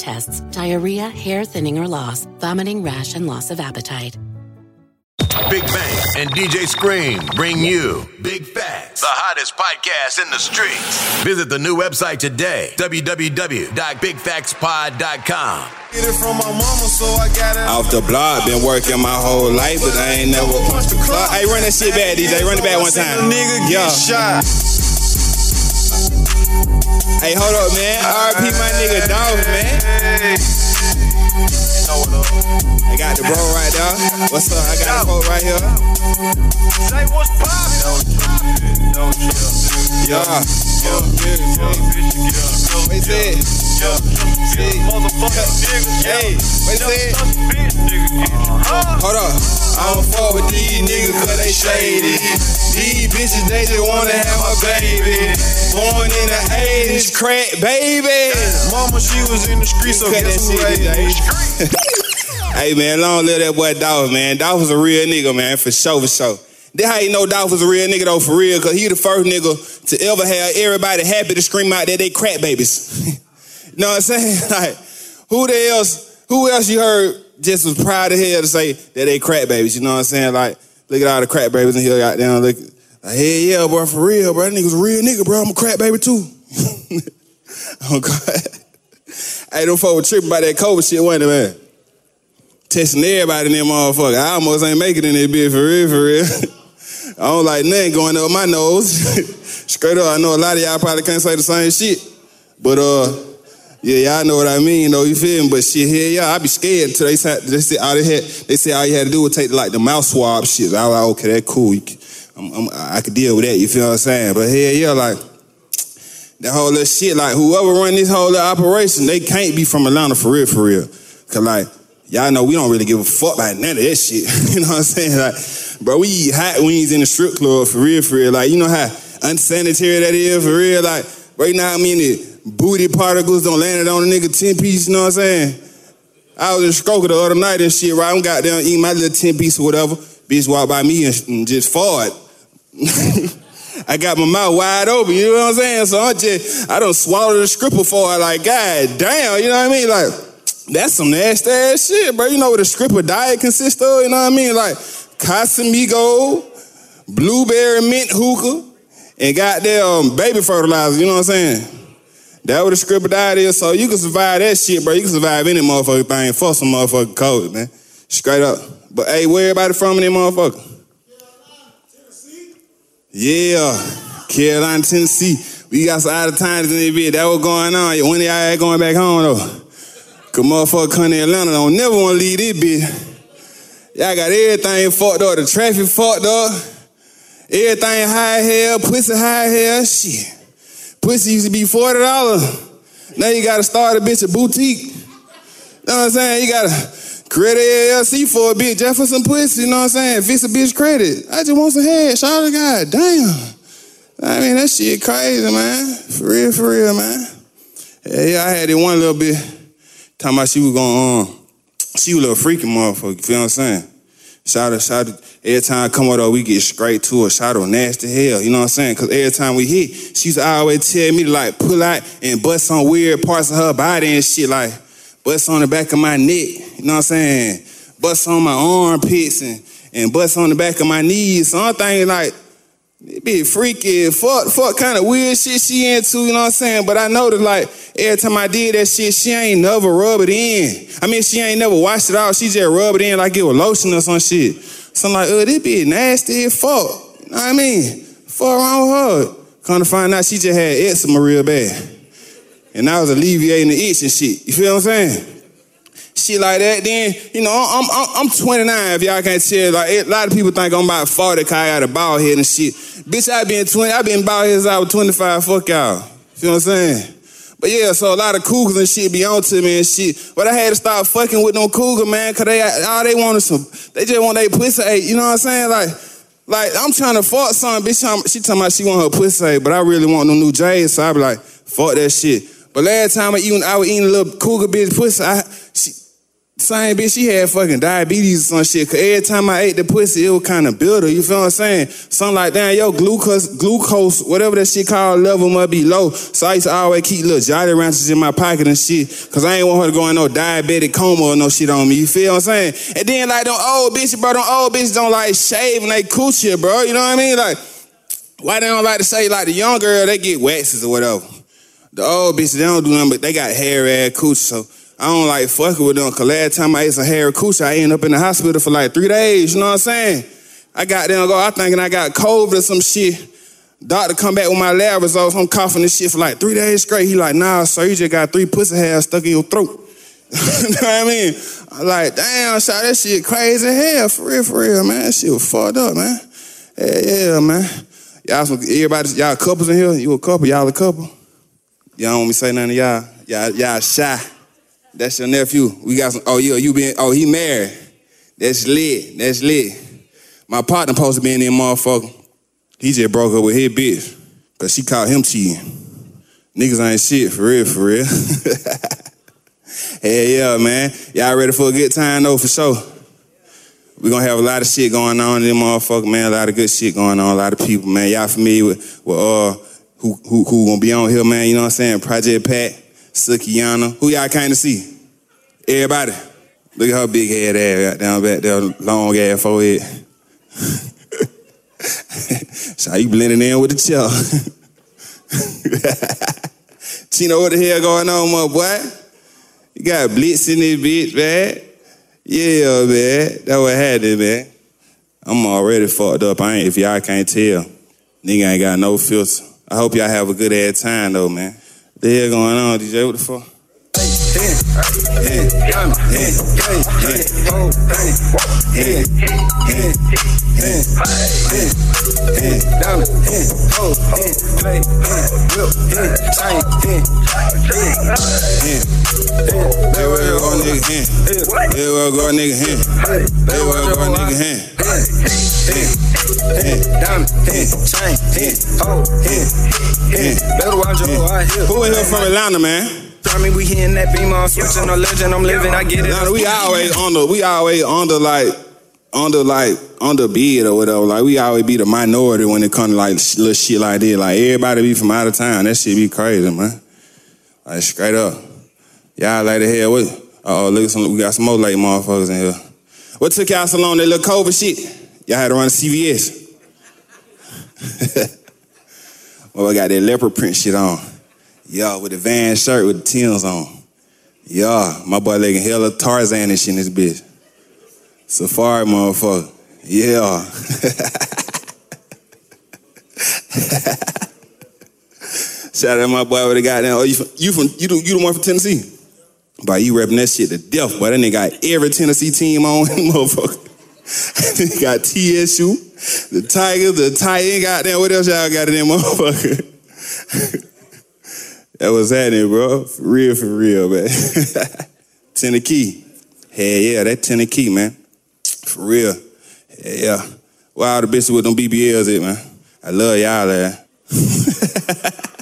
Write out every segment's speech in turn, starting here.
tests, diarrhea, hair thinning or loss, vomiting, rash, and loss of appetite. Big Bang and DJ Scream bring you Big Facts, the hottest podcast in the streets. Visit the new website today, www.bigfactspod.com. Get it from my mama, so I got it. Off the block, been working my whole life, but I ain't never punched the clock. Hey, run that shit back, DJ. Run it back one time. Nigga, get Yeah. shot. Hey, hold up, man. RP my nigga Dolph, man. Hey. Know what up. I got the bro right there. What's up? I got the folk right here. Say what's poppin'? No trip, no trip. Yeah. Yeah, yeah, yeah, What bitch, is yeah, it? yeah, Hey. yeah, motherfucker, nigga, yeah. Hey, what you Yeah, said? Uh-huh. bitch, nigga, yeah. Huh? Hold up. I don't fuck with these niggas cause they shady. These bitches, they just wanna have my baby. Born in the 80s, crack baby. Mama, she was in the streets, so Cut that guess who shit, raised DJ. the streets? Hey man, long live that boy Dolph, man. Dolph was a real nigga, man, for sure, for sure. That how you know Dolph was a real nigga though, for real, cause he the first nigga to ever have everybody happy to scream out that they crack babies. know what I'm saying? Like, who the else, who else you heard just was proud of hell to say that they crack babies, you know what I'm saying? Like, look at all the crack babies in here out there, look, like, hell yeah, bro, for real, bro, that nigga's a real nigga, bro, I'm a crack baby too. oh God. Hey, them folks were tripping about that COVID shit, wasn't it, man? testing everybody in that motherfucker. I almost ain't making it in that bitch for real, for real. I don't like nothing going up my nose. Straight up, I know a lot of y'all probably can't say the same shit. But uh, yeah, y'all know what I mean, though, you feel me? But shit, hell yeah, I be scared until they said they said all they had they said all you had to do was take like the mouth swab shit. I was like, okay, that cool. You can, I'm, I'm, I could deal with that, you feel what I'm saying? But hell yeah, like that whole little shit, like whoever run this whole little operation, they can't be from Atlanta for real, for real. Cause like, y'all know we don't really give a fuck about none of that shit. you know what I'm saying? Like, bro, we eat hot wings in the strip club for real, for real. Like, you know how unsanitary that is for real? Like, right now, I mean, the booty particles don't landed on a nigga 10 piece, you know what I'm saying? I was in Skokie the other night and shit, right? I'm goddamn eating my little 10 piece or whatever. Bitch walked by me and, and just farted. I got my mouth wide open, you know what I'm saying? So I just, I don't swallow the scripper for it. Like, god damn, you know what I mean? Like, that's some nasty ass shit, bro. You know what a stripper diet consists of? You know what I mean? Like, Casamigo, blueberry mint hookah, and goddamn baby fertilizer, you know what I'm saying? That what a stripper diet is. So you can survive that shit, bro. You can survive any motherfucking thing. Fuck some motherfucking COVID, man. Straight up. But hey, where everybody from in that motherfucker? Yeah, Carolina, Tennessee. We got some out of towners in there. bitch. That was going on. When y'all going back home though? Cause motherfucker come to Atlanta don't never wanna leave this bitch. Y'all got everything fucked up, the traffic fucked up, everything high as hell, pussy high as hell, shit. Pussy used to be forty dollars. Now you gotta start a bitch a boutique. Know what I'm saying? You gotta credit LLC for a bitch, just for some pussy. You know what I'm saying? Fix a bitch credit. I just want some head. Shout out to God, damn. I mean that shit crazy, man. For real, for real, man. Yeah, yeah, I had it one little bit. Talking about she was going on. She was a little freaking motherfucker. You feel what I'm saying? Shout out, shout out. Every time I come out, we get straight to her. Shout out, nasty hell. You know what I'm saying? Because every time we hit, she's always tell me to like pull out and bust on weird parts of her body and shit. Like bust on the back of my neck. You know what I'm saying? Bust on my armpits and, and bust on the back of my knees. So I'm thinking like, it be freaky, fuck, fuck kind of weird shit she into, you know what I'm saying? But I noticed like every time I did that shit, she ain't never rub it in. I mean, she ain't never washed it out. She just rub it in like it was lotion or some shit. So I'm like, oh, this bitch nasty as fuck. You know what I mean? Fuck wrong with her. Come to find out she just had eczema real bad. And I was alleviating the itch and shit. You feel what I'm saying? shit like that, then you know I'm I'm, I'm 29. If y'all can't tell, like a lot of people think I'm about 40 cause I got a bald head and shit. Bitch, I been 20. I been bald head since I was 25. Fuck y'all. You know what I'm saying? But yeah, so a lot of cougars and shit be on to me and shit. But I had to stop fucking with no cougar, man, cause they all they wanted some. They just want they pussy. ate, You know what I'm saying? Like. Like I'm trying to fuck something, bitch. I'm, she talking about she want her pussy, ate, but I really want no new J's, so I be like, fuck that shit. But last time I even I was eating a little cougar bitch pussy, I she, same bitch, she had fucking diabetes or some shit. Cause every time I ate the pussy, it was kind of builder. You feel what I'm saying? Something like that. Yo, glucose, glucose, whatever that shit called level must be low. So I used to always keep little Jolly Ranchers in my pocket and shit. Cause I ain't want her to go in no diabetic coma or no shit on me. You feel what I'm saying? And then like them old bitches, bro, them old bitches don't like shaving they coochie, bro. You know what I mean? Like, why they don't like to say like the young girl, they get waxes or whatever. The old bitches, they don't do nothing, but they got hair ass coochie. So I don't like fucking with them. Cause last time I ate some hair coochie, I ended up in the hospital for like three days. You know what I'm saying? I got there and go, I thinking I got COVID or some shit. Doctor come back with my lab results. I'm coughing this shit for like three days straight. He like, nah, sir, you just got three pussy hairs stuck in your throat. you know what I mean? I'm like, damn, shot that shit crazy as hell. For real, for real, man. That shit was fucked up, man. Yeah, yeah, man. Y'all some everybody, y'all couples in here? You a couple, y'all a couple? Y'all don't want me to say nothing to y'all. Y'all, y'all shy. That's your nephew. We got some. Oh yeah, you been. Oh he married. That's lit. That's lit. My partner supposed to be in there, motherfucker. He just broke up with his bitch, cause she caught him cheating. Niggas ain't shit for real, for real. Hell yeah, man. Y'all ready for a good time though, for sure. We gonna have a lot of shit going on in this motherfucker, man. A lot of good shit going on. A lot of people, man. Y'all familiar with, with uh who who who gonna be on here, man? You know what I'm saying? Project Pat. Sukiana. Who y'all came to see? Everybody. Look at her big head ass down back there, long ass forehead. so you blending in with the chill. Chino, what the hell going on, my boy? You got blitz in this bitch, man. Yeah, man. That what happened, man. I'm already fucked up. I ain't, if y'all can't tell, nigga ain't got no filter. I hope y'all have a good ass time though, man. The hell going on, DJ? What the fuck? They will go nigga hand. They will go nigga hand. They will go nigga hand. Who in here from Atlanta, man? I mean, we hitting that beam, I'm switching a legend, I'm living, I get it. Nah, we always on the we always on the like on the like on the bid or whatever. Like we always be the minority when it comes to like sh- little shit like this. Like everybody be from out of town. That shit be crazy, man. Like straight up. Y'all like the hell what uh oh look at some we got some more late motherfuckers in here. What took y'all so long that little COVID shit? Y'all had to run to CVS. well, I got that leopard print shit on. Y'all with the van shirt with the Tim's on. Yeah, my boy legging hella Tarzan and shit in this bitch. Safari motherfucker. Yeah. Shout out to my boy with the goddamn. Oh, you from you from you the, you the one from Tennessee? But you repping that shit to death, boy. That nigga got every Tennessee team on him, motherfucker. He got TSU, the Tigers, the Titans, goddamn, what else y'all got in that motherfucker? that was happening, bro. For real, for real, man. Tennessee. Hell yeah, that Tennessee, man. For real. Hell yeah. Wow, the bitches with them BBLs, it, man. I love y'all, man.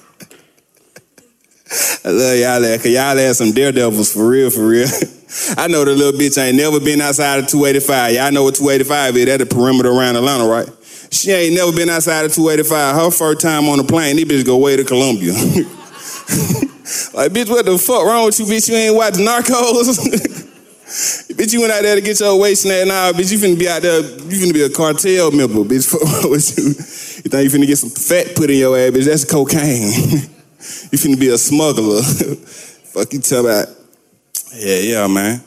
I love y'all ass, cause y'all ass some daredevils for real, for real. I know the little bitch ain't never been outside of 285. Y'all know what 285 is. That the perimeter around Atlanta, right? She ain't never been outside of 285. Her first time on the plane, this bitch go way to Columbia. like, bitch, what the fuck wrong with you, bitch? You ain't watching Narcos? bitch, you went out there to get your waist snapped. Nah, bitch, you finna be out there, you finna be a cartel member, bitch. Fuck wrong with you. You think you finna get some fat put in your ass, bitch? That's cocaine. You finna be a smuggler. Fuck you tell about. Yeah, yeah, man.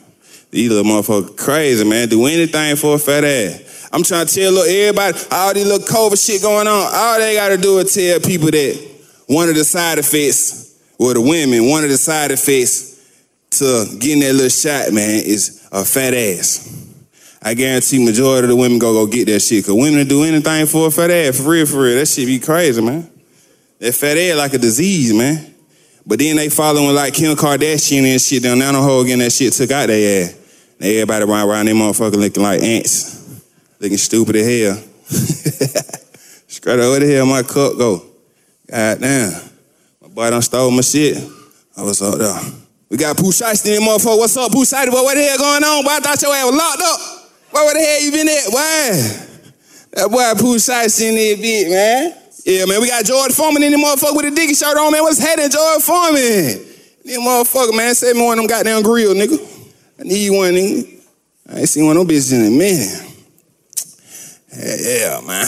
These little motherfuckers crazy, man. Do anything for a fat ass. I'm trying to tell little everybody, all these little COVID shit going on, all they gotta do is tell people that one of the side effects, or the women, one of the side effects to getting that little shot, man, is a fat ass. I guarantee majority of the women go go get that shit. Cause women do anything for a fat ass, for real, for real. That shit be crazy, man. That fat ass like a disease, man. But then they following like Kim Kardashian and shit. Down down the hole again, that shit took out their ass. And everybody running around that motherfucker looking like ants, looking stupid as hell. Straight over the hell my cup go. God damn, my boy done stole my shit. I was up there. We got Pooh Shiesty in that motherfucker. What's up, Pooh Shiesty? Boy, what the hell going on? Boy, I thought your ass was locked up. Boy, where the hell you been at? Why? That boy Pooh Shiesty in that bitch, man. Yeah, man, we got George Foreman in the motherfucker with a Diggy shirt on, man. What's happening, George Foreman? This motherfucker, man, save me one of them goddamn grill, nigga. I need one, nigga. I ain't seen one of them bitches in a minute. Eh, Yeah, yeah, man.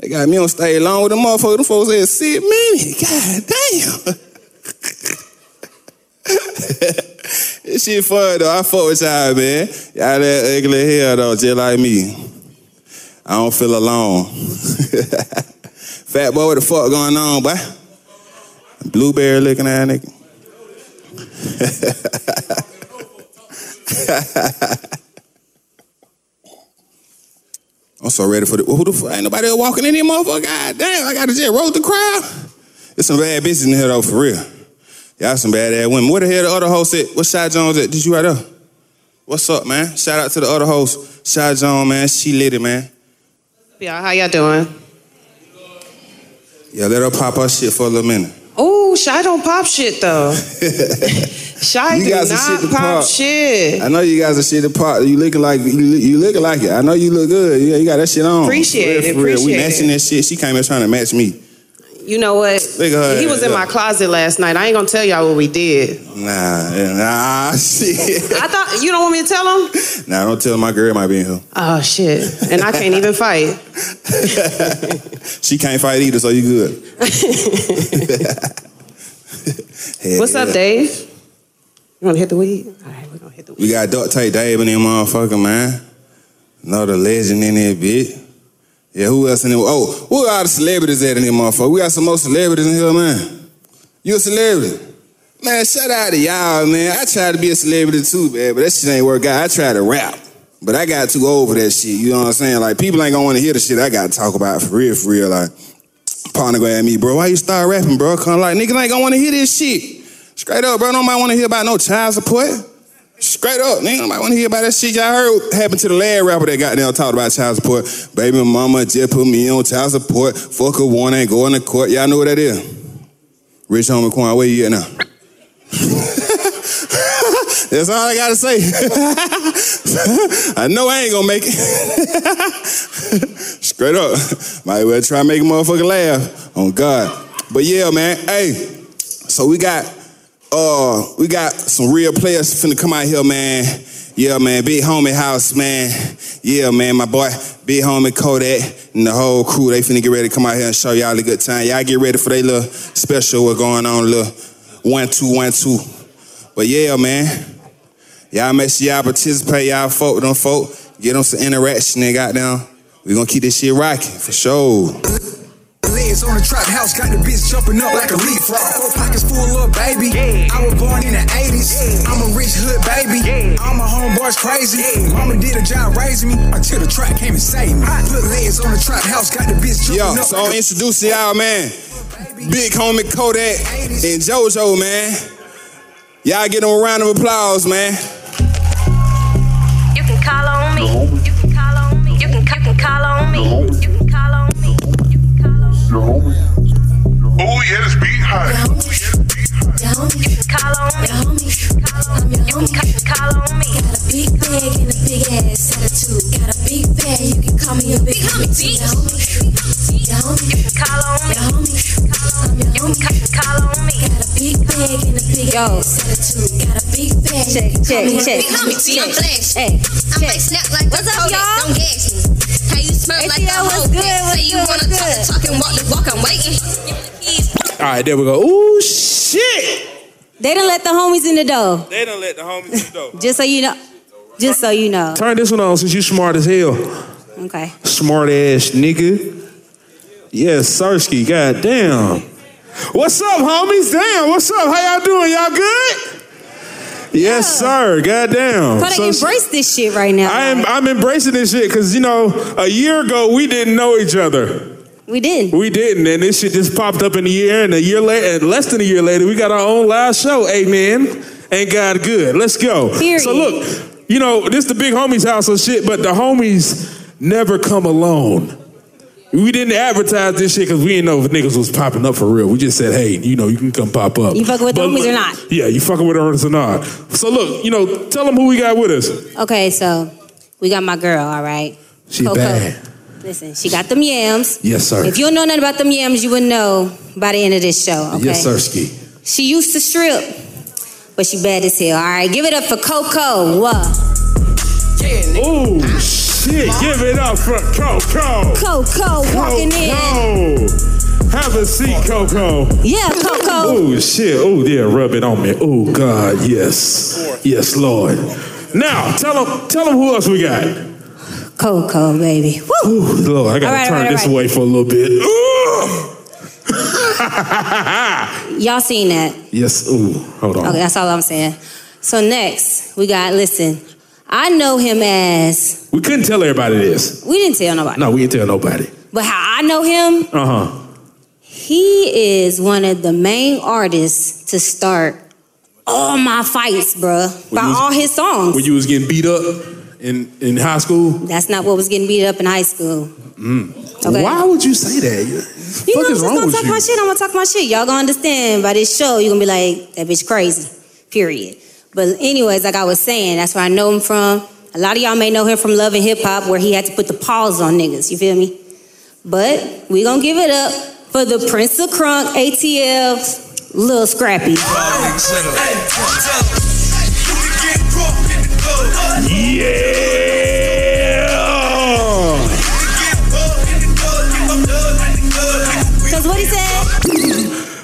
They got me on stage along with them motherfucker. Them folks said, six minutes. God damn. this shit fun, though. I fuck with y'all, man. Y'all that ugly as hell, though, just like me. I don't feel alone. Fat boy, what the fuck going on, boy? Blueberry looking at nigga. I'm so ready for the who the fuck ain't nobody walking in here, motherfucker. God damn, I gotta just roll the crowd. It's some bad bitches in here though, for real. Y'all some bad ass women. Where the hell the other host at? What Shy Jones at? Did you right there? What's up, man? Shout out to the other host, Shy Jones, man. She lit it, man. Y'all, how y'all doing? Yeah, let her pop her shit for a little minute. Ooh, Shy don't pop shit though. Shy You do got not some shit to pop, pop. shit. I know you guys are shit apart. You looking like you, you looking like it. I know you look good. You, you got that shit on. Appreciate it, We appreciate matching it. that shit. She came here trying to match me. You know what? Look at her He was in ass my up. closet last night. I ain't gonna tell y'all what we did. Nah, yeah, nah, shit. I thought you don't want me to tell him. nah, don't tell my girl might be in here. Oh shit! And I can't even fight. She can't fight either, so you good. Hell What's yeah. up, Dave? You wanna hit the weed? All right, we're gonna hit the weed. We got duct tape Dave in there, motherfucker, man. Another legend in there, bitch. Yeah, who else in there? Oh, who are the celebrities at in there, motherfucker? We got some more celebrities in here, man. You a celebrity? Man, shout out to y'all, man. I tried to be a celebrity too, man, but that shit ain't work out. I tried to rap, but I got too old for that shit. You know what I'm saying? Like, people ain't gonna wanna hear the shit I gotta talk about for real, for real. Like, partner gonna at me, bro, why you start rapping, bro? Come like, niggas ain't gonna wanna hear this shit. Straight up, bro, nobody wanna hear about no child support. Straight up, nigga. Nobody want to hear about that shit. Y'all heard what happened to the lad rapper that goddamn talked about child support. Baby mama just put me on child support. Fuck a one ain't going to court. Y'all know what that is. Rich homie Quan, where you at now? That's all I gotta say. I know I ain't gonna make it. Straight up. Might as well try to make a motherfucker laugh. On God. But yeah, man. Hey, so we got uh we got some real players finna come out here, man. Yeah, man, big homie house, man. Yeah, man, my boy, big homie Kodak and the whole crew, they finna get ready to come out here and show y'all a good time. Y'all get ready for they little special what going on, little one two one two. But yeah, man. Y'all make sure y'all participate, y'all folk with them folk. Get them some interaction and goddamn. We gonna keep this shit rocking for sure. legs on the trap house, got the bitch jumping up like a leapfrog. Four pockets full of baby. I was born in the 80s. I'm a rich hood baby. All my homeboys crazy. Mama did a job raising me until the trap came and saved me. Put legs on the trap house, got the bitch Yo, jumping up. so I'm introducing y'all, man. Big homie Kodak and JoJo, man. Y'all get them a round of applause, man. You can call on me. You can call on me. You can, you can call on me. You can call on me. Oh yeah, this beat hot. You can call on me. You can ca- call on me. Got a big bag and a big ass attitude. Got a big bag, you can call me a big homie. You can call on me. You can ca- call on me. Got a big bag and a big ass attitude. Got a big bag. Check, check, check. Big homie, T, I'm flashy. Hey, I'm like snap like What's a up, Kodak. y'all? Don't gas me. How you smell like a ATL, what's hoe? good? Say What's you good? wanna What's talk the good? talk and walk the walk. I'm waiting. All right, there we go. Ooh, shit. They done let the homies in the door. They done let the homies in the door. Just so you know. Just so you know. Turn this one on since you smart as hell. Okay. Smart ass nigga. Yes, Sersky, god damn. What's up, homies? Damn, what's up? How y'all doing? Y'all good? Yes, sir. God damn. Kodak, embrace this shit right now. I am, I'm embracing this shit because, you know, a year ago we didn't know each other. We didn't. We didn't. And this shit just popped up in a year, and a year later, and less than a year later, we got our own live show. Amen. Ain't God good. Let's go. So, look, you know, this the big homies house and shit, but the homies never come alone. We didn't advertise this shit because we didn't know if niggas was popping up for real. We just said, hey, you know, you can come pop up. You fucking with the homies or not? Yeah, you fucking with the homies or not. So look, you know, tell them who we got with us. Okay, so we got my girl, all right? She Coco. bad. Listen, she got them yams. Yes, sir. If you don't know nothing about them yams, you wouldn't know by the end of this show, okay? Yes, sir, Ski. She used to strip, but she bad as hell. All right, give it up for Coco. Whoa. Ooh, shit. Give it up for Coco. Coco walking in. Coco. Have a seat, Coco. Yeah, Coco. Oh, shit. Oh, yeah, rub it on me. Oh, God, yes. Yes, Lord. Now, tell them, tell them who else we got. Coco, baby. Woo. Lord, I got All to right, turn all right, this all right. away for a little bit. Y'all seen that. Yes, ooh, hold on. Okay, that's all I'm saying. So next, we got, listen, I know him as, We couldn't tell everybody this. we didn't tell nobody, No, we didn't tell nobody. but how I know him Uh huh. He is one of the main artists to start all my fights, bruh, by you was- all his songs. When you was getting beat up in in high school. That's not what was getting beat up in high school. Mm. Okay. Why would you say that? You- You fuck know, I'm is just wrong gonna with talk you? my shit. I'm gonna talk my shit. Y'all gonna understand by this show. You're gonna be like, that bitch crazy. Period. But anyways, like I was saying, that's where I know him from. A lot of y'all may know him from Love and Hip Hop, where he had to put the pause on niggas. You feel me? But we gonna give it up for the Prince of Crunk, ATF, Lil Scrappy. Yeah. Cause what he said.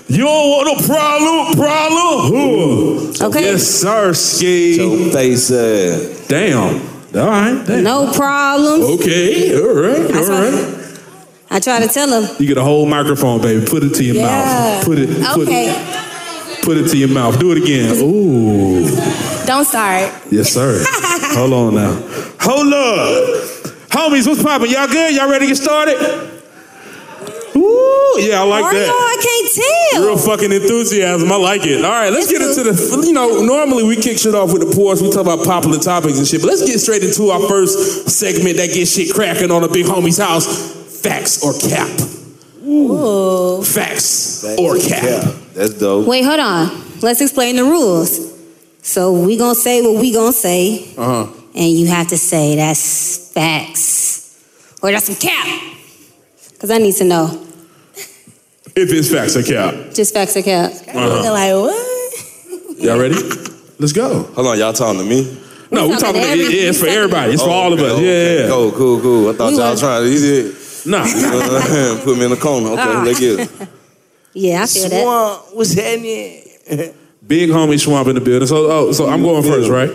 You don't want a problem, problem. Ooh. Okay. Yes, sir, Ski. Your face uh Damn. All right. Damn. No problems. Okay. All right. All right. I try to tell him. You get a whole microphone, baby. Put it to your mouth. Put it. Put it. Okay. Put it to your mouth. Do it again. Ooh. Don't start. Yes, sir. Hold on now. Hold up. Homies, what's poppin'? Y'all good? Y'all ready to get started? Ooh, yeah, I like Mario, that. I can't tell. Real fucking enthusiasm. I like it. All right, let's get into the. You know, normally we kick shit off with the pores. We talk about popular topics and shit, but let's get straight into our first segment that gets shit cracking on a big homie's house. Facts or cap? Ooh. Facts or cap? That's dope. Wait, hold on. Let's explain the rules. So we gonna say what we gonna say, Uh huh. and you have to say that's facts or that's some cap. Cause I need to know. If it's facts or cap. Just facts or cap. Uh-huh. They're like what? Y'all ready? Let's go. Hold on, y'all talking to me? No, we talking. about- Yeah, it's for everybody. It's for all of us. Yeah, yeah. Oh, Cool, cool, cool. I thought We y'all was- trying to. You did. Nah. Put me in the corner. Okay, Ah. let's get it. Yeah, I feel that. what's happening? Big homie Swamp in the building. So, oh, so I'm going first, right?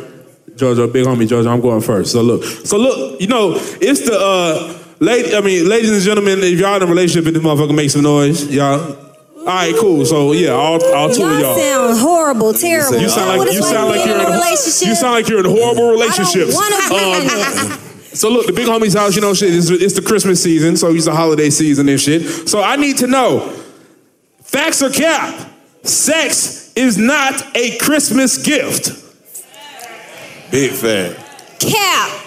Jojo, big homie Jojo, I'm going first. So look, so look, you know, it's the uh, lady, I mean, ladies and gentlemen, if y'all in a relationship and this motherfucker make some noise, y'all. All right, cool. So yeah, all, all two of y'all. sound horrible, terrible. You sound like you sound like you're in a relationship. You sound like you're in horrible relationships. Um, so look, the big homie's house, you know, shit. It's, it's the Christmas season, so it's the holiday season and shit. So I need to know, facts or cap? Sex is not a Christmas gift. Big fat. Cap.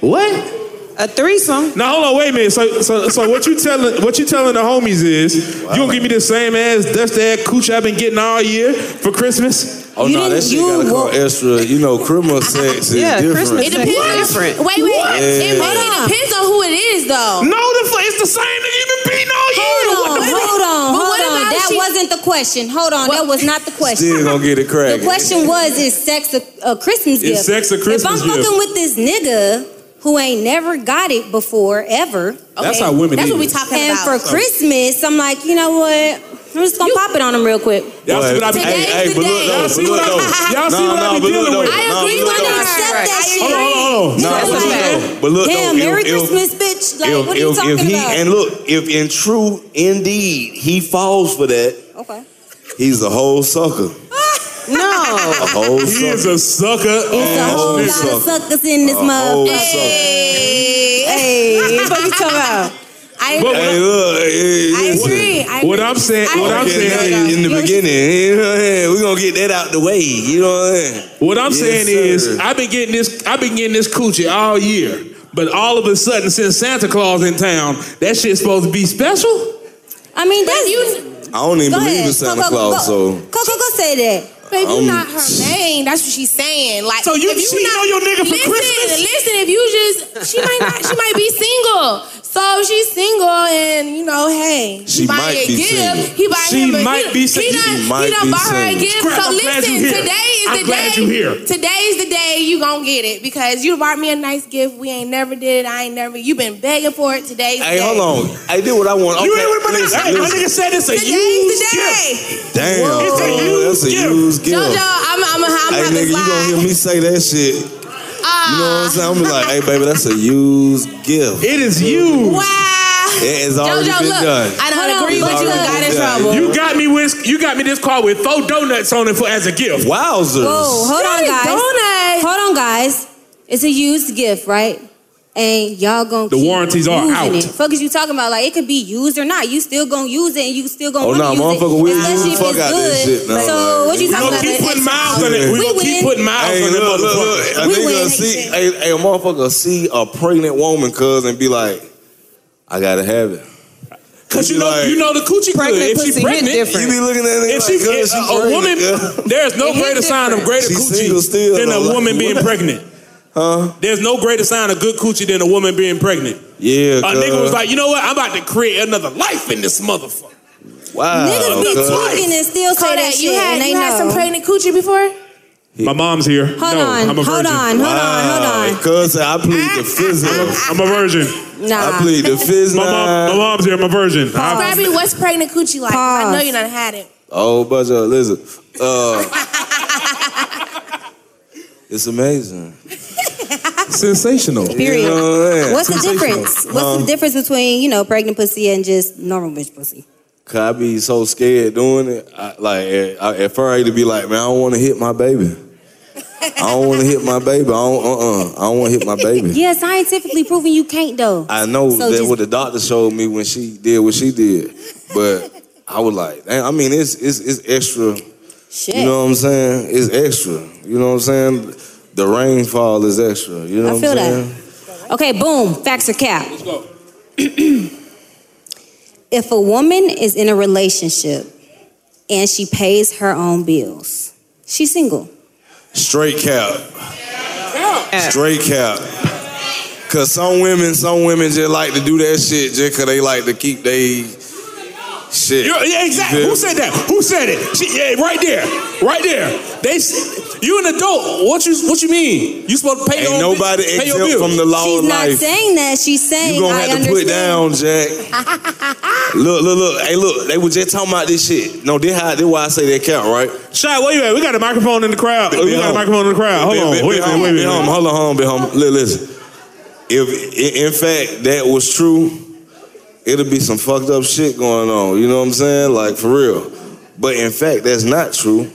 What? A threesome. Now hold on, wait a minute. So, so, so what you telling what you telling the homies is you gonna give me the same ass dusty ass cooch I've been getting all year for Christmas? Oh no, that shit gotta call extra. You know, criminal sex is different. It depends. Wait, wait. What? It Yeah. really depends on who it is, though. No, the it's the same nigga you been beating all year. Hold on, hold on, But what hold on. about That she- wasn't the question. Hold on, that was not the question. Still gonna get it The cracking. question was, is sex a, a Is Christmas gift? sex a If I'm Christmas gift? fucking with this nigga who ain't never got it before, ever. That's how women That's what is. we talking and about. And for Christmas, I'm like, you know what? I'm just gonna pop it on him real quick. Y'all see what I be Hey, dealing hey, but look though, Y'all see but what look I though. y'all see No, what I no, be but look dealing though. with. I No, agree but with look her. though. Hold on, hold on, No, hold but on. look though, but look Damn, though, Merry if- if- Christmas, bitch. Like, if, what are you if- talking if he about? and look, if in true indeed he falls for that, okay, he's a whole sucker. no. A whole sucker. He is a sucker. It's a whole lot of suckers in this motherfucker. Hey, hey, that's what we talking about. I But hey, look, hey, I listen. agree, I What I'm saying, what I'm Okay, saying now, is- in the beginning, you know, hey, we're gonna get that out the way. You know what I'm saying? What I'm Yes, saying sir. is, I've been getting this, I've been getting this coochie all year, but all of a sudden, since Santa Claus in town, that shit's supposed to be special. I mean, that's you. I don't even Go believe ahead. in Santa Go, go, Claus, so Coco, go say that. Baby, you Um, not her name. That's what she's saying. Like, So you if cheating not- on your nigga for listen, Christmas? Listen, if you just, she might not, she might be single. So she's single, and you know, hey, She might a be gift. single. He bought She him a might gift. be He single. done, She might he done be bought her a single. gift. Crap, so I'm glad listen, you here. today is I'm the glad day. you here. Today's the day you gonna get it because you bought me a nice gift. We ain't never did it. I ain't never. You been begging for it. Today's Hey, the day. hold on. I did what I want. You Okay, ain't with my- listen, Hey, my listen. nigga said it's a Today's used the day. Damn, Whoa. It's a bro, that's a used gift. Jojo, I'm, I'm, hey, I'm not nigga, gonna you gonna lie. hear me say that shit? You know what I'm saying? I'm Ah. gonna be like, hey, baby, that's a used gift. It is used. Wow. It has already Jojo, been look, done. I don't It's agree with you. already Got been in done. trouble. You got me with, you got me this car with four donuts on it for as a gift. Wowzers! Whoa, hold on, guys. Hold on, guys. It's a used gift, right? And y'all gonna The keep warranties are using out. It. Fuck is you talking about? Like it could be used or not. You still gonna use it, and you still gonna Oh, wanna nah, use it. motherfucker, we especially use if the fuck it's out good. this shit, nah, so man. what you We talking gonna about? keep That's putting extra. miles on it. We We gonna win. Keep putting miles Hey, on that look, look, look. motherfucker. A We nigga win. see, hey, hey, a motherfucker see a pregnant woman, cuz, and be like, I gotta have it. Cause you know, you know the coochie Pregnant good. If pussy she hit pregnant, different. You be looking at it if like, she, girl, if she a pregnant, woman, girl. there's no It hit greater sign of different. greater She coochie single still, than a though, like, woman being what? pregnant. Huh? There's no greater sign of good coochie than a woman being pregnant. Yeah, A nigga was like, you know what? I'm about to create another life in this motherfucker. Wow. Niggas be Look, talking and still say Kodak, that shit. you had- and they you had know. some pregnant coochie before? My mom's here. Hold No, on, I'm a hold virgin. on, hold on, hold on. Cuz, I plead the fizz. I'm a virgin. Nah. I plead the fizz. My mom, my mom's here. I'm a virgin. Describe me what's pregnant coochie like. I know you done had it. Oh, but uh, listen, uh, it's amazing. Sensational. Period. You know what I'm saying? Um, What's the difference? What's Huh? the difference between you know pregnant pussy and just normal bitch pussy? Cause I be so scared doing it. I, like at, I, at first, I used to be like, man, I don't want to hit my baby. I don't want to hit my baby. I don't. Uh. uh I don't want to hit my baby. Yeah, scientifically proven you can't though. I know So that just- what the doctor showed me when she did what she did, but I was like, damn, I mean, it's it's it's extra. Shit. You know what I'm saying? It's extra. You know what I'm saying? The rainfall is extra. You know I what feel I'm that. saying? Okay, boom. Facts or cap? Let's go. if a woman is in a relationship and she pays her own bills, she's single. Straight cap. Straight cap. Cause some women, some women just like to do that shit just cause they like to keep they shit. You're- yeah, exactly. Who You feel me? said that? Who said it? She, yeah, right there, right there. They, s- you an adult. What you, what you mean? You supposed to pay Ain't your own bi- nobody pay your exempt bills. from the law She's of not life. saying that. She's saying You gonna I have to put understand. down, Jack. Look, look, look. Hey, look. They was just talking about this shit. No, this how this why I say that count, right? Shot, where you at? We got a Oh, microphone in the crowd. We got a microphone in the crowd. Hold on. Wait a minute. Wait a minute. Hold on, hold on, hold on. Listen, if i- in fact that was true, it'll be some fucked up shit going on. You know what I'm saying? Like for real. But in fact, that's not true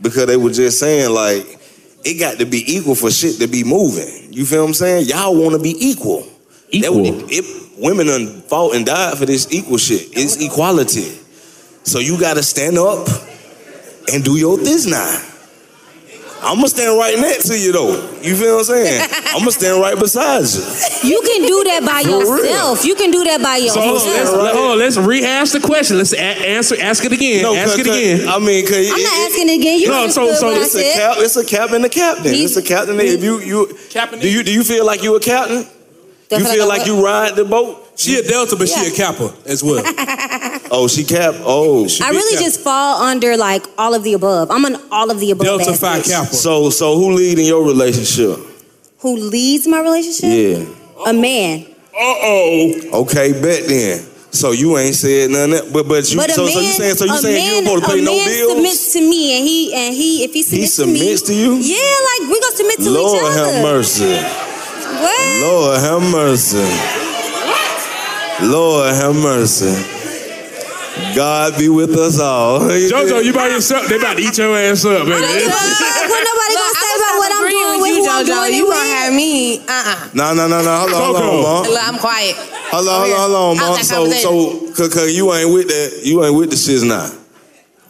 because they were just saying like it got to be equal for shit to be moving. You feel what I'm saying? Y'all want to be equal. Equal. it, women done fought and died for this equal shit. It's equality. So you got to stand up and do your this now. I'ma stand right next to you though. You feel what I'm saying? I'ma stand right beside you. You can do that by For real. yourself. You can do that by So yourself. hold on, let's, hold on, let's rehash the question. Let's a- answer, ask it again. No, ask 'cause- it again. I mean, cause I'm not asking it again. You No, so- understood so what I it's a said. cap. It's a cap and a captain. He- it's a captain. that if you you do you do you feel like you a captain? Do I you feel feel like like I you ride the boat? She a Delta, but she a Kappa as well. oh, she cap. Oh, I really just fall under like all of the above. I'm an all of the above. ass bitch. So so who lead in your relationship? Who leads my relationship? Yeah. A man. Uh oh. Okay, bet then. So you ain't said nothing, else- but but you but a so, man, so you saying so you a saying man, you don't supposed to pay a no man bills? submits to me, and he and he if he submits, submits to me, you? yeah, like we gonna submit to each Lord other. have mercy. What? Lord have mercy. Lord have mercy. God be with us all. JoJo, you by yourself. They about to eat your ass up, man. What nobody gonna say about what I'm agreeing doing with with you, who I'm JoJo. doing You it gonna with. have me? Uh uh No, no, no, no. Hold on, hold on, ma. I'm quiet. Hold on, hold on, hold on, ma. So, Outside so, cause, cause you ain't with that. You ain't with the shits now.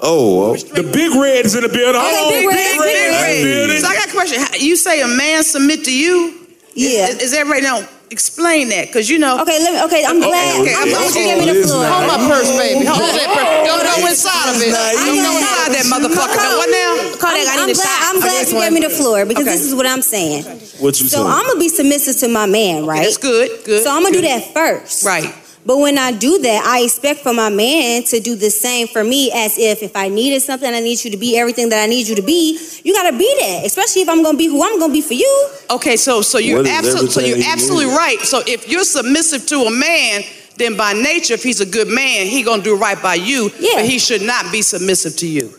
Oh, the big red is in the building. Hold on, So I got a question. How- You say a man submit to you? Yeah. Is, is that right now? Explain that, cause you know. Okay, let me. Okay, I'm glad- I'm glad you gave me the floor. Hold my purse, baby. Hold Oh, that purse. Don't go inside of it. Don't go inside that motherfucker. Now, what now? I'm, Kodak, I I'm need a glad, shot. I'm glad Okay. you gave me the floor because Okay. this is what I'm saying. What you So saying? I'm gonna be submissive to my man, right? that's good, good, So I'm gonna do good. that first, Right. But when I do that, I expect for my man to do the same for me as if if I needed something, I need you to be everything that I need you to be. You gotta be that, especially if I'm gonna be who I'm gonna be for you. Okay, so so you're What is absolutely so everything you're you absolutely need? right. So if you're submissive to a man, then by nature, if he's a good man, he gonna do right by you. Yeah. But he should not be submissive to you.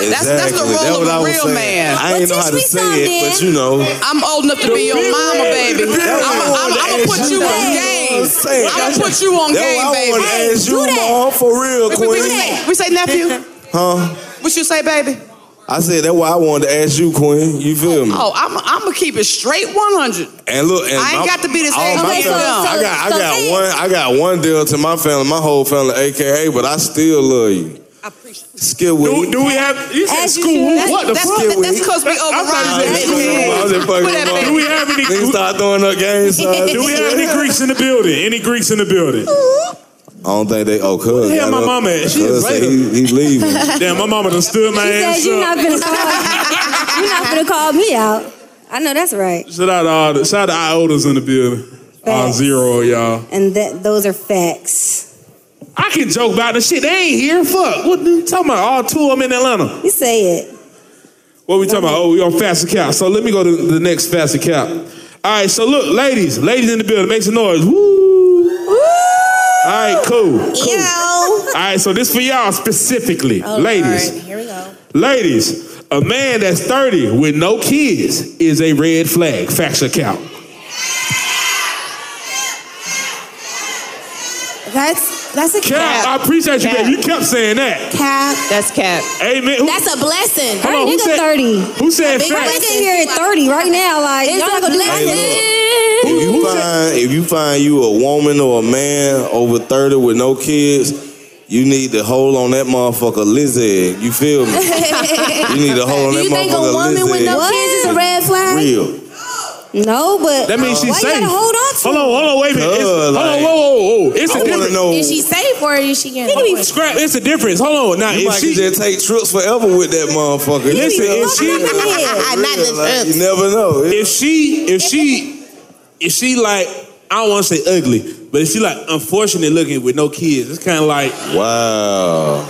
That's that's the Exactly. That role what I of a was real saying. man. I ain't know how to say it, but you know. I'm old enough to be your mama, baby. I'm gonna put you on game. I'm gonna put you on game, baby. Ask you, ma, for real, We- we- we Queen. say- We say nephew. Huh? What you say, baby? I said that's why I wanted to ask you, Queen. You feel me? Oh, I'm I'm gonna keep it straight 100. And look, and I ain't my- got to be this all age my to be family- dumb. I got, I So got say it. one, I got one deal to my family, my whole family, AKA, but I still love you. Skill with Do, do we have? You said school. should. what the That's- fuck? that's- that's 'cause we I thought you said school. I was just fucking around. Do we have any? Niggas start throwing up games. son. Do we have any Greeks in the building? Any Greeks in the building? I don't think they. Oh, cuz. Where the hell my mama at? She is said he, he leaving. Damn, my mama done stood my She ass said you're up. not gonna call. you're not gonna call me out. I know that's right. Shout out to all the, shout out to Iotas in the building. Uh, zero, y'all. And that those are facts. I can joke about the shit. They ain't here. Fuck. What you talking about? All two of them in Atlanta. You say it. What we talking about? Oh, we on fast account. So let me go to the next fast account. All right. So look, ladies, ladies in the building, make some noise. Woo. All right. Cool. cool. All right. So this for y'all specifically, ladies. Here we go. Ladies, a man that's 30 with no kids is a red flag. Facts account. That's that's a Cap, cap. I appreciate you, Cap. baby. You kept saying that. Cap. That's cap. Amen. Who- That's a blessing. Hold on, who said, 30. Who said Big facts? nigga here at 30 right now. Like It's y'all a gonna blessing. If you find if you find you a woman or a man over thirty with no kids, you need to hold on that motherfucker lizard. You feel me? you need to hold on Do that you think a motherfucker woman with lizard. no kids is a red flag? Real. No, but That means she's why safe. You gotta hold on to hold on, hold on, wait a minute. It's, hold like, on, whoa, whoa, whoa. It's I a wanna difference. know- Is she safe or is she getting? It's Scrap, it's a difference. Hold on. Now, You if might she, just take trips forever with that motherfucker. Listen, you, if she- Not this like, earth. you never know. if she, if she, if she like, I don't want to say ugly, but if she like unfortunate looking with no kids, it's kind of like wow.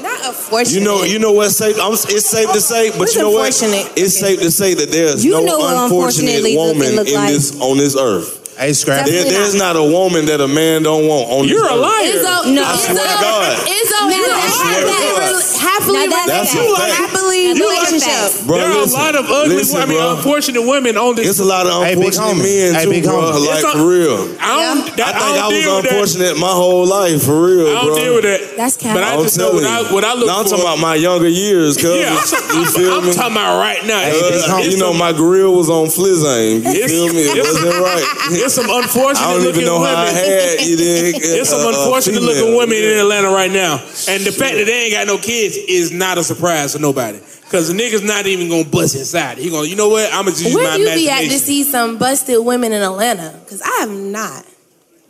Not unfortunate. You know, you know what's safe. I'm, it's safe to say, but What's you know what? unfortunate? It's safe to say that there's You no know what unfortunate unfortunately looking woman look in like. this on this earth. Hey, Scrap. There- there's not a woman that a man don't want on this You're a earth. liar. Izzo, no, I swear to Izzo- God. Izzo is a happily, happily, that's That's a fact. happily relationship. Bro, there listen. are a lot of ugly, Listen, I mean, bro. unfortunate women on this. It's a lot of Hey, big homie. unfortunate men Hey, too, big bro. homie. It's Like a- for real. I don't, that, don't I think deal I, was with that. unfortunate my whole life, for real. I don't bro. deal with that. That's cap. But I I'm just know telling what I, you. what I look now, I'm for. talking about my younger years, cuz. Yeah, I'm- you feel I'm me? talking about right now. Uh, Hey, big homie. you know, my grill was on Flizzane. You It's- feel me? It it's- wasn't right. There's some unfortunate I don't looking even know women. how I had you then. There's some uh, uh, unfortunate looking female. women in Atlanta right now. And the fact that they ain't got no kids is not a surprise to nobody. Because the nigga's not even going to bust inside. He going, to you know what? I'm going to just use Where my do you be at imagination. to see some busted women in Atlanta? Because I have not.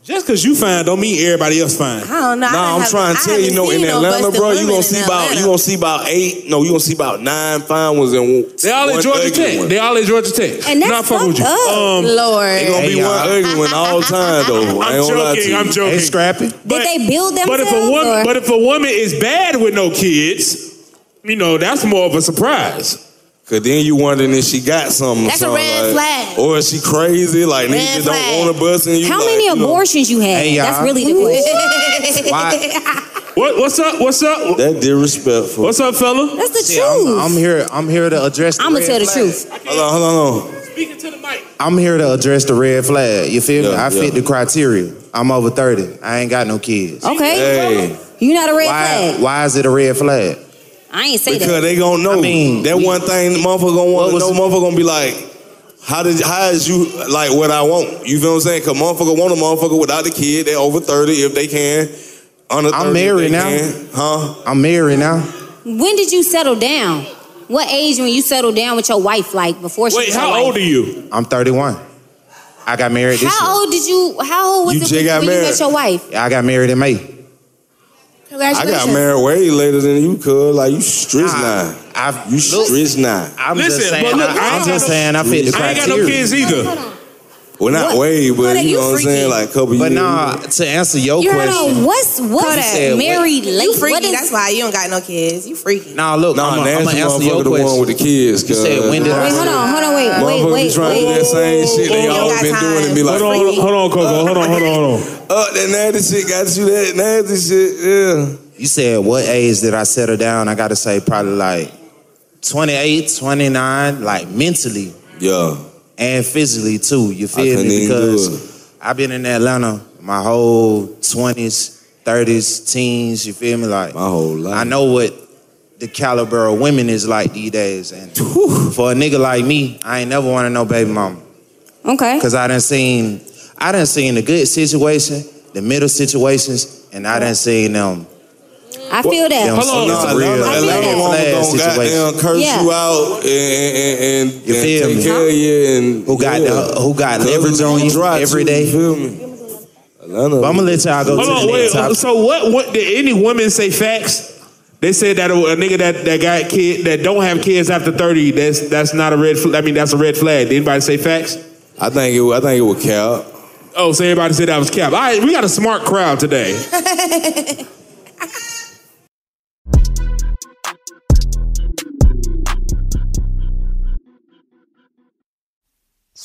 Just because you fine don't mean everybody else fine. I don't know. I Nah, I'm haven't- trying to I tell you, haven't know, in seen no Atlanta, busted bro, you women gonna in see about Atlanta. you gonna see about eight. No, you gonna see about nine fine ones in one. They all at one Georgia ugly Tech. one. They all at Georgia Tech. And that's Nah, I fuck with you. Um, fucked up, Lord. They gonna Hey, be one ugly one all time though. I I'm ain't gonna lie to joking. you. I'm joking. scrappy. Did they build themselves? But if Oh, a woman, or- but if a woman is bad with no kids, you know that's more of a surprise. Cause then you wondering if she got something. That's a or something, red like, flag. Or is she crazy? Like Red niggas just flag. don't want to bust and you. How like, many you know, abortions you had? Hey, That's y'all. really the question. What what's up? What's up? That disrespectful. What's up, fella? That's the See, I'm, I'm here. I'm here to address. The I'ma red tell the flag. truth. Hold on, hold on, hold on. I'm here to address the red flag. You feel me? Yeah, I fit yeah. the criteria. I'm over thirty. I ain't got no kids. Okay. You not a red Why? flag. Why is it a red flag? I ain't say Because that. they gonna know. that one thing, the motherfucker gonna want to know. Motherfucker gonna be like, how did, how is you like what I want? You feel what I'm saying? Cause motherfucker want a motherfucker without a kid. They over thirty if they can. Under 30 I'm if married they now. can. huh? I'm married now. When did you settle down? What age when you settled down with your wife? Like before she was your wife? are you? I'm 31. I got married this How old did you? How old was You it just when, got when you married. met your wife? year. I got married in May. I Congratulations. got married way later than you could. Like you stress now. You stress now. I'm just saying. I, am just saying. I fit the criteria. Well, not way, but you know what I'm saying. Like a couple But years. nah, to answer your You question. know what's Kodak, what's married you late? freaky, What is- that's why you don't got no kids. You freaky. Nah, look. Nah, I'm Nancy gonna answer your motherfucker the question. one with the kids. You said, when did I- Wait, hold on, hold on, wait, wait, Motherfucker be wait, trying to do wait. that same shit they always been doing and be like, hold on, hold on, Coco, hold on, hold on, hold on. Uh, that nasty shit got you that nasty shit. Yeah. You said what age did I settle down? I gotta say probably like 28, 29, like mentally Yeah. and physically too. You I feel couldn't me? even do Because I've been in Atlanta my whole 20s, 30s, teens, you feel me? Like my whole life. I know what the caliber of women is like these days. And for a nigga like me, I ain't never wanted no baby mama. Okay. Cause I done seen, I done seen the good situation, the middle situations, and I done seen them. I feel that. Them some real Atlanta, Atlanta flag woman gonna situations. goddamn curse Yeah. you out and, and, and, and You feel take me? care of you and Who got yeah. the, who got Cause leverage it's on you dry, every too, day? you feel me? Atlanta. But I'm gonna let y'all go Hold to on, the wait. next topic. So what? What did any woman say? Facts? They said that a, a nigga that, that got kid that don't have kids after thirty. That's that's not a red. Fl- I mean, that's a red flag. Did anybody say facts? I think it. wa- I think it was Cal. Oh, so everybody said that was cap. All right, we got a smart crowd today.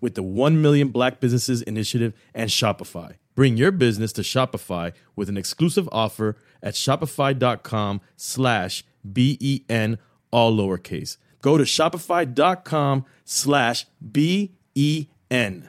with the 1 Million Black Businesses Initiative and Shopify. Bring your business to Shopify with an exclusive offer at shopify.com slash B-E-N, all lowercase. Go to shopify.com slash E B-E-N.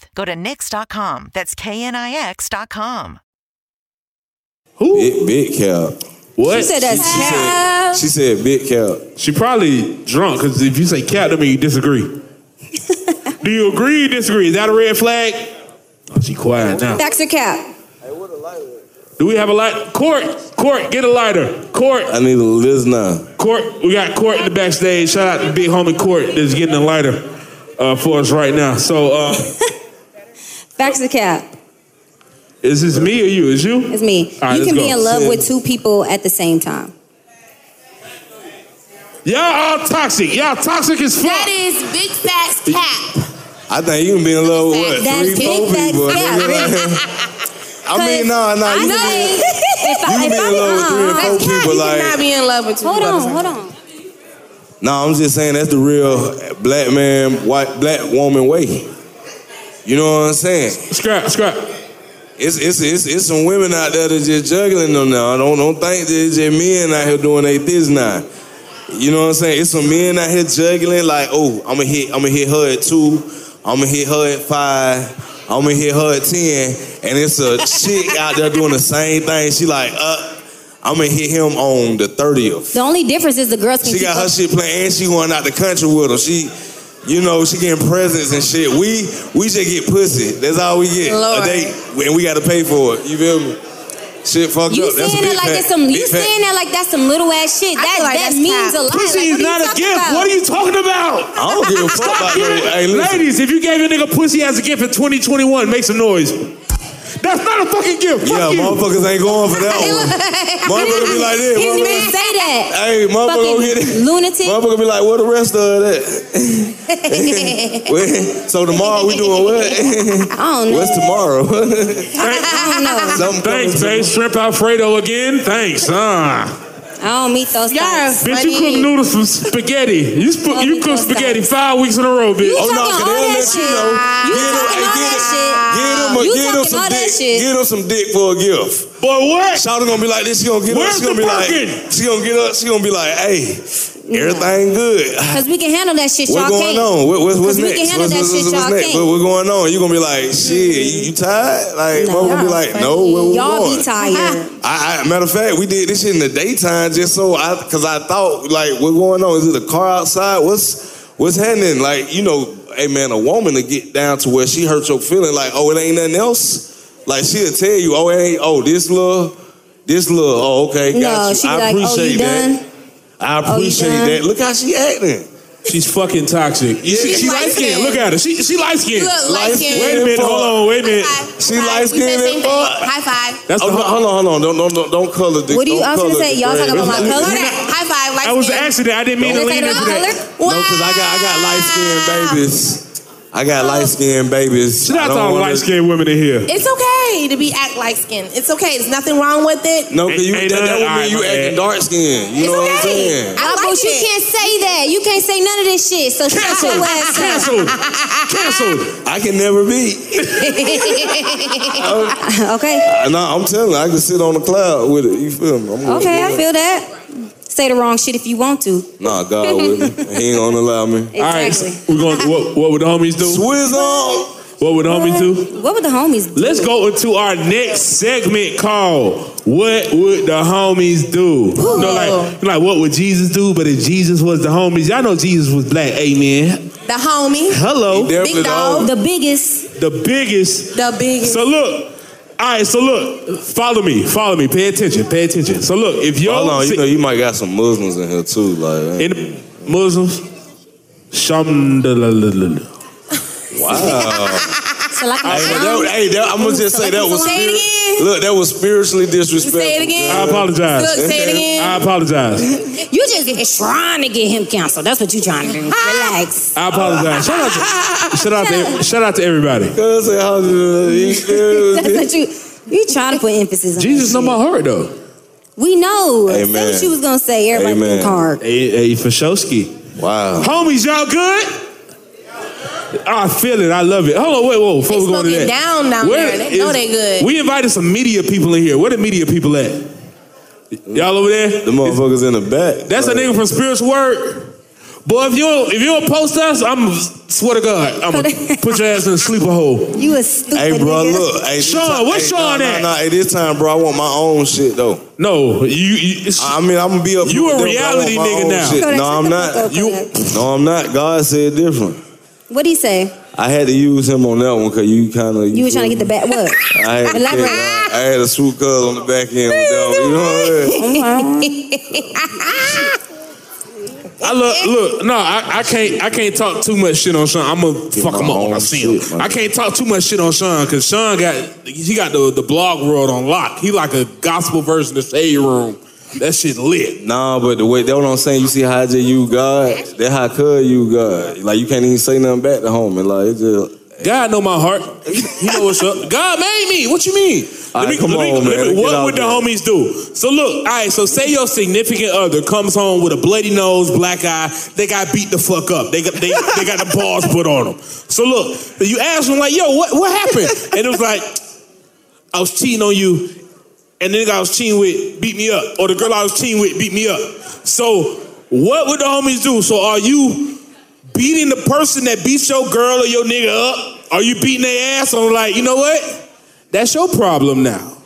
Go to NYX.com. That's KNIX.com. Who? Big, big cap. What? She said that's cap. She said big cap. She probably drunk because if you say cap to me, you disagree. Do you agree or disagree? Is that a red flag? Oh, she quiet now. Baxter cap. Do we have a light? Court, court, get a lighter. Court. I need a listener. Court, we got Court in the backstage. Shout out to big homie Court that's getting a lighter uh, for us right now. So, uh, Baxter cap. is this me or you? Is you? It's me. All right, you let's can be go. in love with two people at the same time. Y'all all toxic. Y'all toxic as fuck. That is big facts cap. I think you can be in love with what? That's Three, big four facts people. I mean, no, no, you can be- if I, you can if be I, in uh-uh. love with three or four people. Not Like, be in love with two hold people. on, hold on. no, I'm just saying that's the real black man, white black woman way. You know what I'm saying? Scrap, scrap. It's it's it's, it's some women out there that just juggling them now. Don't don't think that it's just men out here doing they this now. You know what I'm saying? It's some men out here juggling like, oh, I'ma hit I'ma hit her at two, I'ma hit her at five, I'ma hit her at ten, and it's a chick out there doing the same thing. She like, uh, I'ma hit him on the thirtieth. The only difference is the girls can She keep got up. her shit playing, and she going out the country with her. She, you know, she getting presents and shit. We we just get pussy. That's all we get. Lord. A date, and we got to pay for it. You feel me? Shit fucked You up. That's a saying big that like fact. it's some. You Big fact. saying that like that's some little ass shit. That feel like that that's means a lot. Pussy Like, is what are not you a talking gift. What about? are you talking about? I don't give a fuck about no. Hey, listen. Ladies, if you gave a nigga pussy as a gift in 2021, make some noise. That's not a fucking gift. Fuck Yeah, you. motherfuckers ain't going for that one. Motherfucker be like this. He didn't Motherfucker- even say that. Hey, motherfucker gonna Fucking get it. Lunatic. Motherfucker be like, where the rest of that? Where- so tomorrow we doing what? I don't know. What's tomorrow? I don't know. Something coming Thanks, to- babe. Shrimp Alfredo again. Thanks. Ah. I don't meet those guys. Bitch, you cook noodles from spaghetti. You, sp- Don't you be cook so spaghetti five weeks in a row, bitch. You Oh, no, talking cause all they'll that let you shit. know. You Get him, talking hey, all get that him, shit. get him, a, You get him talking some all that dick. shit. Get him some dick for a gift. Boy, what? Shawty gonna be like this. She gonna get Where's up. She gonna the be like. Birkin? She gonna get up. She gonna be like, hey, everything good. Cause we can handle that shit. What y'all going can't. on? What, what's what's 'Cause next? We can handle what's, what's, that shit. what's, y'all what's next? can't. What, what going on? You gonna be like, shit, you, you tired? Like, No, mother gonna be y'all like, no, where we y'all going? be tired. I, I, matter of fact, we did this shit in the daytime just so I, cause I thought like, what going on? Is it a car outside? What's what's happening? Like, you know, hey man, a woman to get down to where she hurts your feeling like, oh, it ain't nothing else. Like she'll tell you, oh, it ain't, oh, this little, this little, oh, okay, got No, you. she be I like, oh, appreciate you that. done? I Oh, you appreciate done? that. Look how she acting. She's fucking toxic. she, she light skinned. Look at her. She she light skinned. Look, light-skinned. Wait a minute. Hold on. Wait a minute. She light We said skinned same and thing. fuck. High five. That's oh, no, hold on, hold on. Don't, don't, don't, don't color the. What do you- don't I was gonna color say, the y'all talking thread. about my Let's- color? High five. Light I was an skin. accident. I didn't mean to Don't lean into say that. no color. No, because I got I got light skinned babies. I got light Oh. skinned babies. Shout out to all light skinned women in here. It's okay to be act light skin. It's okay. There's nothing wrong with it. No, because you Ain't that, that none- would mean alright, you my acting dark skinned. You know what I'm saying? I like you can't say that. You can't say none of this shit. So shut your ass Canceled. Canceled. I can never be. up. okay. I, nah, I'm telling. you, I can sit on a cloud with it. You feel me? I'm gonna Okay, I do it. feel that. Say the wrong shit if you want to. Nah, God with me. He ain't gonna allow me. Exactly. All right. so We're going. What, what would the homies do? Swizz on. What would the homies do? What would the homies do? Let's go into our next segment called "What Would the Homies Do?" You know, like, like what would Jesus do? But if Jesus was the homies, y'all know Jesus was black. Amen. The homie. Hello, Big dog. The biggest. the biggest. The biggest. So look. All right, so look, follow me, follow me, pay attention, pay attention. So look, if y'all Hold on, you know you might got some Muslims in here too, like in the Muslims, shamdalala. wow. So like Hey, but that, hey that, I'm gonna just say that was Say it again. spir- look that was spiritually disrespectful. Say it again. I apologize. Look, say it again. I apologize. You just get- trying to get him canceled. That's what you trying to do. Relax. I apologize. Shout out to shout out to shout out to everybody. Cause they all- you feel That's me? what you. You trying to put emphasis on Jesus that know my shit. heart though. We know. Amen. That's what you was gonna say. Everybody Amen. been hard. Hey, hey Fashowski. Wow. Homies, y'all good? I feel it. I love it. Hold on, wait, whoa. Before They we go into smoking that. down down there. They know they good. We invited some media people in here. Where the media people at? Y'all over there? The motherfuckers in the back. That's a nigga from Spiritual Word. Boy, if you don't, if you don't post us, I'm swear to God, I'm gonna put your ass in a sleeper hole. You a stupid Hey, bro, nigga. look. Hey, this Sean, time- where's hey, Sean nah, at? Nah, nah, hey, this time, bro, I want my own shit though. No, you, you it's- I mean, I'm gonna be up. You with a them, but I want reality my nigga own now. shit. Kodak, No, shut I'm the fuck up, not. Kodak. No, I'm not. God said different. What'd he say? I had to use him on that one because you kind of You was trying to get the back. What? I had, to take- Elaborate. I had a swoop cuz on the back end with that one. You know what I'm saying? I look, look, no, I, I can't, I can't talk too much shit on Sean. I'm gonna fuck my him up when I own see him. shit, man. I can't talk too much shit on Sean because Sean got, he got the the blog world on lock. He like a gospel version of Shade Room. That shit lit. Nah, but the way that what I'm saying, you see how I just you God, that how could you God. Like you can't even say nothing back to homie. Like it just God know my heart. He know what's up. God made me. What you mean? All right, come on, man. Get what out would the there. homies do? So look, all right. So say your significant other comes home with a bloody nose, black eye. They got beat the fuck up. They got they, they got the balls put on them. So look, you ask them like, "Yo, what what happened?" And it was like, "I was cheating on you, and the nigga I was cheating with beat me up, or the girl I was cheating with beat me up." So what would the homies do? So are you beating the person that beats your girl or your nigga up? Are you beating their ass? I'm like, you know what? That's your problem now.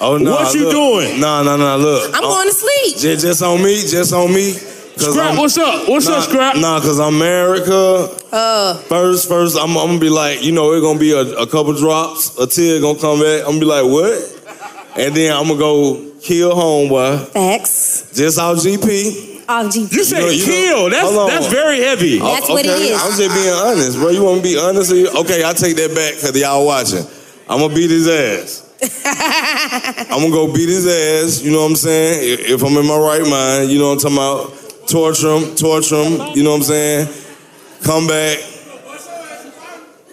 Oh no. What you look. doing? Nah, nah, nah, look. Oh, I'm going to sleep. just, just on me, just on me. 'Cause Scrap, I'm- what's up? What's nah, up, Scrap? Nah, cause America. Uh, First, first, I'm, I'm gonna be like, you know, it's gonna be a, a couple drops, a tear gonna come back. I'm gonna be like, what? And then I'm gonna go kill homeboy, Facts. just out GP. Off G. You say know, you know- kill. that's Hold on. that's very heavy. Oh, That's what it okay, is. I'm just being honest, bro. You want to be honest? Or you? Okay, I take that back because y'all watching. I'm gonna beat his ass. I'm gonna go beat his ass. You know what I'm saying? If- If I'm in my right mind, you know what I'm talking about. Torture him, torture him. You know what I'm saying? Come back.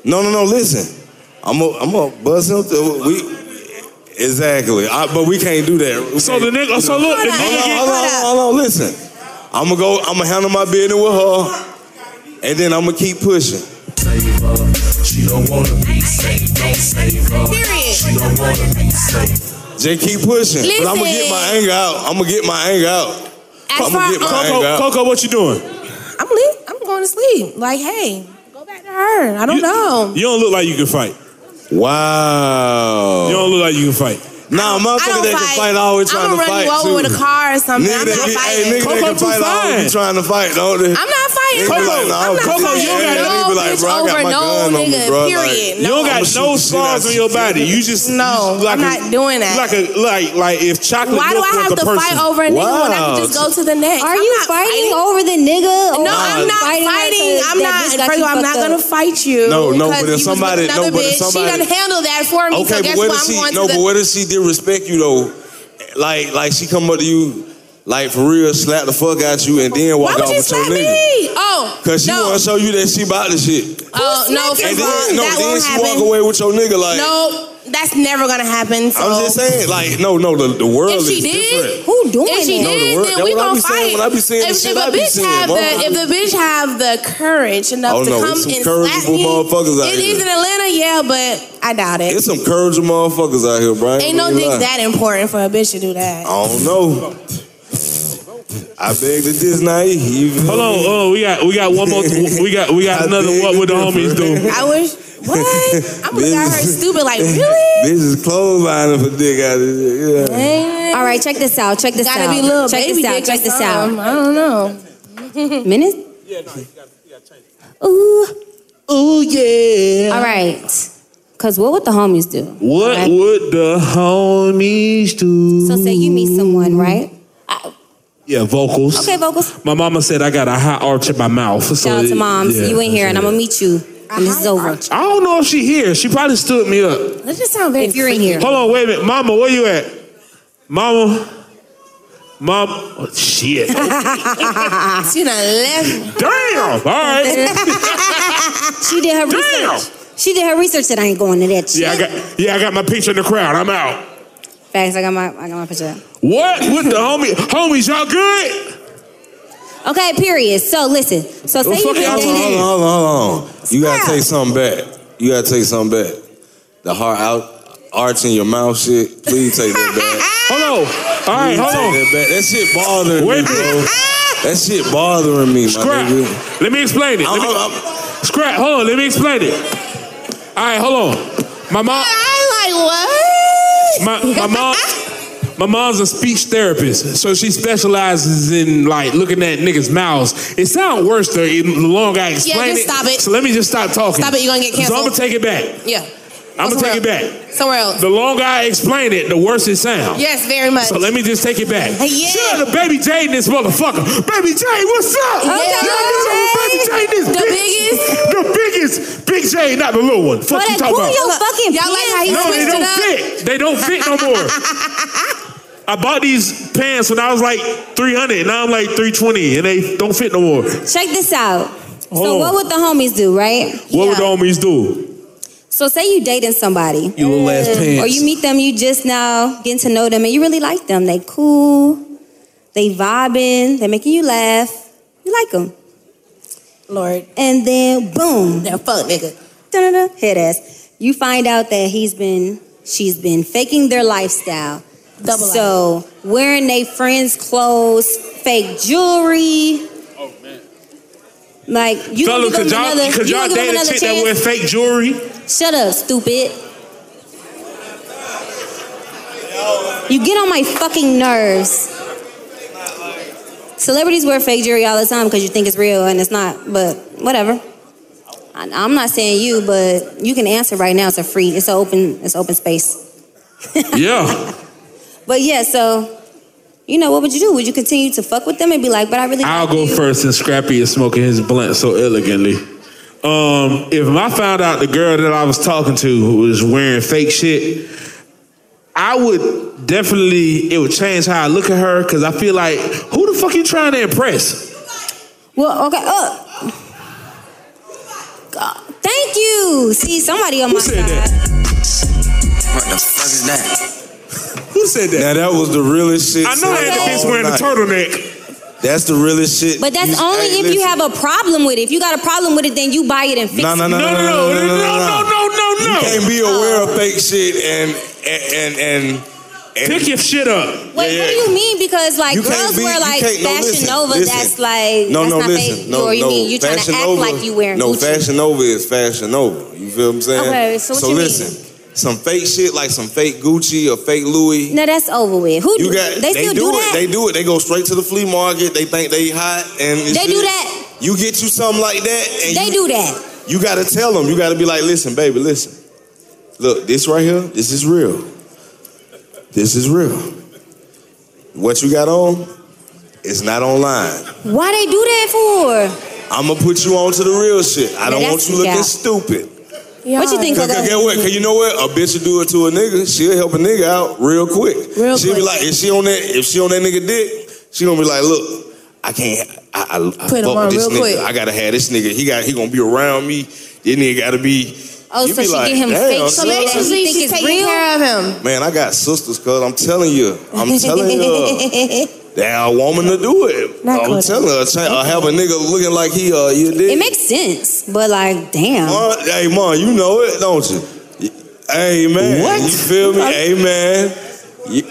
No, no, no. Listen, I'm gonna, I'm gonna buzz him. through. We exactly. I, but we can't do that. So the nigga, so look, the nigga get- Hold on, hold on, hold on, listen. I'm gonna go. I'm gonna handle my business with her, and then I'm gonna keep pushing. She don't wanna be safe. Don't save her. Period. She don't wanna be safe. Just keep pushing. But I'm gonna get Listen. my anger out. I'm gonna get my anger out. As I'm far- gonna get my anger Coco, out. Coco, what you doing? I'm lit. I'm going to sleep. Like, hey, go back to her. I don't You- know. You don't look like you can fight. Wow. You don't look like you can fight. Nah, I don't motherfucker that can fight always I'm trying gonna to run fight you over too. with a car or something. Nigga I'm that not be, hey, fighting. nigga that Coco can too fight always fine. be trying to fight, don't they? I'm not saying. They be Coco, like, nah, I'm not Coco, saying you don't got no no- They be like, bitch bro, I got over my no gun on me, nigga, bro, like, period. You don't got no scars on your body. You just no. like I'm a- not doing that. Like a like like if chocolate. Why do milk I was have the to person. fight over a nigga when I can just go to the next? Are you fighting, over the nigga? Nah. No, I'm not fighting. Fighting her 'cause I'm that not. bitch got First of you all, I'm fucked not gonna up. fight you. No, no, because but you if was with somebody, another no, but if bitch. somebody, she done handle that for me. okay, so but guess what what? if I'm she? going No, to but the. what if she disrespect you though? Like, like she come up to you, like for real, slap the fuck out you, and then walk Why would off you with your slap nigga. me? Oh, Cause she no. wanna show you that she about this shit. Oh no, and first of all, then, no, that then won't she happen. walk away with your nigga like. no, that's never gonna happen. So. I'm just saying, like, no, no, the, the world If Um, she is did, different. who doing if she that? No, the did, word- then that we what I gonna be saying fight. when I be saying the if, shit if I a be bitch saying, have bro. the if the bitch have the courage enough Oh, to no, come it's some and slap courageable me, motherfuckers out it here. is in Atlanta, yeah, but I doubt it. It's some courageable motherfuckers out here, Brian. Ain't no dick that important for a bitch to do that. I don't know. I beg that this naive. you feel Hold on, me? oh, we got we got one more. We got we got another. What would the homies do? I wish what? I'm gonna got her stupid. Like really? This is clotheslining for dick out of here. Yeah. All right, check this out. Check this Gotta out. be little check baby this out. dick Check or this something. out. I don't know. Minutes? Ooh. Ooh, yeah. All right. Because what would the homies do? What Right. would the homies do? So, say you meet someone, right? Yeah, vocals. Okay, vocals. My mama said I got a high arch in my mouth. So Shout out to moms. Oh, yeah, you in here, and I'm that's going to meet you. And this is Uh-huh. over. it. I don't know if she here. She probably stood me up. That just sounds very If you're in here. Hold on, wait a minute, Mama, where you at? Mama, Mom, oh, shit. she done left. Damn. All right. she did her research. She did her research that I ain't going to that shit. Yeah, I got yeah, I got my picture in the crowd. I'm out. Facts. I got my I got my picture. What? What the homie? Homies, y'all good? Okay. Period. So listen. So say you Hold on, get hold on, dated. hold on, hold on. You gotta take something back. You gotta take something back. The heart out, arch in your mouth shit. Please take that back. Hold on. All right, hold on. That, back. that shit bothering me, bro. That shit bothering me, my Scrap. nigga. Let me explain it. Let me, Scrap. Hold on. Let me explain it. All right, hold on. My mom. I'm like what? My, my mom. My mom's a speech therapist, so she specializes in like looking at niggas' mouths. It sounds worse the the longer I explain just it. stop it. So let me just stop talking. Stop it, you gonna get So I'm canceled. gonna take it back. Yeah. I'm gonna take it back. Somewhere else. The longer I explain it, the worse it sounds. Yes, very much. So let me just take it back. Hey, yeah. Shut up, baby Jade, this motherfucker. Baby Jade, what's up? Okay, baby Jade, this The bitch. biggest? the biggest, big Jade, not the little one. Fuck you talking about? fucking Y'all like how you no, they switched don't it up? fit. They don't fit no more. I bought these pants when I was like 300, now I'm like 320, and they don't fit no more. What Check this out. Hold so on. what would the homies do, right? would the homies do? So say you dating somebody. You little ass Mm. Or you meet them, you just now getting to know them, and you really like them. They cool, they vibing, they making you laugh. You like them. Lord. And then boom. That fuck nigga. Da-da-da, head ass. You find out that he's been, she's been faking their lifestyle. Double life. so wearing their friends' clothes, fake jewelry. Oh, Like you Fellas, gonna give could them y'all, another, could you y'all gonna give date them a another chick that wear chance? fake jewelry? Shut up, stupid. You get on my fucking nerves. Celebrities wear fake jewelry all the time because you think it's real and it's not, but whatever. I, I'm not saying you, but you can answer right now. It's a free, it's an open, it's open space. Yeah. But yeah, so you know what would you do? Would you continue to fuck with them and be like, but I really I'll like go you? first since Scrappy is smoking his blunt so elegantly. Um, if I found out the girl that I was talking to was wearing fake shit, I would definitely it would change how I look at her because I feel like who the fuck you trying to impress? Well, okay. Oh. God, thank you. See, somebody on my side. What the fuck is that? Who said that? Now that was the realest shit. I know that said bitch all wearing a night. turtleneck. That's the realest shit. But that's You- only hey, if you listen. have a problem with it. If you got a problem with it, then you buy it and fix No, it. no, no, no, no, no, no, no, no, no, no, You can't be aware Oh. of fake shit and and and. and, and Pick your shit up. Wait, what do you mean? Because like You can't girls be- wear you like can't- no, Fashion listen, Nova. listen. That's like No, that's no, not listen. fake. No, or you no. mean you trying to Fashion act Nova- like you wearing No, Gucci? Fashion Nova is Fashion Nova. You feel what I'm saying? Okay, so what so you mean? listen, some fake shit like some fake Gucci or fake Louis. No, that's over with. Who You do got they still do, do, it. that? They do it. They go straight to the flea market. They think they hot and They, shit. do that. You get you something like that, and They do that. you gotta tell them. You gotta be like, listen, baby, listen. Look, this right here, this is real. This is real. What you got on is not online. Why they do that for? I'm gonna put you on to the real shit. I Now don't want that's you looking cap. stupid. What you think Cause, of cause get what? Cause you know what? A bitch will do it to a nigga. She'll help a nigga out real quick. Real She'll be quick. like, if she on that, if she on that nigga dick, she gonna be like, look, I can't. I, I, I Put fuck him on with this real nigga. quick. I gotta have this nigga. He got. He gonna be around me. This nigga gotta be. Oh, You so be she like, get him "Damn, fake son." shit that Basically, he think she's is taking real? care of him. Man, I got sisters, cuz I'm telling you, I'm telling you, that a woman to do it. Not I'm good. telling her, I have a nigga looking like he uh, you did. It makes sense, but like, damn. Ma, hey, ma, you know it, don't you? Hey, man. What? You feel me? Hey, man. You-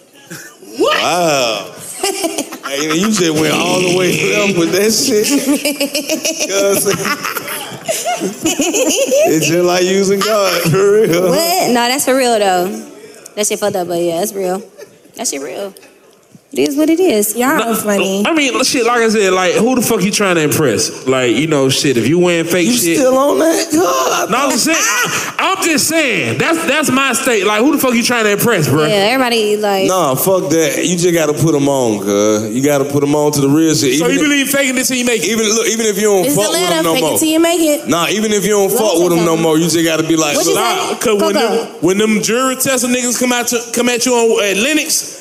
Wow. hey, man, you just went all the way up with that shit. It's just like using God, for real. What? No, that's for real though. That shit fucked up, but yeah, that's real. That shit real. It is what it is. Y'all are funny. I mean, shit. Like I said, like who the fuck you trying to impress? Like you know, shit. If you wearing fake shit, still on that? God. No, I'm saying. I- I'm just saying. That's that's my state. Like who the fuck you trying to impress, bro? Yeah, everybody like. Nah, fuck that. You just gotta put them on, cuz. You gotta put them on to the real shit. So you if- believe faking it till you make it? Even look, even if you don't It's fuck with them Atlanta, no fake more. it till you make it. Nah, even if you don't fuck with them no more, you just gotta be like, What you look, I- say? Cause when Coco. them, when them jury testing niggas come out to, come at you on at Linux,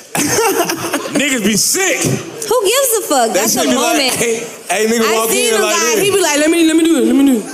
niggas be sick. Who gives a fuck? That's a shit be like, moment. hey, hey, I nigga walk seen in him like this. He be like, let me let me do it, let me do it.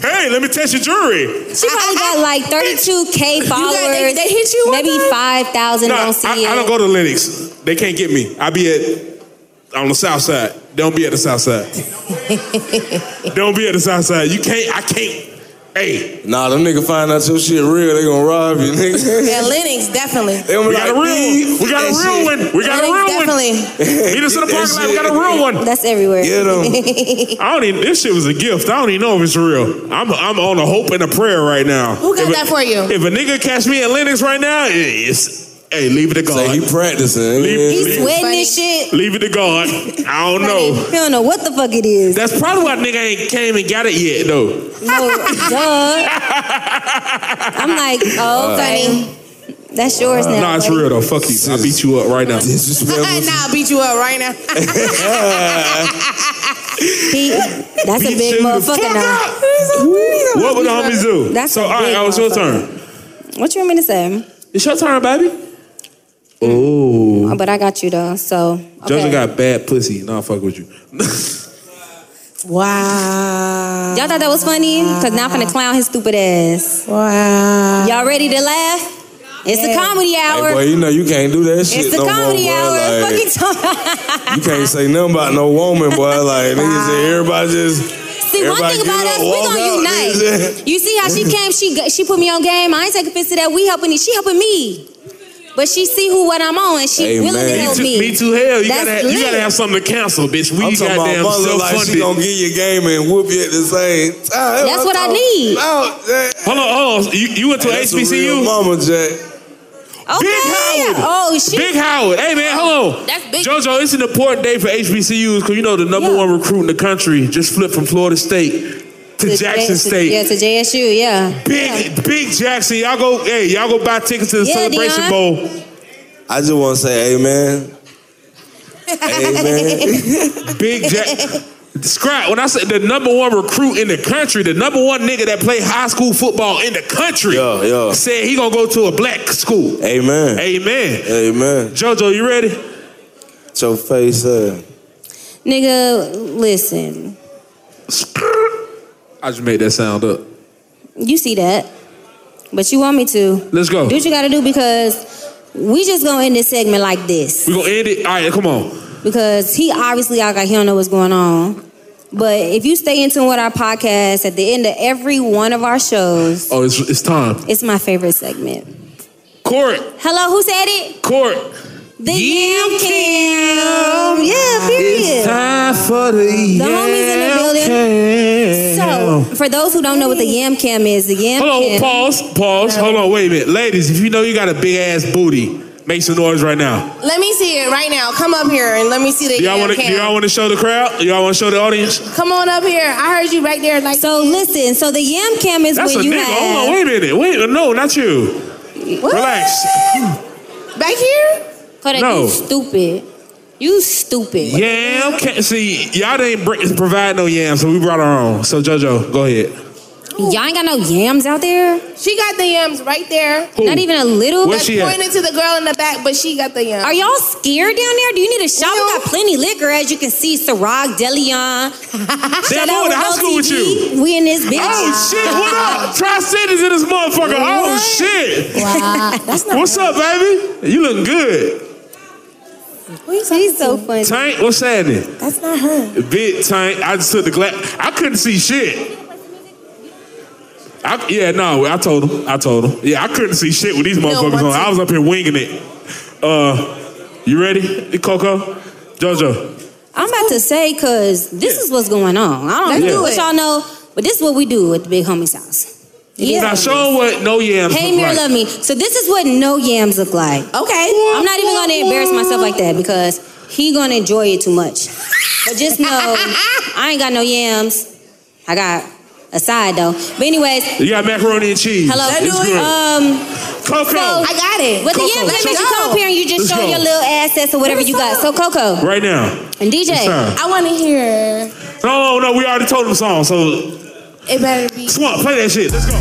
Hey, let me test your jury. She probably got like 32k followers. they- they hit you one Maybe time? 5,000 Nah, on CN. I, I don't go to Linux. They can't get me. I be at on the South Side. They don't be at the South Side. They don't be at the South Side. You can't. I can't. Hey, Nah, them nigga find out your shit real, they gonna rob you, nigga. Yeah, Linux, definitely. They gonna be We like, got a real "Beef, one. We got a that real shit." one. We got a Linux, real one. definitely. Meet us in the That parking lot. We shit. got a real one. That's everywhere. Get 'em. I don't even. This shit was a gift. I don't even know if it's real. I'm I'm on a hope and a prayer right now. Who got If a- that for you? If a nigga catch me at Linux right now, it- it's hey, leave it to God. he practicing. Leave, He's leave- sweating this shit. leave it to God. I don't know. He don't know what the fuck it is. That's probably why nigga ain't came and got it yet though. No, duh. I'm like, oh, funny. That's yours now. Nah, it's buddy. real though. Fuck you. I beat you up right now. nah, I'll beat you up right now. He, that's a big motherfucker now. What would the homies do? That's so a all right, big now it's your motherfucker. turn. What you want me to say? It's your turn, baby. Oh, Oh, but I got you though. So Jojo okay. got bad pussy. Nah, fuck with you. Wow. Y'all thought that was funny? Cause now I'm finna clown his stupid ass. Wow. Y'all ready to laugh? It's the comedy Hey, hour. boy, you know you can't do that shit it's the no comedy more, boy. hour. Like, Fucking time. you can't say nothing about no woman, boy. Like niggas, say everybody just. See, one thing about us, we gonna unite. You see how she came? She g- she put me on game. I ain't taking offense to that. We helping. She helping me. But she see who what I'm on, and she Hey, willing man. to help Me me. too- Me too. Hell, you That's gotta have, you lit. gotta have something to cancel, bitch. We I'm talking goddamn about mother self like she funded. gonna get your game and whoop you at the same time. That's what I need. Hold on, hold on. You, you went to Hey, that's a HBCU? real mama Jack. Big Howard. Oh shit. Big Howard. Hey man, hold on. That's big. Jojo, it's an important day for HBCUs because you know the number one recruit in the country just flipped from Florida State to, Jackson J- State. Yeah, to JSU. Yeah. Big, big Jackson. Y'all go, hey, y'all go buy tickets to the Yeah, Celebration Deion. Bowl. I just want to say, amen. Amen. Big Jack. Scrap, when I said the number one recruit in the country, the number one nigga that played high school football in the country Yeah, yeah. said he gonna go to a black school. Amen. Amen. Amen. Jojo, you ready? Your face uh, up. Nigga, listen. I just made that sound up. You see that, but you want me to Let's go. do what you gotta do because we just gonna end this segment like this. We gonna end it. All right, come on. because he obviously act like he don't know what's going on. But if you stay in tune with our podcast, at the end of every one of our shows, Oh, it's, it's time. it's my favorite segment. Court, Hello, who said it? court. The Yam Cam. Yeah, period. time for the, The homies in the building. So, for those who don't know what the Yam Cam is, the Yam Hold on, Cam. pause, pause. Hold on, wait a minute, ladies. If you know you got a big ass booty, Make some noise right now. Let me see it right now. Come up here and let me see the Do y'all damn want to? Do cam. y'all want to show the crowd? Do y'all want to show the audience? Come on up here. I heard you right there. Like so, listen. So the yam cam is That's a when you nigga. Hold have. on, wait a minute. Wait, no, not you. Relax. Back here? Kodak, No. you stupid. You stupid. Yam. Can, see, y'all didn't bring, provide no yam, so we brought our own. So JoJo, go ahead. Y'all ain't got no yams out there. She got the yams right there. Who? Not even a little? Where's That's she at? pointing to the girl in the back, but she got the yams. Are y'all scared down there? Do you need a shot? We got plenty liquor, as you can see. Ciroc, Deleon. Damn, I Shout out went to high Renault school with TV. you. We in this bitch. Oh shit! What up? Tri Cities in this motherfucker. Oh What? shit! Wow, that's not What's up, baby? You looking good. She's so funny. Tank, what's happening? That's not her. Big Tank. I just took the glass. I couldn't see shit. I, yeah, no, I told him. I told him. Yeah, I couldn't see shit with these motherfuckers on. I was up here winging it. Uh, you ready, Coco? JoJo. I'm about to say, cause this is what's going on. I don't Let's know do what it. y'all know, but this is what we do at the big homie's house. Now show 'em what no yams Hey, look Mirror, like. love me. So this is what no yams look like. Okay. I'm not even gonna embarrass myself like that because he gonna enjoy it too much. But just know, I ain't got no yams. I got a side though. But anyways, You got macaroni and cheese. hello. It's good. Um, Coco. So, I got it. With the Coco, yam, let's let me go. you come up here and you just Let's show go. your little assets or whatever you got. So Coco right now. and DJ, It's time. I want to hear. No, no, no. We already told him the song, so It better be. come on, play that shit. Let's go. I'm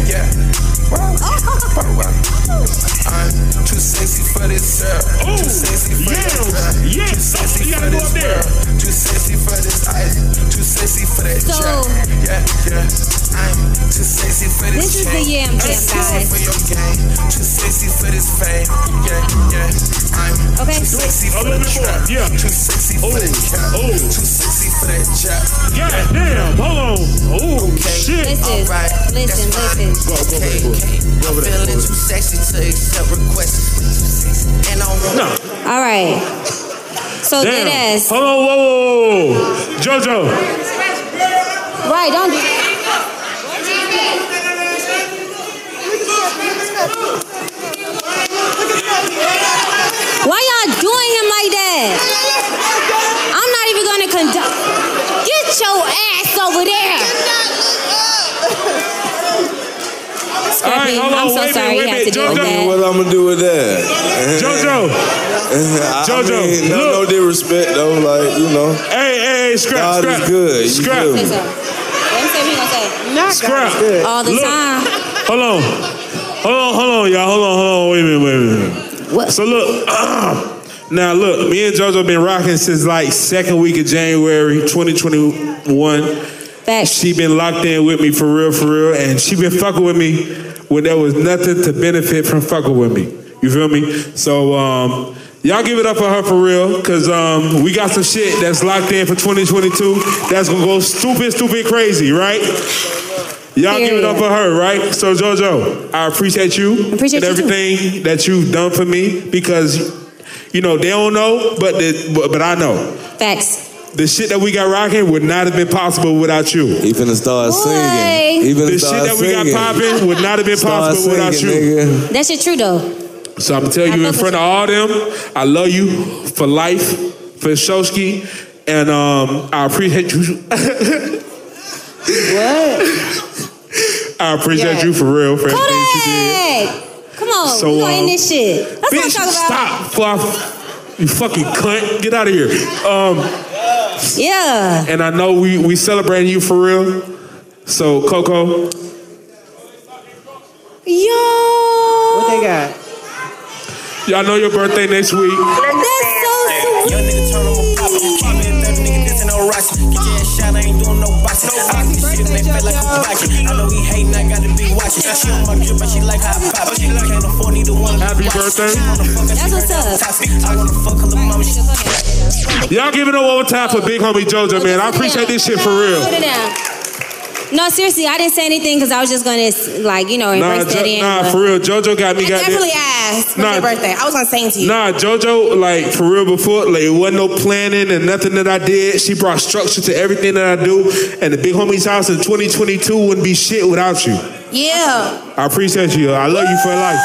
too sexy for this girl. Oh, Too sexy for this girl. Too sexy for this girl. Too sexy for this ice. Too sexy for that So- jack. Yeah, yeah. I'm too sexy for this This is the chain. yam Too jam, sexy guys. for your game. Too sexy for this fame. Yeah, yeah. I'm Okay. too sexy for the trap. Yeah. Too sexy for that Oh, cap. Too sexy for that jack. God damn. Hold on. Oh shit. Listen, listen, listen. I'm feeling too sexy to accept requests. And I want No. All right. So Damn. dead ass. Hold on, whoa, whoa, whoa, whoa. JoJo. Right, don't do Why y'all doing him like that? I'm not even gonna conduct. Get your ass over there. Scrappy, hold I'm on, so wait a sorry minute, you had to wait a do minute, I mean, that. what I'm gonna do with that? JoJo. I JoJo, mean, no, no disrespect though, like you know. Hey, hey, hey, scrap, God scrap. is good. You Scrap. feel Say me? so. Let me say what he gonna say. Ah, Scrap. All the Look. time. Hold on. Hold on, hold on, y'all. Hold on, hold on. Wait a minute, wait a minute. What? So look. Now look, me and JoJo been rocking since like second week of January 2021. Facts. She been locked in with me for real, for real, and she been fucking with me when there was nothing to benefit from fucking with me. You feel me? So um, y'all give it up for her for real, cause um, we got some shit that's locked in for 2022 that's gonna go stupid, stupid crazy, right? Y'all give it up for her, right? So JoJo, I appreciate you Appreciate and you too. everything that you've done for me because you know they don't know, but the, but, but I know. Facts. The shit that we got rocking would not have been possible without you. He finna start Boy. singing. He finna The shit start that we singing. got popping would not have been Start possible without you. singing, nigga. That shit true though. So I'm telling you in front of all them, I love you for life, for Shoski, and um, I appreciate you. What? I appreciate Yeah. you for real for everything that you did. Kodak. Come on, So, we gonna um, end this shit. That's what I'm Bitch, talking about. stop! before I- You fucking cunt! Get out of here. Um, Yeah. and I know we we celebrating you for real. So Coco, Yo. What they got? y'all know your birthday next week. That's so sweet. no rocks. Get your ass shot, I ain't doing no boxing. I rock this shit, man, feel like a boxing. I know he hating, I gotta be watching. She on my drip, but she like hot pop. She can't afford neither one. Happy birthday! That's what's up. I wanna fuck her little mama. She Y'all give it up one more time for Big Homie JoJo, man. I appreciate this shit for real. Put it down. No, seriously, I didn't say anything because I was just gonna like you know Nah, embrace that jo- in. nah, but- for real. JoJo got me. I got definitely asked for Nah. your birthday. I was on saying to you. Nah, JoJo, like for real before, like it wasn't no planning and nothing that I did. She brought structure to everything that I do, and the big homie's house in 2022 wouldn't be shit without you. Yeah. I appreciate you. I love you for life.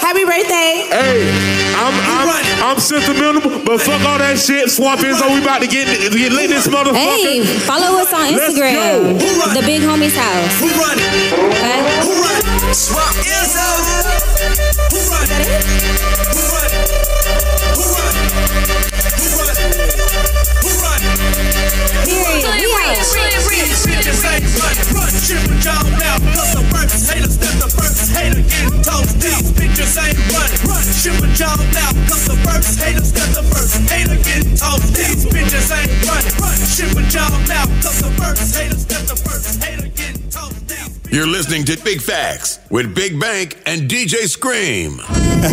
Happy birthday. Hey, I'm I'm, I'm sentimental, but fuck all that shit. Swamp is oh, so we about to get get lit this motherfucker. Hey, follow us on Let's Instagram. go. Who run The Big Homie's House. Who run it? Okay? Who run Swamp Enzo. Who run it? Who run it? Who run it? Who run it? Who run it? Period. We out. Play it, play it, play it, play it, play it. Run shit with y'all now, cause the first haters, that's the first hater getting toast These bitches ain't running. Run shit with y'all now, cause the first haters, that's the first hater getting toast These bitches ain't running. Run shit with y'all now, cause the first haters, that's the first hater getting toast You're listening to Big Facts with Big Bank and DJ Scream.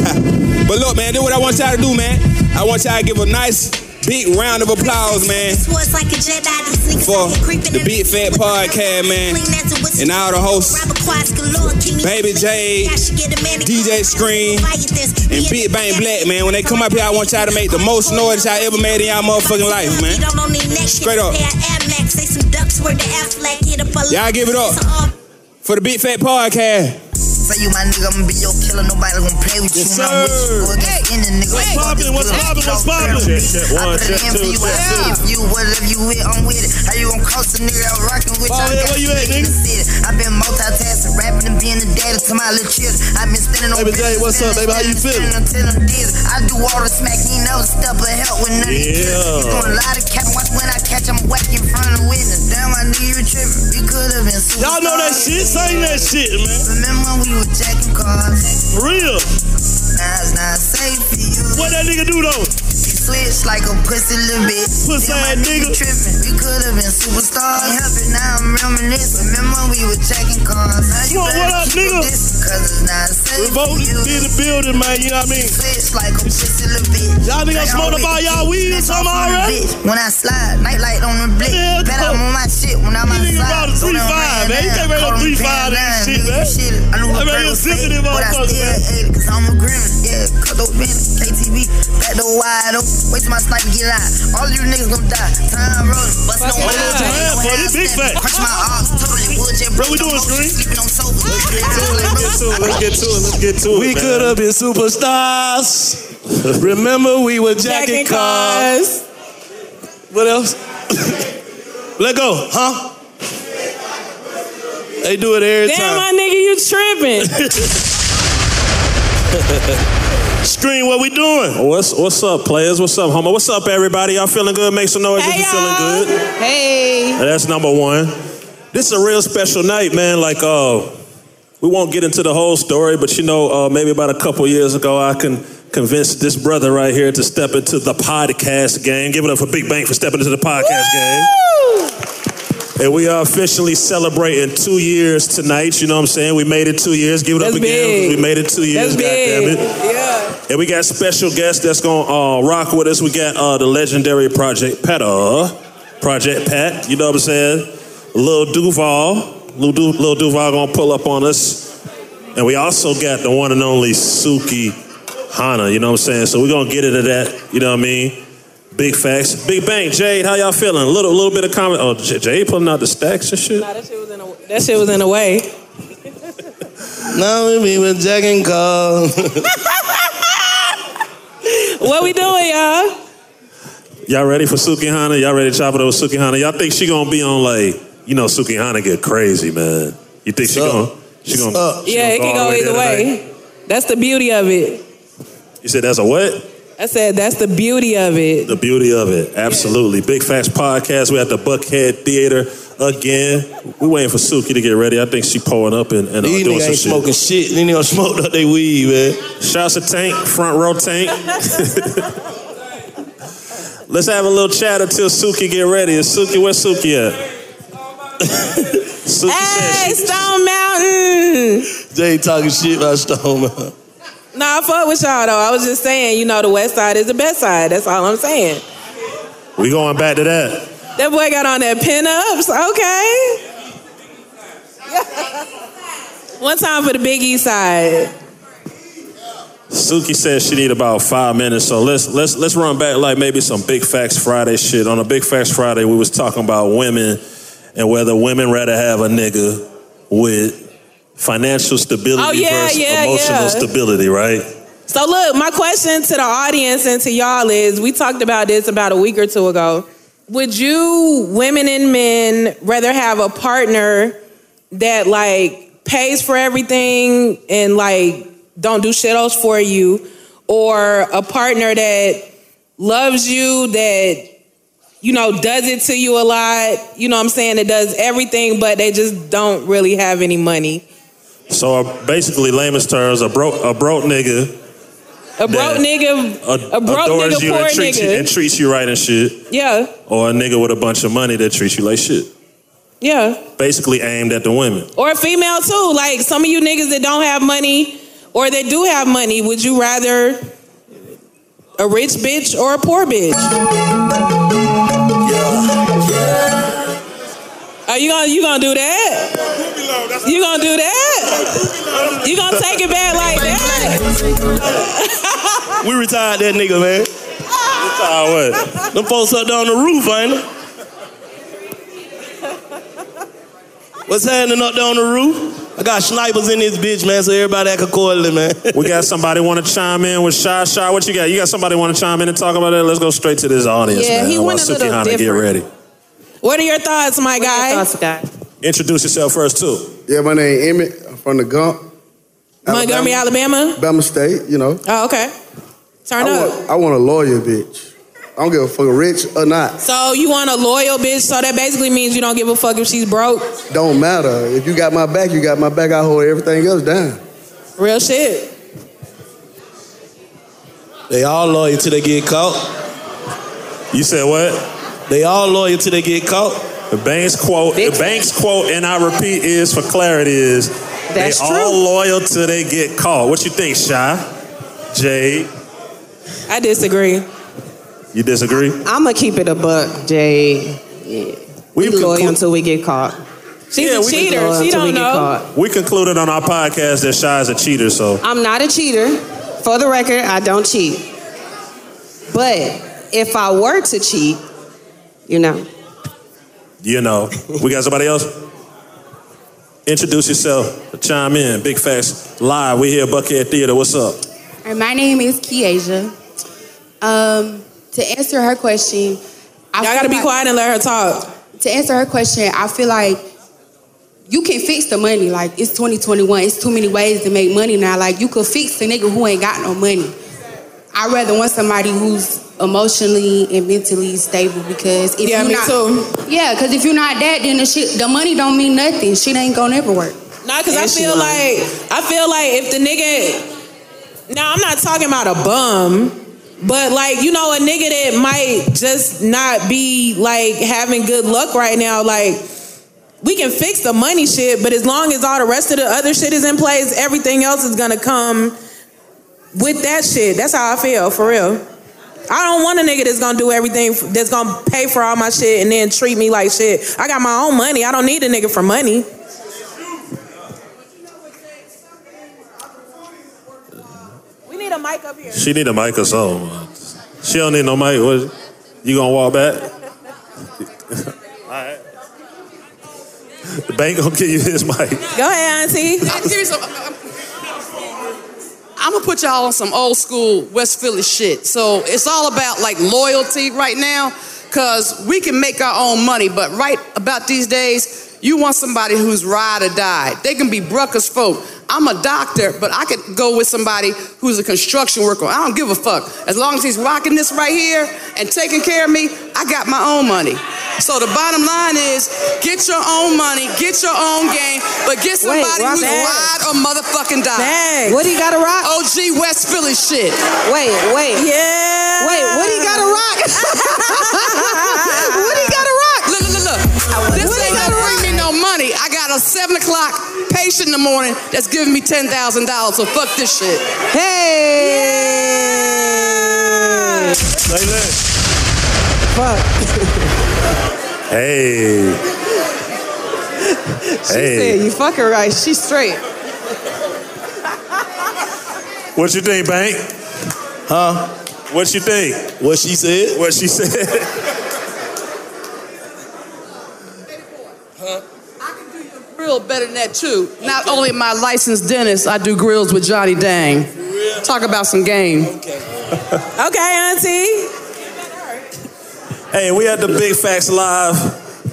But look, man, do what I want y'all to do, man. I want y'all to give a nice big round of applause, man, Swords like a Jedi, them sneakers for like a creep in the Big Fat Podcast, man, Clean as a whistle. and all the hosts, Robert Quads galore. Keep me Baby J, DJ Scream, and Big Bang Black, man. When they come up here, I want y'all to make the most noise y'all ever made in y'all motherfucking life, man. don't on these next Straight up. Pair of Air Max, they some ducks where the Aflac hit up a Y'all give it up It's all for the Big Fat Podcast. Say you my nigga, I'ma be your killer. Nobody gon' play with you. Yes, When I'm with you, sir. go against any nigga. What's Fuck poppin'? this What's nigga. poppin'? What's Fuck poppin'? this Check, check, nigga. one, I put it check, in two, for you. check, I two. live you. Whatever you with, I'm with it. How you gon' cross a nigga out rockin' with Ball head, y'all? Oh, got where you some at, nigga in the city. I've been multitasking, rapping and being the daddy to my little children. I've been spinning on Baby J, what's up, baby? How you feelin'? I do all the smack, he never step a help with none Yeah. You doing a lot of cap, watch when I catch him whack in front of witness. Damn, I knew you were tripping. You could have been super. Y'all know that shit? Sing that shit, man. Remember when we were jacking cars? For real. Now it's not safe for you. What that nigga do though? You switch like a pussy little bit. Pussy ass nigga. Tripping. You could have been superstar. Can't help it now, I'm reminiscing. Remember when we were jacking cars? Now you Come on, better what up, keep nigga? a distance, Cause it's not safe Revolt for you. be in the building, man. You know what I mean? Switch like a pussy little bitch. Y'all niggas Like smoked I'm about with y'all you. weed or Back something off on the already? bitch. When I slide, nightlight on the blick. Eh, Bet I'm on my shit when I'm Nigga about outside. a Don't 3-5, man. You ever can't rate no call 3-5 them in this bad eh, shit, Ah, niggas, man. you shit. I knew I what made brother a sip of said, them but I motherfuckers, still man. ate it, eh, cause I'm a grim. Yeah, cut those bins, KTV, back door wide open. Wait till my sniper get out. All you niggas gon' die. Time rolling, bust no Fuck one it up. Yeah, boy, this big fact. Crush my arms, totally wood jet. What we doing, Screen? Sleeping on sofa. Let's get to it. Let's get to it. Let's get to it. We We could have been superstars. Remember, we were jacking Jacking cars. What else? Let go, huh? They do it every Damn, time. my nigga, you tripping. Screen, what we doing? What's What's up, players? What's up, homo? What's up, everybody? Y'all feeling good? Make some noise if you're feeling good. Hey. That's number one. This is a real special night, man. Like, uh, we won't get into the whole story, but you know, uh, maybe about a couple years ago, I can convince this brother right here to step into the podcast game. Give it up for Big Bang for stepping into the podcast game. And we are officially celebrating two years tonight. You know what I'm saying? We made it two years. Give it up That's again. 'cause big. We made it two years. That's big. goddammit. And we got special guests that's gonna uh, rock with us. We got uh, the legendary Project Petta, Project Pat. You know what I'm saying? Lil Duval, Lil, du- Lil Duval gonna pull up on us, and we also got the one and only Suki Hana. You know what I'm saying? So we're gonna get into that. You know what I mean? Big facts. Big Bang, Jade, how y'all feeling? A little, little bit of comment. Oh, J- Jade pulling out the stacks and shit. that shit was in a way. No, we were jacking call. What we doing, y'all? Y'all ready for Suki Hana? Y'all ready to chop it over Suki Hana? Y'all think she gonna be on like, you know, Suki Hana get crazy, man. You think she gonna she gonna she gonna yeah, it can all go the either there tonight? way. That's the beauty of it. You said that's a what? I said that's the beauty of it. The beauty of it. Absolutely. Big Facts Podcast. We at the Buckhead Theater again. We waiting for Suki to get ready. I think she pulling up and, and uh, These doing niggas some ain't shit. smoking shit. These niggas smoked up they weed, man. Shouts to Tank, front row Tank. Let's have a little chat until Suki get ready. Is Suki, where's Suki at? Suki Hey, Stone Mountain. Jay talking shit about Stone Mountain. Nah, I fuck with y'all though. I was just saying, you know, the West Side is the best side. That's all I'm saying. We going back to that. That boy got on that pin ups. Okay. One time for the Big East Side. Suki says she need about five minutes, so let's let's let's run back like maybe some Big Facts Friday shit. On a Big Facts Friday, we was talking about women and whether women rather have a nigga with financial stability Oh, yeah, versus yeah, emotional yeah. stability, right? So look, my question to the audience and to y'all is: We talked about this about a week or two ago. Would you, women and men, rather have a partner that like pays for everything and like don't do shit else for you, or a partner that loves you that you know does it to you a lot? You know what I'm saying? That does everything, but they just don't really have any money. So uh, basically, layman's terms, a broke a broke nigga A broke That- nigga, ad- a broke adores nigga, you poor and treats you nigga. and treats you right and shit, Yeah, or a nigga with a bunch of money that treats you like shit. yeah. Basically aimed at the women. or female too. Like some of you niggas that don't have money or that do have money, would you rather a rich bitch or a poor bitch? Are you gonna you gonna do that? You gonna do that? You gonna take it back like that? We retired that nigga, man. Retired what? Them folks up there on the roof, ain't it? What's happening up there on the roof? I got snipers in this bitch, man, so everybody act accordingly, man. we got somebody want to chime in with Shy Shy. What you got? You got somebody want to chime in and talk about that? Let's go straight to this audience, Yeah, man. he While went a Suki little Hana get different. ready. what are your thoughts, my guy? Introduce yourself first, too. Yeah, my name Emmett. I'm from the Gump. Montgomery, Alabama. Alabama State, you know. Oh, okay. Turn I up. want, I want a lawyer, bitch. I don't give a fuck, rich or not. So you want a loyal bitch? So that basically means you don't give a fuck if she's broke. Don't matter. If you got my back, you got my back. I hold everything else down. Real shit. They all loyal till they get caught. You said what? They all loyal till they get caught. The bank's quote, the bank's quote, and I repeat is for clarity is That's true. they all loyal till they get caught. What you think, Shy? Jade, I disagree. you disagree? I'm gonna keep it a buck, Jay. Yeah. We loyal until we get caught. She's a cheater. uh, She don't know. We concluded on our podcast that Shy is a cheater, so I'm not a cheater. For the record, I don't cheat. But if I were to cheat, you know, you know. We got somebody else? Introduce yourself. Chime in. Big facts. Live. We here at Buckhead Theater. What's up? All right, my name is Kiasia. Um, to answer her question, I gotta be quiet and let her talk. To answer her question, I feel like you can fix the money. Like it's 2021. It's too many ways to make money now. Like you could fix a nigga who ain't got no money. I rather want somebody who's emotionally and mentally stable because if Yeah, you me not, too. yeah, because if you're not that, then the shit, the money don't mean nothing. Shit ain't gonna ever work. Nah, cause I feel like I feel like if the nigga now I'm not talking about a bum, but like you know a nigga that might just not be like having good luck right now, like we can fix the money shit, but as long as all the rest of the other shit is in place, everything else is gonna come with that shit. That's how I feel for real. I don't want a nigga that's gonna do everything, that's gonna pay for all my shit and then treat me like shit. I got my own money. I don't need a nigga for money. We need a mic up here. She need a mic or something. She don't need no mic. What? You gonna walk back? Alright. The bank gonna give you his mic. Go ahead, Auntie. I'm gonna put y'all on some old school West Philly shit. So it's all about like loyalty right now, cause we can make our own money. But right about these days, you want somebody who's ride or die. They can be Brucker's folk. I'm a doctor, but I could go with somebody who's a construction worker. I don't give a fuck. As long as he's rocking this right here and taking care of me, I got my own money. So the bottom line is get your own money, get your own game, but get Wait, somebody rock who's that. ride or motherfucking die. Facts. What he gotta rock? OG West Philly shit. Wait, wait. Yeah. Wait, what he gotta rock? what he gotta rock? Look, look, look, look. This ain't gonna bring me no money. I got a seven o'clock patient in the morning that's giving me ten thousand dollars. So fuck this shit. Hey. Say less. Fuck. Hey. she Hey. said you fucking right. She's straight. What you think, bank? Huh? What you think? What she said? What she said? Grill better than that too. Not only my licensed dentist, I do grills with Johnny Dang. Talk about some game. Okay, Auntie. Hey, we at the Big Facts Live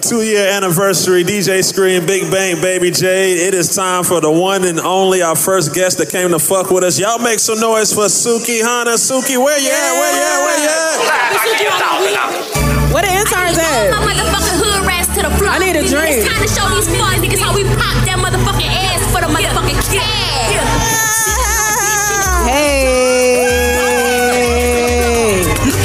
two year anniversary. DJ Scream, Big Bang, Baby Jade. It is time for the one and only, our first guest that came to fuck with us. Y'all make some noise for Suki Hana. Suki, where you at? Where you at? Where you What the interns at? My motherfucking hood rats to the floor. I need a drink. It's time to show these fuck niggas how we pop that motherfucking ass for the motherfucking cash. Hey. Hey, baby.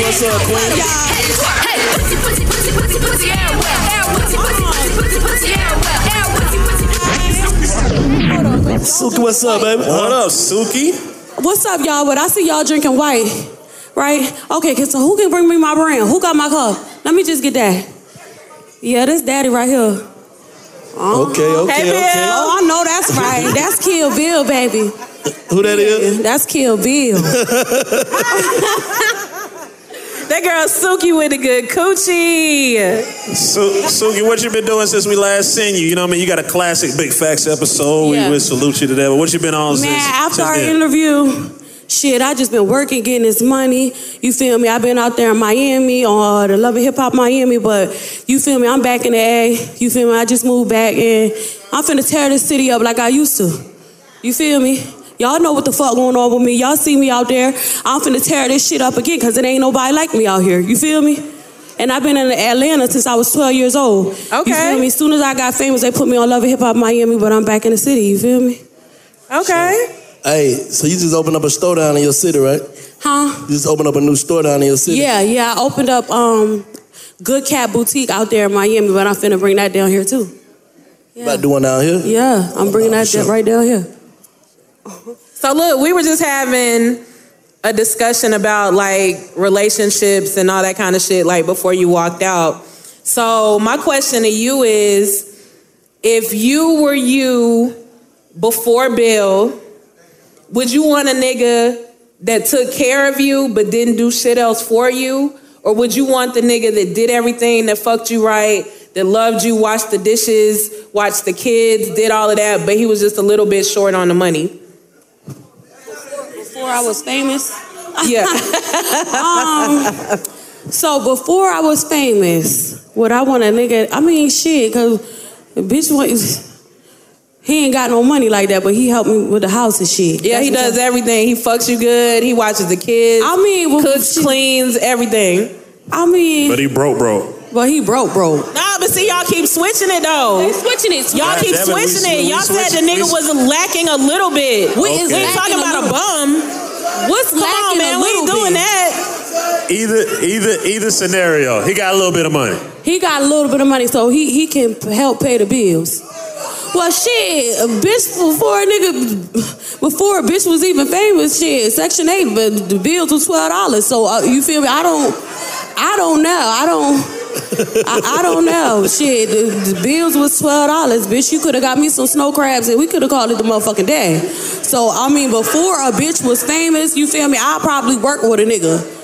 What's up, Queen? Hey, pussy, pussy, pussy, pussy, pussy, everywhere. Air, pussy, pussy, pussy, pussy, pussy, everywhere. Air, pussy, pussy, at? Suki, what's up, baby? What up, Suki? What's up, y'all? But I see y'all drinking white, right? Okay, 'cause so who can bring me my brand? Who got my cup? Let me just get that. Yeah, this daddy right here. Oh, Okay, okay, hey, Bill. okay. Oh, I know that's right. That's Kill Bill, baby. Who that is? That's Kill Bill. that girl Suki with a good coochie. Su- Suki, what you been doing since we last seen you? You know what I mean? You got a classic Big Facts episode. Yeah. We, we salute you to that. But what you been on Man, since? after since our then? interview, shit, I just been working, getting this money. You feel me? I've been out there in Miami on uh, the Love and Hip Hop Miami, but you feel me? I'm back in the A. You feel me? I just moved back and I'm finna tear this city up like I used to. You feel me? Y'all know what the fuck going on with me. Y'all see me out there. I'm finna tear this shit up again because it ain't nobody like me out here. You feel me? And I've been in Atlanta since I was 12 years old. Okay. You feel me? As soon as I got famous, they put me on Love and Hip Hop Miami, but I'm back in the city. You feel me? Okay. Hey, so you just opened up a store down in your city, right? Huh? You just opened up a new store down in your city. Yeah, yeah. I opened up um, Good Cat Boutique out there in Miami, but I'm finna bring that down here too. About doing down here. Yeah, I'm bringing that down- right down here. So look, we were just having a discussion about like relationships and all that kind of shit like before you walked out. So my question to you is if you were you before Bill, would you want a nigga that took care of you but didn't do shit else for you? Or would you want the nigga that did everything, that fucked you right, that loved you, washed the dishes, watched the kids, did all of that, but he was just a little bit short on the money? Before I was famous. Yeah. um, so before I was famous, what I want a nigga, I mean, shit, because the bitch was. He ain't got no money like that, but he helped me with the house and shit. Yeah, he does everything. He fucks you good. He watches the kids. I mean, cooks, cleans, everything. I mean, But he broke, broke. Well, he broke, broke. Nah, but see, y'all keep switching it though. They switching it. Y'all keep Goddamn we switching it. sw- we Y'all said the switching- nigga we- was lacking a little bit. What is we lacking ain't talking a about a little- bum. What's Come lacking on, a man. We little ain't doing bit? that. Either, either, either scenario, he got a little bit of money. He got a little bit of money, so he he can p- help pay the bills. Well, shit, a bitch before a nigga, before a bitch was even famous, shit, Section Eight, but the bills was twelve dollars. So uh, you feel me? I don't, I don't know. I don't, I, I don't know. Shit, the, the bills was twelve dollars, bitch. You could have got me some snow crabs, and we could have called it the motherfucking day. So I mean, before a bitch was famous, you feel me? I probably work with a nigga.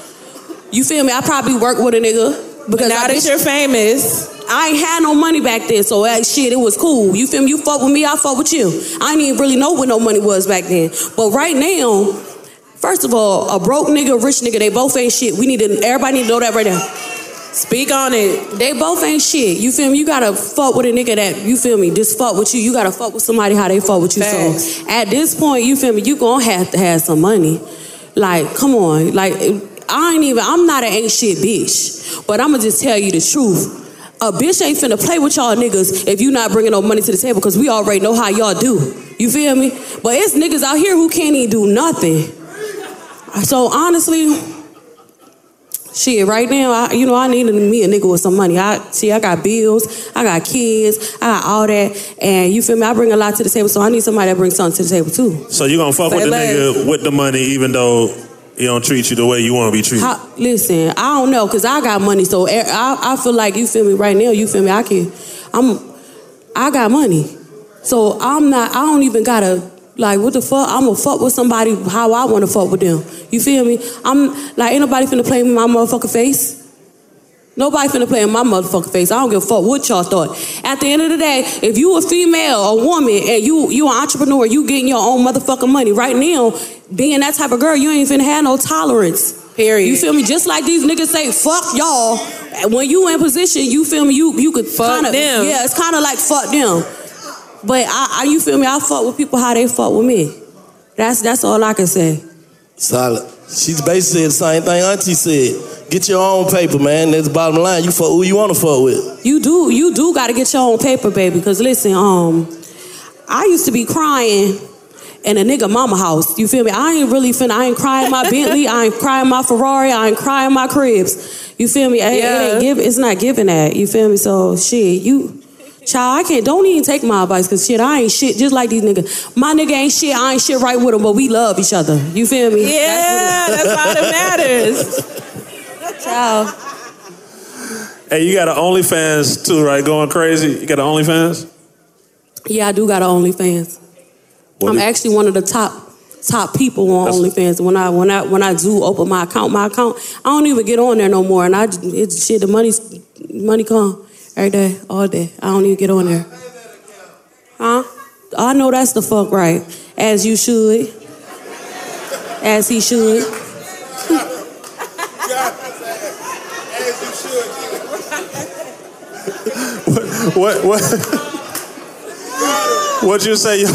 You feel me? I probably work with a nigga because Now I that bitch- you're famous. I ain't had no money back then, so that shit, it was cool. You feel me? You fuck with me, I fuck with you. I didn't even really know what no money was back then. But right now, first of all, a broke nigga, rich nigga, they both ain't shit. We need to, everybody need to know that right now. Speak on it. They both ain't shit. You feel me? You gotta fuck with a nigga that you feel me. Just fuck with you. You gotta fuck with somebody how they fuck with you. So at this point, you feel me? You gonna have to have some money. Like, come on. Like, I ain't even. I'm not an ain't shit bitch. But I'ma just tell you the truth. A bitch ain't finna play with y'all niggas if you not bringing no money to the table. Cause we already know how y'all do. You feel me? But it's niggas out here who can't even do nothing. So honestly, Shit, right now, I, you know, I need to meet a nigga with some money. I see, I got bills, I got kids, I got all that, and you feel me? I bring a lot to the table, so I need somebody that brings something to the table too. So you gonna fuck Say with the less. nigga with the money, even though he don't treat you the way you want to be treated. How, listen, I don't know, cause I got money, so e- I, I feel like you feel me right now. You feel me? I can, I'm, I got money, so I'm not. I don't even gotta like what the fuck. I'ma fuck with somebody how I want to fuck with them. You feel me? I'm like ain't nobody finna play with my motherfucking face. Nobody finna play in my motherfucking face. I don't give a fuck what y'all thought. At the end of the day, if you a female, a woman, and you you an entrepreneur, you getting your own motherfucking money right now. Being that type of girl, you ain't finna have no tolerance. Period. You feel me? Just like these niggas say, fuck y'all. When you in position, you feel me? You you could fuck kinda, them. Yeah, it's kind of like fuck them. But I, I, you feel me? I fuck with people how they fuck with me. That's that's all I can say. Solid. She's basically the same thing Auntie said. Get your own paper, man. That's the bottom line. You fuck who you want to fuck with. You do you do got to get your own paper, baby. Cause listen, um, I used to be crying in a nigga mama house. You feel me? I ain't really finna. I ain't crying my Bentley. I ain't crying my Ferrari. I ain't crying my cribs. You feel me? It- It, Yeah. ain't give, it's not giving that. You feel me? So shit, you. Child, I can't. Don't even take my advice, cause shit, I ain't shit. Just like these niggas, my nigga ain't shit. I ain't shit right with him, but we love each other. You feel me? Yeah, that's all that matters. Child, Hey, you got an OnlyFans too, right? Going crazy. You got an OnlyFans? Yeah, I do got an OnlyFans. What I'm do- actually one of the top top people on OnlyFans. When I when I when I do open my account, my account I don't even get on there no more. And I j- it's shit. The money's money come every day, all day. I don't even get on there. Huh? I know that's the fuck right. As you should. As he should. What what? what you say? Your,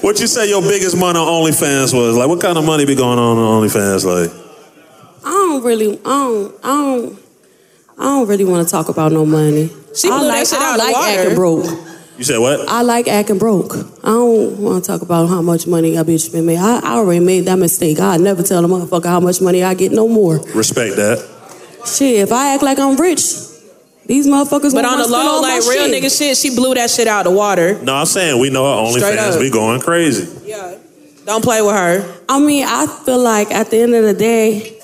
what you say your biggest money on OnlyFans was? Like, what kind of money be going on on OnlyFans? Like, I don't really I don't I don't I don't really want to talk about no money. She I blew that like shit I out of the like water. acting broke. you said what? I like acting broke. I don't want to talk about how much money a bitch been made. I, I already made that mistake. I never tell a motherfucker how much money I get no more. Respect that. Shit, if I act like I'm rich, these motherfuckers. But won't on wanna the spend low, all my like real shit. nigga shit, she blew that shit out of the water. No, I'm saying we know our Straight OnlyFans up. be going crazy. Don't play with her. I mean, I feel like at the end of the day,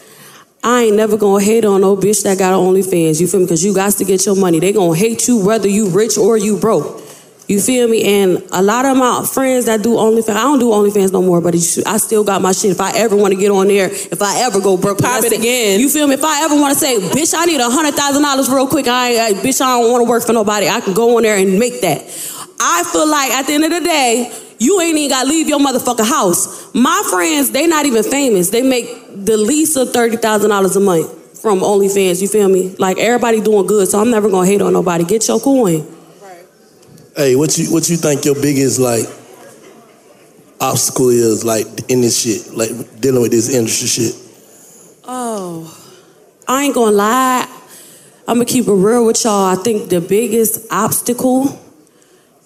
I ain't never gonna hate on no bitch that got OnlyFans. You feel me? Because you got to get your money. They gonna hate you whether you rich or you broke. You feel me? And a lot of my friends that do OnlyFans, I don't do OnlyFans no more, but it's- I still got my shit. If I ever want to get on there, if I ever go broke, pop it again. You feel me? If I ever want to say, bitch, I need a hundred thousand dollars real quick. I, ain't- I bitch, I don't want to work for nobody. I can go on there and make that. I feel like at the end of the day, you ain't even gotta leave your motherfucking house. My friends, they not even famous. They make the least of thirty thousand dollars a month from OnlyFans. You feel me? Like everybody doing good, so I'm never gonna hate on nobody. Get your coin. Hey, what you what you think your biggest like obstacle is like in this shit, like dealing with this industry shit? Oh, I ain't gonna lie. I'm gonna keep it real with y'all. I think the biggest obstacle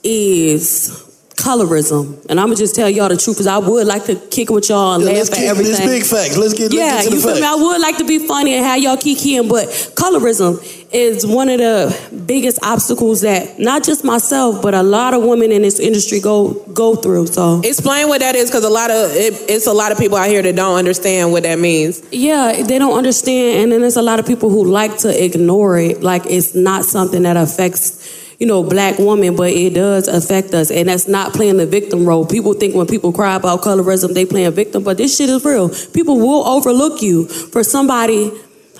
is colorism, and I'm gonna just tell y'all the truth because I would like to kick it with y'all and Yeah, laugh let's at kick- everything. It's big facts. Let's get let's yeah, get to the you feel facts. me? I would like to be funny and have y'all kikiing, but colorism is one of the biggest obstacles that not just myself, but a lot of women in this industry go go through. So Explain what that is, because a lot of it, it's a lot of people out here that don't understand what that means. Yeah, they don't understand, and then there's a lot of people who like to ignore it, like it's not something that affects, you know, black women, but it does affect us, and that's not playing the victim role. People think when people cry about colorism, they playing victim, but this shit is real. People will overlook you for somebody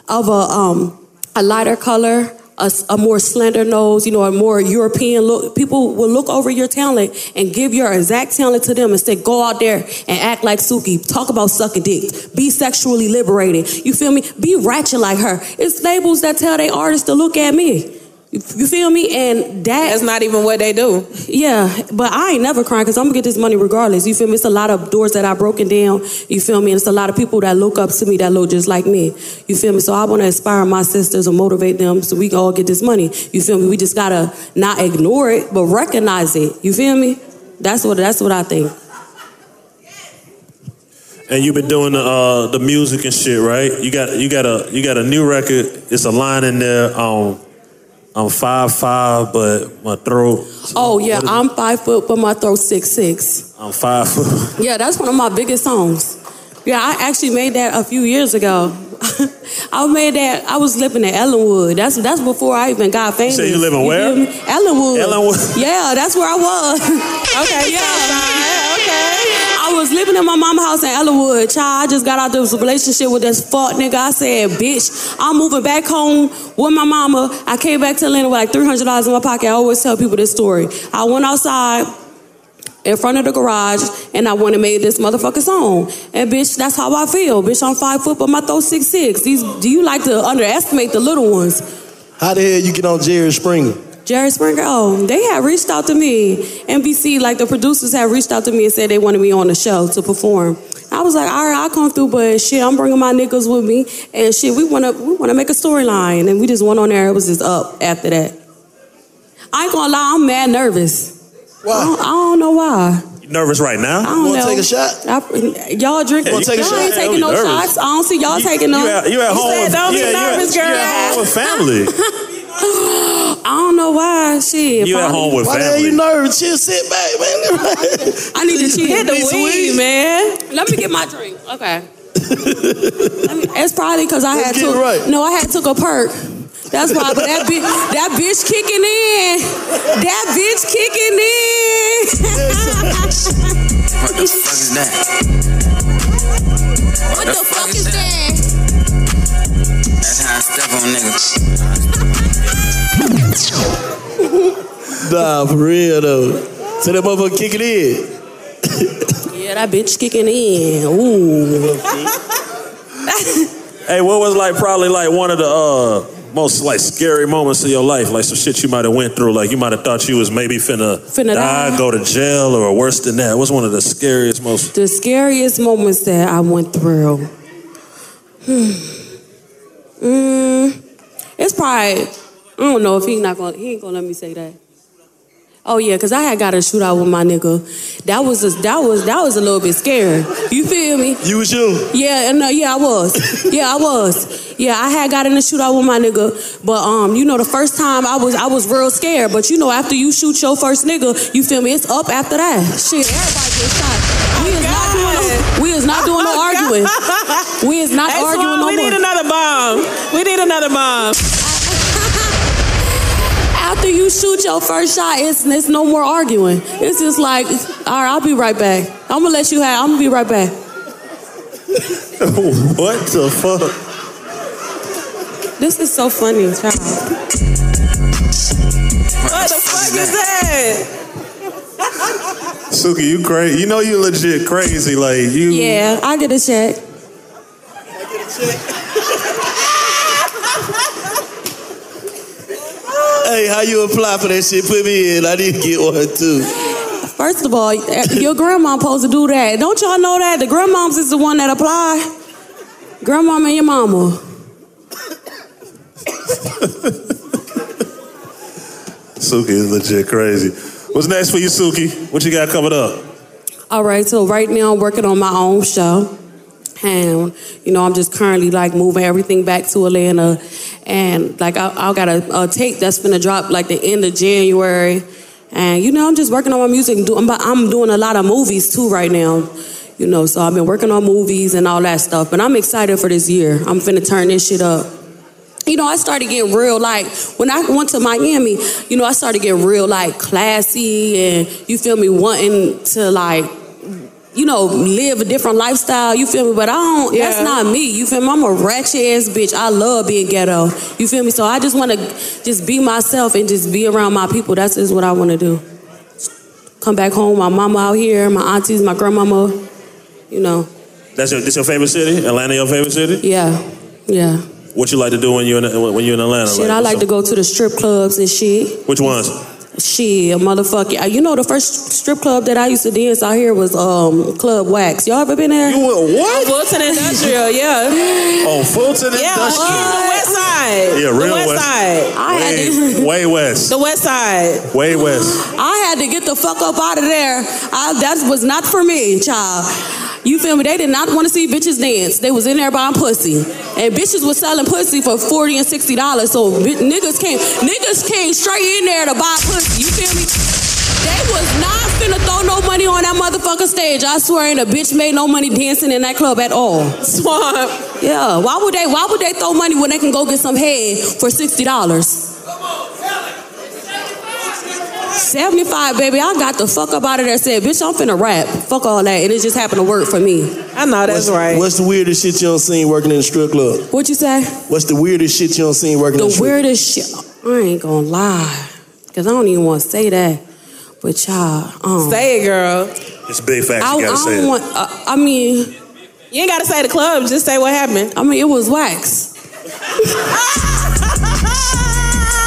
of a um a lighter color. A, s- a more slender nose, you know, a more European look. People will look over your talent and give your exact talent to them and say, go out there and act like Suki. Talk about sucking dick. Be sexually liberated. You feel me? Be ratchet like her. It's labels that tell they artists to look at me. You you feel me? And that, that's not even what they do. Yeah, but I ain't never crying because I'm gonna get this money regardless. You feel me? It's a lot of doors that I broken down. You feel me? And it's a lot of people that look up to me that look just like me. You feel me? So I want to inspire my sisters and motivate them so we can all get this money. You feel me? We just gotta not ignore it, but recognize it. You feel me? That's what that's what I think. And you've been doing the uh, the music and shit, right? You got you got a you got a new record. It's a line in there. Um, I'm five five, but my throat. Oh yeah, I'm five foot, but my throat six six. I'm five foot. Yeah, that's one of my biggest songs. Yeah, I actually made that a few years ago. I made that. I was living in Ellenwood. That's that's before I even got famous. you live in feel where? me? Ellenwood. Ellenwood. Yeah, that's where I was. okay. Yeah. Okay. I I was living in my mama house in Ellerwood. Child, I just got out of this relationship with this fuck nigga. I said, bitch, I'm moving back home with my mama. I came back to Atlanta with like $300 in my pocket. I always tell people this story. I went outside in front of the garage and I went and made this motherfucker song. And bitch, that's how I feel. Bitch, I'm five foot, but my throat six six. These do you like to underestimate the little ones? How the hell you get on Jerry Springer? Jerry Springer, oh, they had reached out to me. NBC, like the producers had reached out to me and said they wanted me on the show to perform. I was like, all right, I'll come through, but shit, I'm bringing my niggas with me, and shit, we wanna we wanna make a storyline, and we just went on there. It was just up after that. I ain't gonna lie, I'm mad nervous. Why? I don't, I don't know why. You nervous right now? I don't know. I- y'all drink. Yeah, you take a y'all shot. ain't Yeah, taking we no nervous. shots. I don't see y'all taking no. You at, you at home? said with- don't yeah, be you at- nervous, you girl. at home with family. I don't know why. Shit. You at probably- home with Why the hell family. you nervous? Chill, sit back, man. I need to chill. Hit the Need some weed, weed. man. Let me get my drink. Okay. I mean, it's probably because I had took. No, I had took a perk. That's why. But that bitch, that bitch kicking in. That bitch kicking in. What the fuck is that? What the fuck is that? That's how I step on niggas. nah, for real though. So that motherfucker kick it in. yeah, that bitch kicking in. Ooh. Hey, what was like probably like one of the uh, most like scary moments of your life? Like some shit you might have went through. Like you might have thought you was maybe finna, Finna die. go to jail, or worse than that. What's one of the scariest, most The scariest moments that I went through. Hmm. Mm, it's probably. I don't know if he not gonna. He ain't gonna let me say that. Oh yeah, cause I had got a shootout with my nigga. That was a, that was that was a little bit scary. You feel me? You was you. Yeah, and uh, yeah, I was. Yeah, I was. Yeah, I had got in a shootout with my nigga, but um, you know, the first time I was I was real scared. But you know, after you shoot your first nigga, you feel me? It's up after that. Shit, everybody gets shot. We is not doing no, we is not doing no arguing. We is not Oh Hey, Swan, arguing no we more. need another bomb. We need another bomb. After you shoot your first shot, it's, it's no more arguing. It's just like, all right, I'll be right back. I'm gonna let you have. I'm gonna be right back. what the fuck? This is so funny, child. What the fuck is that? Suki, you crazy. You know you legit crazy. Like you. Yeah, I get a check. Hey, how you apply for that shit? Put me in. I need to get one too. First of all, eh, your grandma supposed to do that. Don't y'all know that? The grandmoms is the one that apply. Grandmama and your mama. Suki is legit crazy. What's next for you, Suki? What you got coming up? All right, so right now I'm working on my own show. And, you know, I'm just currently like moving everything back to Atlanta. And like, I, I got a, a tape that's gonna drop like the end of January. And, you know, I'm just working on my music. Do- I'm, I'm doing a lot of movies too right now. You know, so I've been working on movies and all that stuff. But I'm excited for this year. I'm finna turn this shit up. You know, I started getting real like when I went to Miami, you know, I started getting real like classy and you feel me wanting to like you know, live a different lifestyle, you feel me? But I don't that's Yeah. not me. You feel me? I'm a ratchet ass bitch. I love being ghetto. You feel me? So I just wanna just be myself and just be around my people. That's just what I wanna do. Come back home, my mama out here, my aunties, my grandmama, you know. That's your, this your favorite city? Atlanta, your favorite city? Yeah. Yeah. What you like to do when you in when you in Atlanta? Shit, I like to go to the strip clubs and shit. Which ones? Shit, motherfucker. You know the first strip club that I used to dance out here was um Club Wax. Y'all ever been there? You what? Fulton Industrial, yeah. Oh, Fulton Yeah, on the west side. Yeah, the real west, west. side. I had to- Way, way west. The west side. Way west. I had to get the fuck up out of there. I, that was not for me, child. You feel me? They did not want to see bitches dance. They was in there buying pussy, and bitches was selling pussy for forty and sixty dollars. So bi- niggas came, niggas came straight in there to buy pussy. You feel me? They was not finna throw no money on that motherfucking stage. I swear, ain't a bitch made no money dancing in that club at all. Swamp. Yeah. Why would they? Why would they throw money when they can go get some head for sixty dollars? 75, baby, I got the fuck up out of there. Said, bitch, I'm finna rap. Fuck all that. And it just happened to work for me. I Oh, know what's, What's the weirdest shit you don't seen working in the strip club? What you say? What's the weirdest shit you don't seen working in the The strip weirdest shit. I ain't gonna lie. Cause I don't even wanna say that. But y'all, um, Say it, girl. It's big facts. I, You gotta I say don't it. want. Uh, I mean, you ain't gotta say the club. Just say what happened. I mean, it was wax.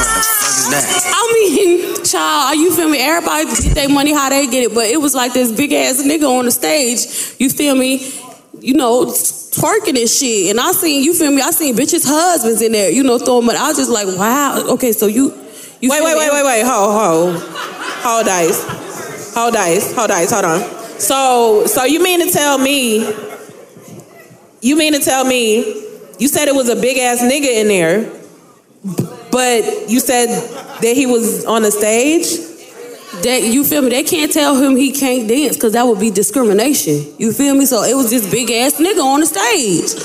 I mean, child, are you feel me? Everybody get their money how they get it, but it was like this big ass nigga on the stage. You feel me? You know, twerking and shit. And I seen you feel me? I seen bitches' husbands in there. You know, throwing. But I was just like, wow. Okay, so you. you wait, feel wait, me? wait, wait, wait. Ho, ho, hold dice, hold dice, hold dice. Hold on. So, so you mean to tell me? You mean to tell me? You said it was a big ass nigga in there, but you said that he was on the stage. That you feel me? They can't tell him he can't dance because that would be discrimination. You feel me? So it was this big ass nigga on the stage.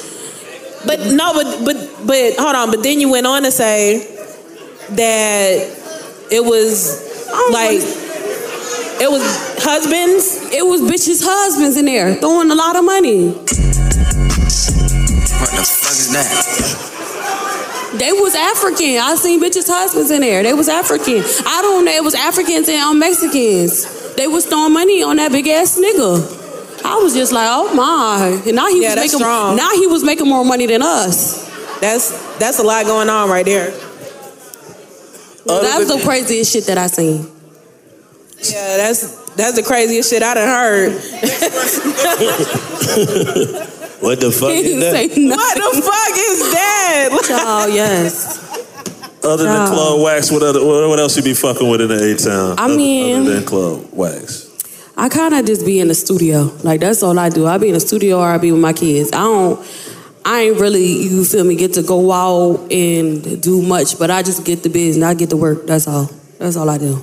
But no, but but but hold on. But then you went on to say that it was like it was husbands. It was bitches' husbands in there throwing a lot of money. What the fuck is that? They was African. I seen bitches' husbands in there. They was African. I don't know. It was Africans and um, Mexicans. They was throwing money on that big ass nigga. I was just like, oh my! And now he Yeah, was that's making strong. now he was making more money than us. That's that's a lot going on right there. that was the craziest shit that I seen. Yeah, that's that's the craziest shit I done heard. what the fuck is that? What the fuck is that? Oh yes. Other than Nah. club wax, what other what what else you be fucking with in the A town? I mean- other than club wax. I kind of just be in the studio. Like that's all I do. I be in the studio or I be with my kids. I don't. I ain't really. You feel me? Get to go out and do much, but I just get the business. I get to work. That's all. That's all I do.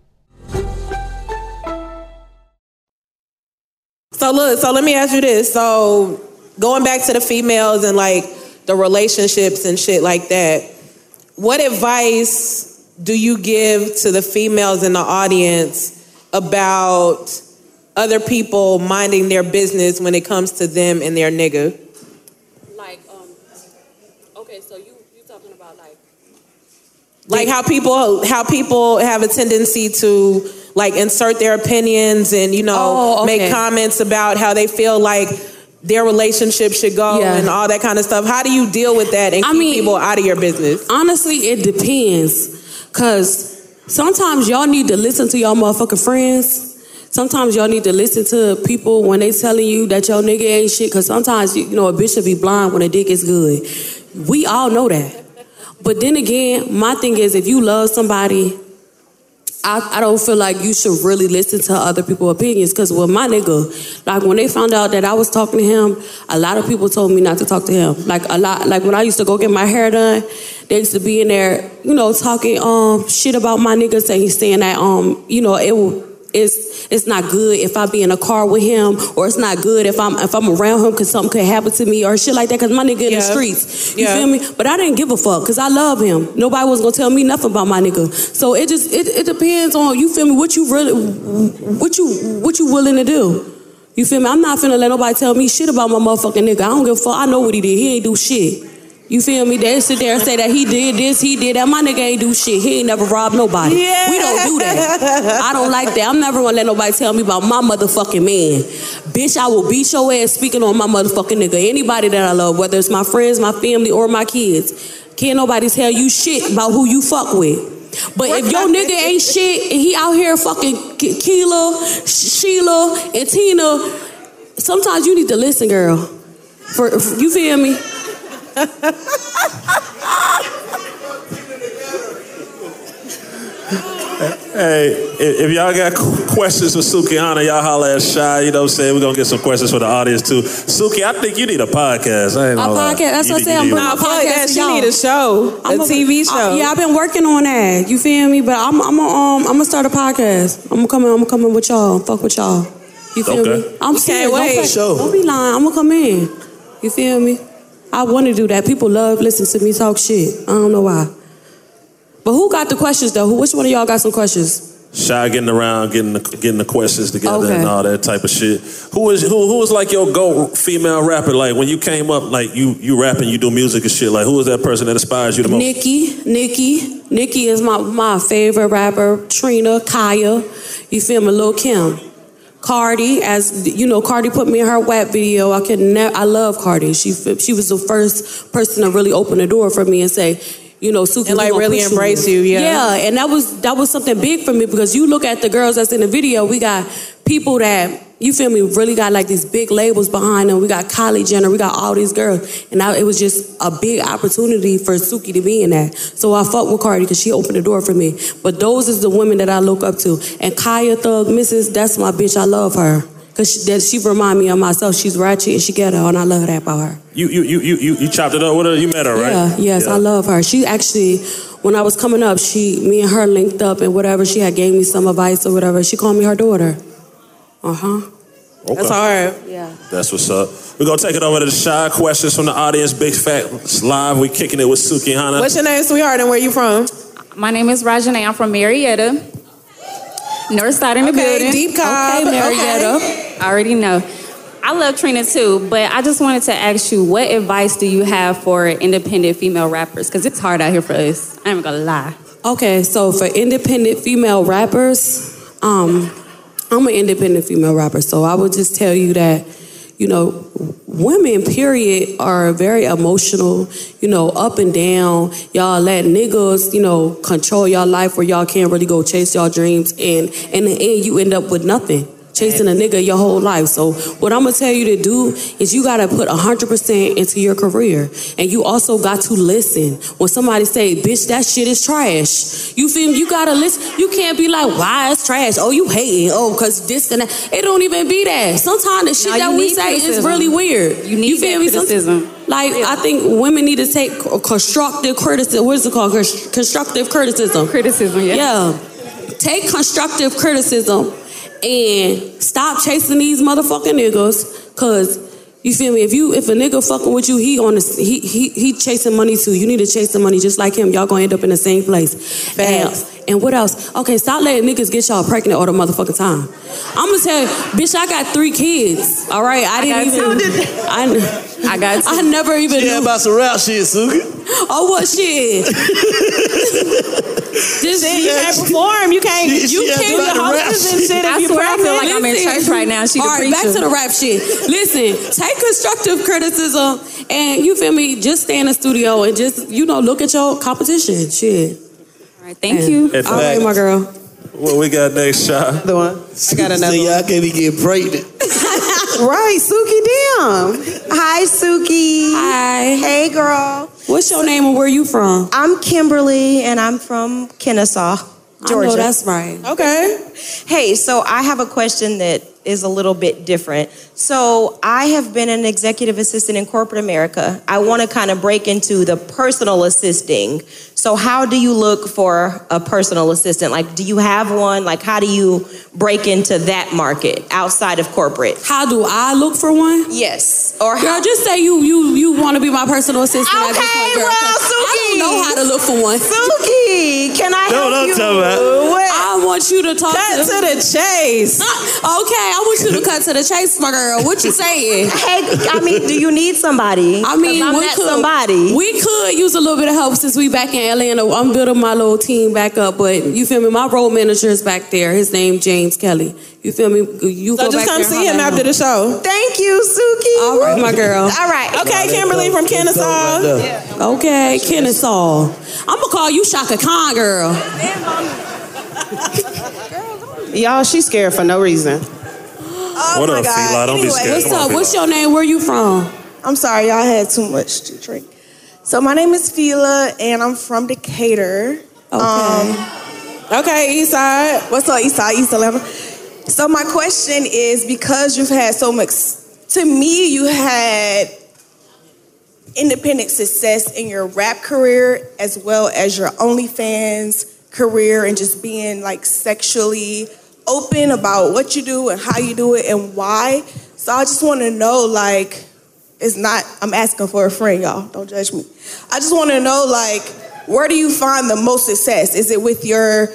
So look, so let me ask you this. So going back to the females and like the relationships and shit like that. What advice do you give to the females in the audience about other people minding their business when it comes to them and their nigga? um, Okay, so you you talking about like like how people how people have a tendency to like insert their opinions and you know Oh, okay. make comments about how they feel like their relationship should go Yeah. and all that kind of stuff. How do you deal with that and keep people out of your business? Honestly, it depends. Cause sometimes y'all need to listen to y'all motherfucking friends. Sometimes y'all need to listen to people when they telling you that your nigga ain't shit. Cause sometimes you, you know a bitch should be blind when a dick is good. We all know that. But then again, my thing is if you love somebody, I, I don't feel like you should really listen to other people's opinions. Cause with my nigga, like when they found out that I was talking to him, a lot of people told me not to talk to him. Like a lot, like when I used to go get my hair done, they used to be in there, you know, talking um shit about my niggas and he's saying that um, you know, it will it's it's not good if I be in a car with him, or it's not good if I'm if I'm around him because something could happen to me or shit like that. Because my nigga in Yeah. the streets, you Yeah. feel me? But I didn't give a fuck because I love him. Nobody was gonna tell me nothing about my nigga. So it just it, it depends on you feel me what you really what you what you willing to do. You feel me? I'm not finna let nobody tell me shit about my motherfucking nigga. I don't give a fuck. I know what he did. He ain't do shit. You feel me? They sit there and say that he did this, he did that. My nigga ain't do shit. He ain't never robbed nobody. We don't do that. I don't like that. I'm never gonna let nobody tell me about my motherfucking man. Bitch, I will beat your ass speaking on my motherfucking nigga. Anybody that I love, whether it's my friends, my family, or my kids. Can't nobody tell you shit about who you fuck with. But if your nigga ain't shit and he out here fucking Ke- Keela, Sh- Sheila, and Tina, sometimes you need to listen, girl. For, for- you feel me? Hey, if, if y'all got qu- questions for Sukianna, y'all holler at Shy. You know what I'm saying? We're going to get some questions for the audience, too. Suki, I think you need a podcast. I ain't A gonna lie. podcast. That's You what need- I said. I'm you bringing need- a podcast. that. to She y'all. need a show, a TV show. yeah, I've been working on that. You feel me? But I'm, I'm, gonna, um, I'm gonna start a podcast. I'm gonna come in. I'm gonna come in with y'all. Fuck with y'all. You feel Okay. me? I'm We can't serious. Don't, wait. play- Show. don't be lying. I'm gonna come in. You feel me? I want to do that. People love listening to me talk shit. I don't know why. But who got the questions though? Who? Which one of y'all got some questions? Shy getting around, getting the, getting the questions together Okay. and all that type of shit. Who is who? Who is like your goat female rapper? Like when you came up, like you you rapping, you do music and shit. Like who is that person that inspires you the most? Nikki, Nikki, Nikki is my my favorite rapper. Trina, Kaya, you feel me? Lil Kim, Cardi, as you know, Cardi put me in her WAP video. I can never, I love Cardi. She fe- she was the first person to really open the door for me and say. You know, Suki, And, like, we gonna really push embrace you, yeah. Yeah, and that was that was something big for me because you look at the girls that's in the video. We got people that you feel me really got like these big labels behind them. We got Kylie Jenner, we got all these girls, and I, it was just a big opportunity for Suki to be in that. So I fuck with Cardi because she opened the door for me. But those is the women that I look up to, and Kaya Thug Mrs. That's my bitch. I love her because she, that she remind me of myself. She's ratchet and she ghetto, and I love that about her. You you you you you, you chopped it up with her. You met her, right? Yeah, yes, I love her. She actually, when I was coming up, she, me and her linked up and whatever. She had gave me some advice or whatever. She called me her daughter. Uh huh. Okay. hard. Yeah. That's what's up. We're gonna take it over to the shy questions from the audience. Big Facts Live. We're kicking it with Suki Hana. What's your name, sweetheart, and where you from? My name is Rajane. I'm from Marietta. North side in the Okay, building. deep cob. Okay, Marietta. I already know. I love Trina too, but I just wanted to ask you, what advice do you have for independent female rappers? Because it's hard out here for us. I ain't gonna lie. Okay, so for independent female rappers, um, I'm an independent female rapper, so I would just tell you that, you know, women, period, are very emotional, you know, up and down. Y'all let niggas, you know, control y'all life where y'all can't really go chase y'all dreams, and in the end, you end up with nothing. Chasing a nigga your whole life. So what I'm gonna tell you to do is you gotta put 100% into your career, and you also got to listen. When somebody say, "Bitch, that shit is trash," you feel me? You gotta listen. You can't be like, "Why it's trash?" Oh, you hating? Oh, cause this and that. It don't even be that. Sometimes the shit No, that you we need say is criticism. really weird. Mm-hmm. You need that Some- criticism. Like I think women need to take c- constructive criticism. What is it called? Cons- Constructive criticism. Criticism. Yeah. Yeah. Take constructive criticism and stop chasing these motherfucking niggas. Cause You feel me? If you if a nigga fucking with you, he on the he he he chasing money too. You need to chase the money just like him. Y'all gonna end up in the same place. And, and what else? Okay, stop letting niggas get y'all pregnant all the motherfucking time. I'm gonna tell you, bitch, I got three kids. All right, I didn't even. I, I got. I never even. Yeah, knew. about some rap shit, Suka. Oh, what shit? Just you can't perform. You can't. She- you she has can't about the to rap hostess and shit. shit if I you swear I feel pregnant. like I'm in church right now. She the All right, preacher. back to the rap shit. Listen, take constructive criticism and you feel me, just stay in the studio and just, you know, look at your competition. Shit. All right, thank you. In All right, fact- my girl. What we got next, shot? Another one. I got another See, y'all can't be getting pregnant. right, Suki Damn. Hi, Suki. Hi. Hey, girl. What's your name and where you from? I'm Kimberly, and I'm from Kennesaw, I know Georgia. that's right. Okay. Hey, so I have a question that is a little bit different. So I have been an executive assistant in corporate America. I want to kind of break into the personal assisting. So how do you look for a personal assistant? Like, do you have one? Like, how do you break into that market outside of corporate? How do I look for one? Yes. Or girl, just say you you you want to be my personal assistant. Okay, girl, well, I don't know how to look for one. Suki, can I help what I'm you? talking about. I want you to talk Cut to the chase. okay, I want you to cut to the chase, my girl. What you saying? Hey, I mean, do you need somebody? I mean, 'Cause I'm we not could, somebody. We could use a little bit of help since we back in Atlanta. I'm building my little team back up, but you feel me? My road manager is back there. His name James Kelly. You feel me? You So go just back come there, see him holla at after the show. Thank you, Suki. All right, my girl. All right. Okay, Kimberly from Kennesaw. Okay, Kennesaw. I'm gonna call you Shaka Khan, girl. Y'all, she's scared for no reason. Oh what up, Fila? Don't be scared. what's Come on, up? Fela. What's your name? Where you from? I'm sorry, y'all had too much to drink. So my name is Fila, and I'm from Decatur. Okay. okay, Eastside. What's up, Eastside? East 11. So my question is, because you've had so much, to me, you had independent success in your rap career as well as your OnlyFans career, and just being like sexually open about what you do and how you do it and why. So I just want to know, like it's not i'm asking for a friend y'all don't judge me i just want to know like where do you find the most success is it with your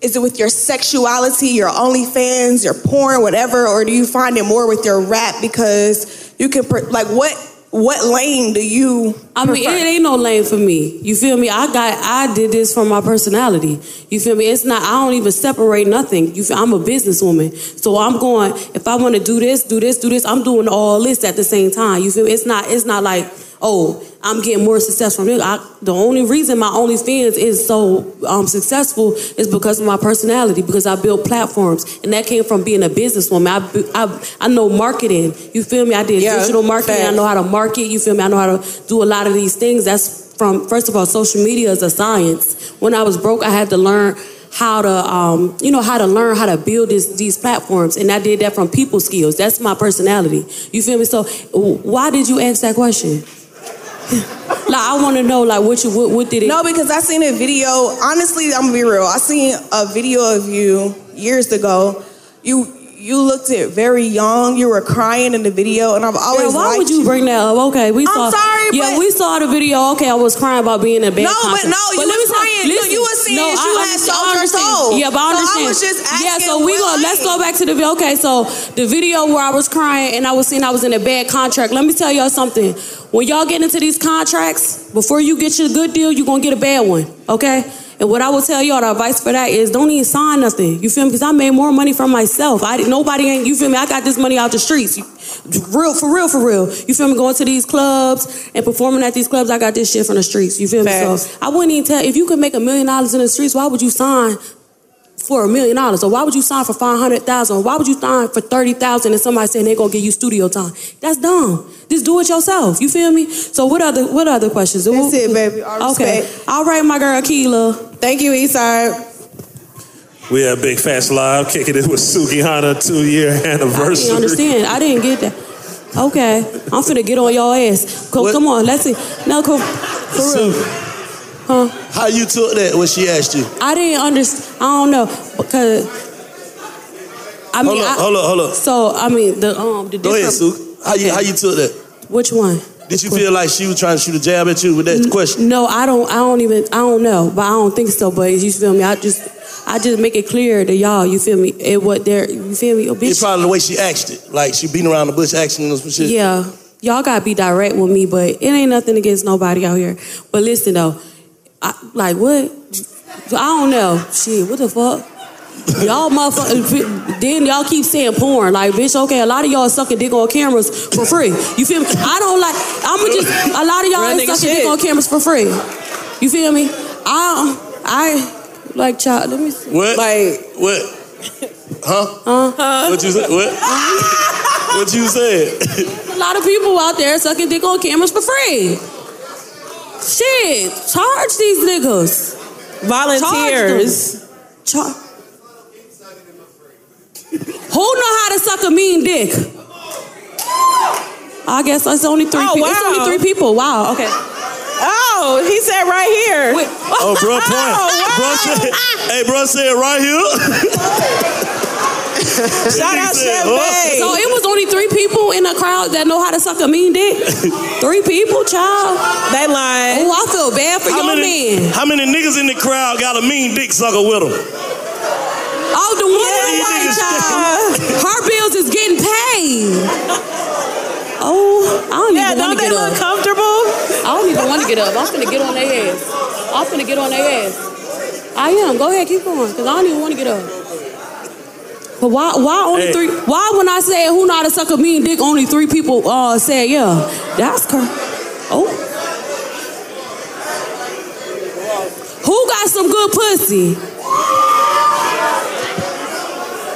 is it with your sexuality your onlyfans your porn whatever or do you find it more with your rap because you can pr- like what what lane do you I mean, prefer? it ain't no lane for me. You feel me? I got, I did this for my personality. You feel me? It's not. I don't even separate nothing. You feel? I'm a businesswoman, so I'm going. If I want to do this, do this, do this, I'm doing all this at the same time. You feel me? It's not. It's not like oh, I'm getting more success from this. I, the only reason my OnlyFans is so um, successful is because of my personality. Because I built platforms, and that came from being a businesswoman. I bu- I, I know marketing. You feel me? I did Yeah, digital marketing. I facts. know how to market. You feel me? I know how to do a lot of these things. That's from first of all, social media is a science. When I was broke, I had to learn how to, um, you know, how to learn how to build this, these platforms, and I did that from people skills. That's my personality. You feel me? So, w- why did you ask that question? like, I want to know, like, what you, what, what did it? No, because I seen a video. Honestly, I'm gonna be real. I seen a video of you years ago. You you looked it very young. You were crying in the video, and I've always. Girl, why liked would you bring that up? Okay, we I'm saw. sorry, yeah, but- we saw the video. Okay, I was crying about being a bad. No, but content. no, you let was me tell- crying. You- you was saying that you had understand- sold I your understand. soul. Yeah, but I So I understand. was just Yeah, so asking we what go. Let's go back to the video. Okay, so the video where I was crying and I was saying I was in a bad contract. Let me tell y'all something. When y'all get into these contracts, before you get your good deal, you're gonna get a bad one. Okay. And what I will tell y'all, the advice for that is don't even sign nothing. You feel me? Because I made more money from myself. I didn't- nobody ain't. You feel me? I got this money out the streets. You- real for real for real. You feel me? Going to these clubs and performing at these clubs, I got this shit from the streets. You feel me? So I wouldn't even tell if you could make a million dollars in the streets, why would you sign for a million dollars? Or why would you sign for five hundred thousand? Or why would you sign for thirty thousand and somebody saying they're gonna give you studio time? That's dumb. Just do it yourself. You feel me? So what other what other questions? That's it, baby. okay. All right, my girl Keela. Thank you, Eastside. We at Big Fast Live kicking it with Suki Hana two year I didn't anniversary. understand. I didn't get that. Okay, I'm finna get on y'all ass. Co- come on, let's see. No, come for real. Huh? How you took that when she asked you? I didn't understand. I don't know because I mean, Hold up, I- hold up, hold up. So I mean, the um, the Go ahead, different. Sue. How you how you took that? Which one? Did you feel like she was trying to shoot a jab at you with that question? No, I don't. I don't even. I don't know, but I don't think so. But you feel me? I just, I just make it clear to y'all. You feel me? It what they're. You feel me? Oh, bitch. It's probably the way she asked it. Like she beating around the bush, asking us some shit. Yeah, y'all gotta be direct with me, but it ain't nothing against nobody out here. But listen though, I, like what? I don't know. Shit, what the fuck? Y'all motherfuckers, then y'all keep saying porn. Like, bitch, okay, a lot of y'all sucking dick on cameras for free. You feel me? I don't like, I'ma just, a lot of y'all Real ain't nigga sucking shit. dick on cameras for free. You feel me? I, I, like, child, let me see. What? Like, what? Huh? Huh? What you said? What? what you said? a lot of people out there sucking dick on cameras for free. Shit, charge these niggas. Volunteers. Charge them. Char- Who know how to suck a mean dick? I guess it's only three. Oh, people. wow. It's only three people. Wow. Okay. Oh, he said right here. Oh, bro, point. Bro said, hey, bro said right here. Oh, Shout out Chef Bay. So it was only three people in the crowd that know how to suck a mean dick. three people, child. They lying. Oh, I feel bad for How your many, man. how many niggas in the crowd got a mean dick sucker with them? Oh, the one in white, child. Her bills is getting paid. Oh, I don't even want to get up. comfortable? I don't even want to get up. I'm finna get on their ass. I'm finna get on their ass. I am. Go ahead, keep going, cause I don't even want to get up. But why? Why only Hey. three? Why when I said who know how to suck a mean dick, only three people uh said yeah. That's cur. Oh. Who got some good pussy?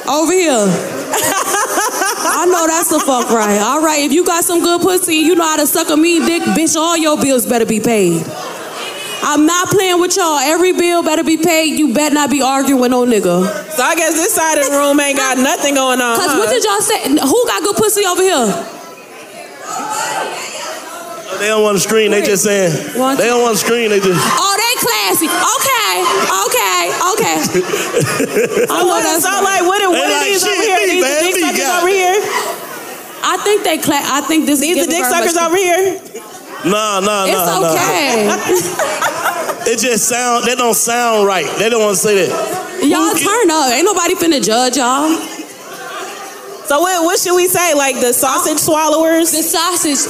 Over here. I know that's a fuck right. All right, if you got some good pussy, you know how to suck a mean dick, bitch. All your bills better be paid. I'm not playing with y'all. Every bill better be paid. You better not be arguing with no nigga. So I guess this side of the room ain't got nothing going on. Cause huh? what did y'all say? Who got good pussy over here? They don't want to scream. They just saying. They don't want to scream. They just. Oh, they classy. Okay, okay, okay. So what is all like? What are, They what are like, these "Shit, over here? me, These man, the dick me suckers got over it." here. I think they cla- I think this These is the giving dick very suckers much- over here. Nah, nah, It's nah, nah. okay. It just sound. They don't sound right. They don't want to say that. y'all turn up. Ain't nobody finna judge y'all. So what? What should we say? Like the sausage swallowers? The sausage.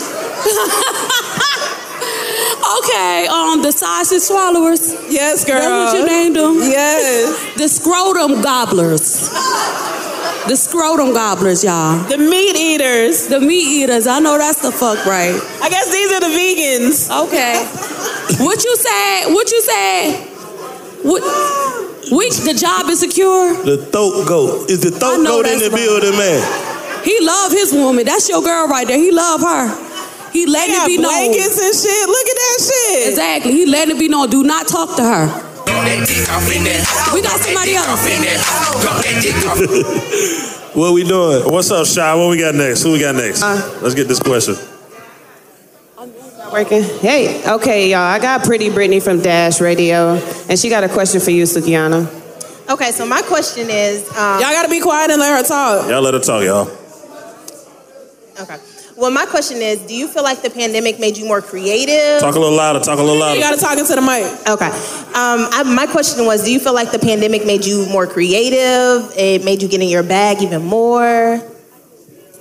Okay, um, the sausage swallowers. Yes, girl. That's what you named them. Yes. the scrotum gobblers. The scrotum gobblers, y'all. The meat eaters. The meat eaters. I know that's the fuck right. I guess these are the vegans. Okay. what you said? What you said? What? Which the job is secure? The throat goat is the throat goat in the building, man. He love his woman. That's your girl right there. He love her. He letting it got be known. blankets and shit. Look at that shit. Exactly. He letting it be known. Do not talk to her. We got somebody else. What we doing? What's up, Shy? What we got next? Who we got next? Let's get this question. Working. Hey, okay, y'all. I got Pretty Brittany from Dash Radio, and she got a question for you, Sukiana. Okay, so my question is, um, Y'all gotta be quiet and let her talk. Y'all let her talk, y'all. okay. Well, my question is, do you feel like the pandemic made you more creative? Talk a little louder. Talk a little louder. talk into the mic. Okay. Um, I, my question was, do you feel like the pandemic made you more creative? It made you get in your bag even more.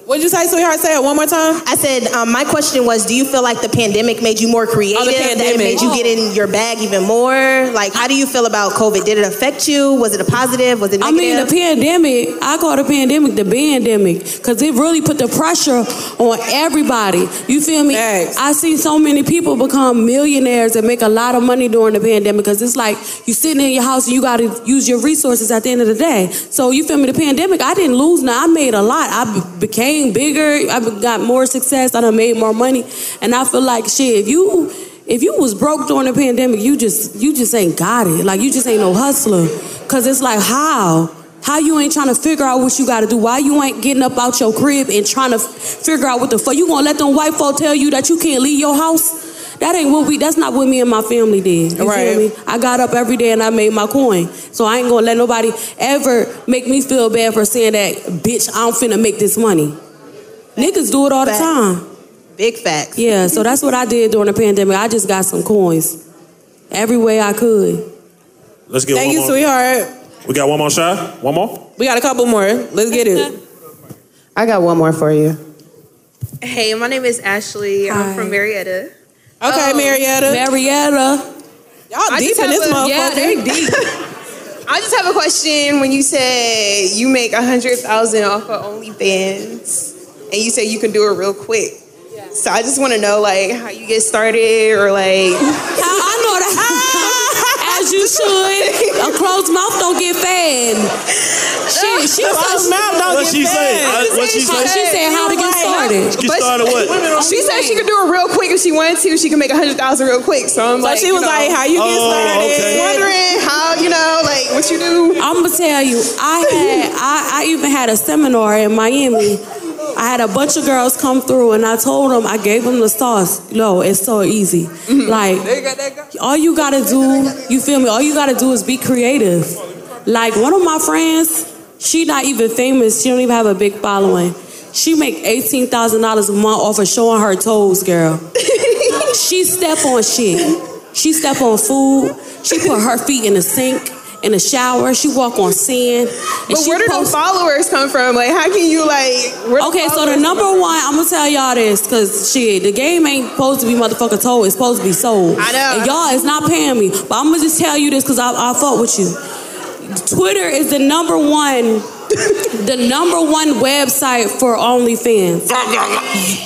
What'd you say, sweetheart? Say it one more time. I said, um, my question was, do you feel like the pandemic made you more creative? that it Oh, pandemic. made you get in your bag even more? Like, how do you feel about COVID? Did it affect you? Was it a positive? Was it I negative? mean, the pandemic, I call the pandemic the pandemic because it really put the pressure on everybody. You feel me? I see so many people become millionaires and make a lot of money during the pandemic because it's like you sitting in your house and you got to use your resources at the end of the day. So, you feel me? The pandemic, I didn't lose. Now, I made a lot. I be- became bigger. I be- got more success. I done made more money. And I feel like, shit, if you. If you was broke during the pandemic, you just you just ain't got it. Like you just ain't no hustler. Cause it's like how? How you ain't trying to figure out what you got to do? Why you ain't getting up out your crib and trying to f- figure out what the fuck? You gonna let them white folk tell you that you can't leave your house? That ain't what we. That's not what me and my family did. You Right. feel me? I got up every day and I made my coin. So I ain't gonna let nobody ever make me feel bad for saying that, bitch. I'm finna make this money. Niggas do it all the time. Big facts. Yeah, so that's what I did during the pandemic. I just got some coins every way I could. Let's get Thank one you, more. sweetheart. We got one more shot. One more. We got a couple more. Let's get it. I got one more for you. Hey, my name is Ashley. I'm from Marietta. Um, Okay, Marietta. Marietta. Y'all I deep just have in this a- motherfucker. yeah, they deep. I just have a question. When you said you make a hundred thousand off of OnlyFans, and you said you can do it real quick, so I just want to know like how you get started or like. I know that. As you should. A closed mouth don't get fed. Shit, she Closed was mouth don't What get she say? fed. Uh, what she say? She said how to get started. She started what? She said she could do it real quick if she wanted to. She can make a hundred thousand real quick. So I'm So like, she was know, like, how you get Oh, started? okay. Wondering how you know like what you do. I'm gonna tell you, I had, I, I even had a seminar in Miami. I had a bunch of girls come through, and I told them, I gave them the sauce. Yo, it's so easy. Mm-hmm. Like, all you gotta do, you feel me? All you gotta do is be creative. Like one of my friends, she not even famous. She don't even have a big following. She make eighteen thousand dollars a month off of showing her toes, girl. she step on shit. She step on food. She put her feet in the sink, in the shower. She walk on sand. And But she where do those post- followers come from? Like, how can you like? Where do Okay, so followers the come number from? one, I'm gonna tell y'all this, cause shit, the game ain't supposed to be motherfucker told. It's supposed to be sold. I know. And y'all is not paying me, but I'm gonna just tell you this, cause I, I fuck with you. Twitter is the number one, the number one website for OnlyFans.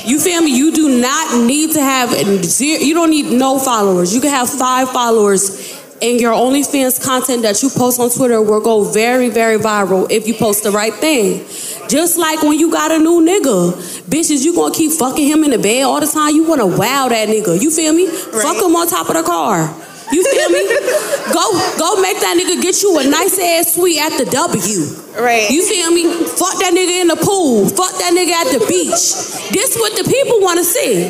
You feel me? You do not need to have zero. You don't need no followers. You can have five followers. And your OnlyFans content that you post on Twitter will go very, very viral if you post the right thing. Just like when you got a new nigga. Bitches, you gonna keep fucking him in the bed all the time. You wanna wow that nigga. You feel me? Fuck him on top of the car. You feel me? go go make that nigga get you a nice ass suite at the W. Right. You feel me? Fuck that nigga in the pool. Fuck that nigga at the beach. This what the people wanna see.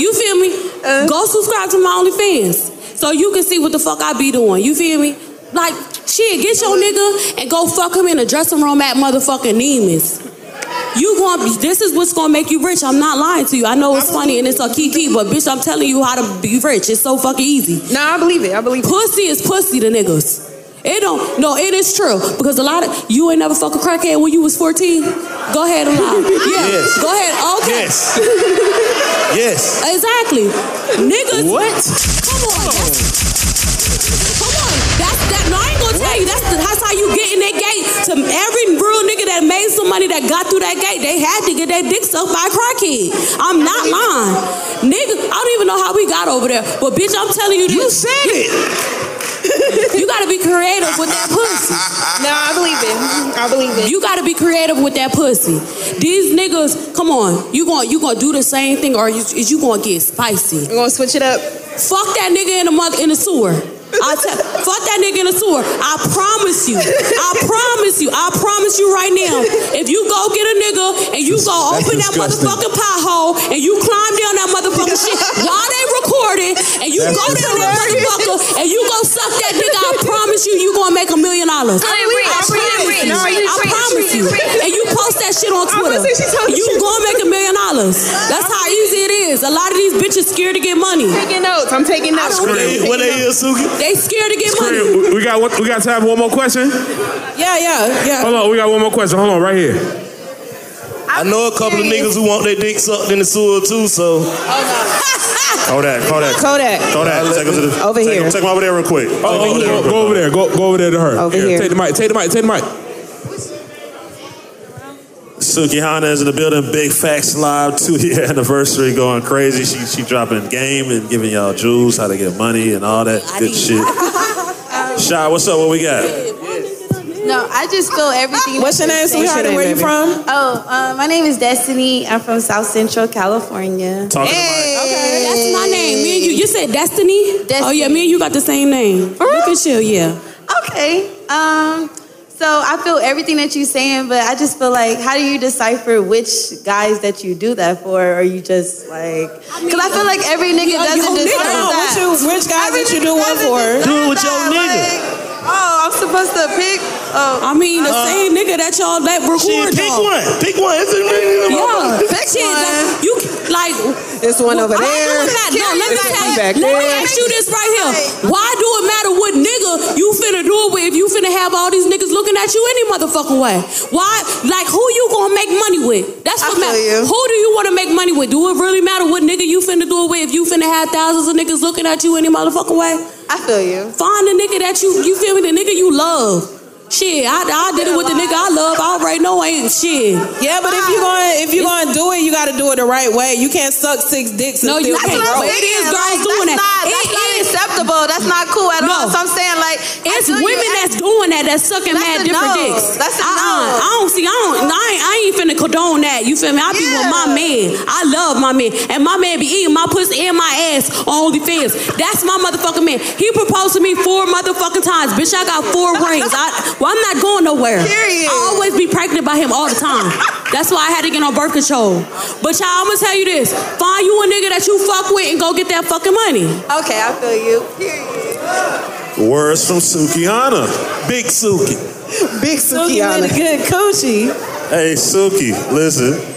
You feel me? go subscribe to my OnlyFans. So you can see what the fuck I be doing. You feel me? Like, shit, get your nigga and go fuck him in the dressing room at motherfucking Neiman's. You gonna be, this is what's gonna make you rich. I'm not lying to you. I know it's funny and it's a kiki, but bitch, I'm telling you how to be rich. It's so fucking easy. Nah, I believe it. I believe pussy is pussy to niggas. It don't. No, it is true because a lot of you ain't never fucking crackhead when you was 14. Go ahead and lie. Yeah. Yes. Go ahead. Oh. Okay. Yes. Yes. Exactly. Niggas. What? Come on. That's, come on. That's that. No, I ain't gonna tell you. That's the, that's how you get in that gate. To every real nigga that made some money that got through that gate, they had to get their dick sucked by a crackhead. I'm not lying, nigga. I don't even know how we got over there, but bitch, I'm telling you. You said it. you gotta be creative with that pussy. No, I believe it. I believe it. You gotta be creative with that pussy. These niggas, come on, you going you gonna do the same thing or you, is you gonna get spicy? You gonna switch it up? Fuck that nigga in the mother in the sewer. I tell, fuck that nigga in the sewer. I promise you. I promise you. I promise you right now. If you go get a nigga and you go open that disgusting. motherfucking pothole and you climb down that motherfucking shit while they recording and you That's go down that disgusting. motherfucker and you go suck that nigga, I promise you, you gonna make a million dollars. I agree, I agree, I agree. No, you I preach, promise you. you preach. And you post that shit on I Twitter. was actually telling You the truth. gonna make a million dollars. That's how easy it is. A lot of these bitches scared to get money. I'm taking notes. I'm taking notes. What they is, Suki? They scared to get money. Scream. We- We got one- we got time for one more question. Yeah, yeah, yeah. Hold on, we got one more question. Hold on, right here. I know a couple of niggas who want their dick sucked in the sewer too, so. Kodak, Kodak, Kodak. Kodak. Take him to the Over take here. Him, take him over there real quick. Oh, over there. Go, go over there. Go, go over there to her. Over here. Take the mic. Take the mic. Take the mic. Suki Hana is in the building. Big Facts Live two year anniversary, going crazy. She she dropping game and giving y'all jewels, how to get money and all that good shit. Shy, what's up? What we got? No, I just feel everything. What's your name, sweetheart, and where you from? Oh, uh, my name is Destiny. I'm from South Central California. Talk to the Okay, that's my name. Me and you. You said Destiny? Oh yeah, me and you got the same name. Look at you, yeah. Okay. Um, so I feel everything that you're saying, but I just feel like, how do you decipher which guys that you do that for? Or you just like? Because I feel like every nigga Yeah, doesn't yo, deserve that. nigga, what you- which guys that you do one for? Do it with your nigga. oh, I'm supposed to pick. I mean, the same nigga that y'all let record. Shit, pick one. Pick one. It's yeah, pick shit, Like, you c- like this one over there. No, let me This one tell you. back Let me there. ask you this right here. Why do it matter what nigga you finna do it with if you finna have all these niggas looking at you any motherfucking way? Why? Like, who you gonna make money with? That's what matters. Who do you wanna make money with? Do it really matter what nigga you finna do it with if you finna have thousands of niggas looking at you any motherfucking way? I feel you. Find a nigga that you you feel me, the nigga you love. Shit, I, I did it with the nigga I love. I already know I ain't shit. Yeah, but if you going if you gonna do it, you gotta do it the right way. You can't suck six dicks. No, and you still be can't. broke. It is girls doing that. that's not acceptable. That's not cool at all. So I'm saying like it's women that's doing that. That's sucking mad different dicks. That's a uh-uh. no. I don't see. I don't. I ain't, I ain't finna condone that. You feel me? I be with my man. I love my man, and my man be eating my pussy and my ass on OnlyFans. That's my motherfucking man. He proposed to me four motherfucking times, bitch. I got four rings. I, well, I'm not going nowhere. Period. I always be pregnant by him all the time. That's why I had to get on birth control. But y'all, I'm gonna tell you this: find you a nigga that you fuck with and go get that fucking money. Okay, I feel you. Words from Sukiana. Big Suki. Big Sukiana. Good coochie. Hey, Suki, listen.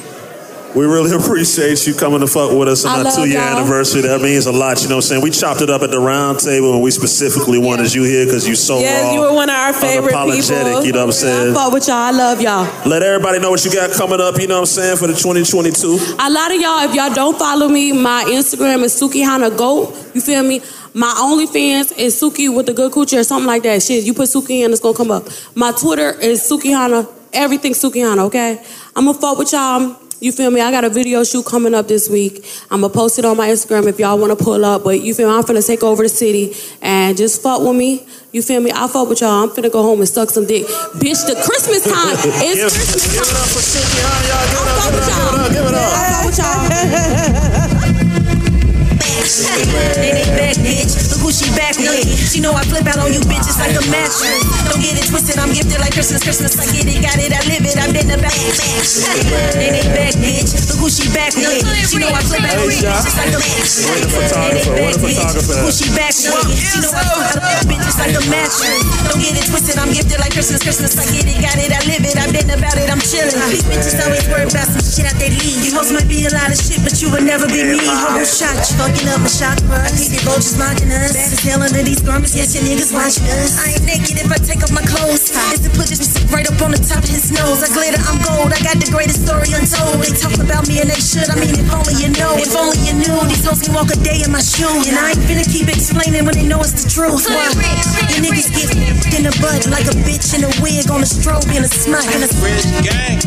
We really appreciate you coming to fuck with us I on our love two year y'all. anniversary. That means a lot, you know what I'm saying? We chopped it up at the round table and we specifically wanted you here because you so Yes, raw. you were one of our favorite Oh, unapologetic, people. you know what I'm saying? Fuck with y'all. I love y'all. Let everybody know what you got coming up, you know what I'm saying, for the 2022. A lot of y'all, if y'all don't follow me, my Instagram is Sukihana Goat. You feel me? My OnlyFans is Suki with the good coochie or something like that. Shit, you put Suki in, it's gonna come up. My Twitter is Sukihana. Everything Sukihana, okay? I'ma fuck with y'all. You feel me? I got a video shoot coming up this week. I'ma post it on my Instagram if y'all wanna pull up. But you feel me? I'm finna take over the city and just fuck with me. You feel me? I fuck with y'all. I'm finna go home and suck some dick. Bitch, the Christmas time is Christmas time. It ain't back, bitch. Look who she back with. She know I flip out on you bitches like a mattress. Don't get it twisted. I'm gifted like Christmas, Christmas. I get it, got it, I live it. I've been a bad bitch. It ain't back, bitch. Look who she back with. She know I flip out on you bitches like a mattress. Where the photographer? Where the photographer? Who at? she back with? She know I flip out on you bitches like a mattress. Don't get it twisted. I'm gifted like Christmas, Christmas. I get it, got it, I live it. I've been about it. I'm chilling. These bitches always worry about some shit out they leave. You hoes might be a lot of shit, but you would never be me. Whole shot, you fucking up a chakra. I keep your vultures mocking us. Bad as hell under these garments, yes, your niggas watching us. I ain't naked if I take off my clothes. It's to put this shit right up on the top of his nose. I glitter, I'm gold. I got the greatest story untold. They talk about me and they should. I mean, if only you know. If only you knew. These hoes can walk a day in my shoes. And I ain't finna keep explaining when they know it's the truth. Why? Your niggas get f***ed in the butt like a bitch in a wig on a strobe and a smut and a rich gang.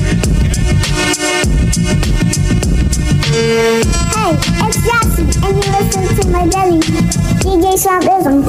Hey, it's Yassi, and you listen to my belly. DJ Swampism.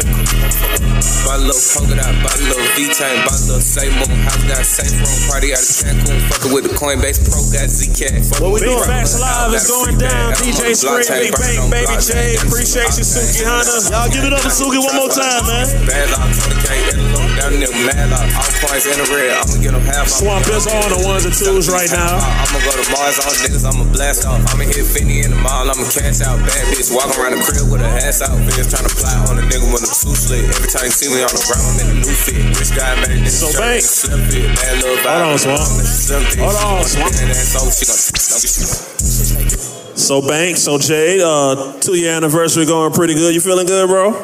Buy a little polka dot, buy a little V-Tank, buy a little same moon, house got safe room, party out of Cancun, fucking with the Coinbase Pro, got Zcash. What we doing fast live is going down. DJ Scream, Big Bang, Baby J. Appreciate you, Suki Hana. Y'all give it up to Suki one more time, man. Bad luck, 20K, and look down there, mad luck, all coins in the red, I'ma get them half. Swamp is on the ones and twos right now. Uh, I'ma go to bars, all niggas, I'ma blast off. I'ma hit 50 in the mall, I'ma cash out. Bad bitch walking around the crib with her ass out. Bitch trying to fly on a nigga with a two slit. Every time you see me on the ground, I'm in a new fit. Rich guy made a nigga so shirt. and a Slim fit, bad little vibe. Hold on, Swamp. Hold on, Swamp. She gonna, don't be So Banks, so Jade, uh, two year anniversary going pretty good. You feeling good, bro?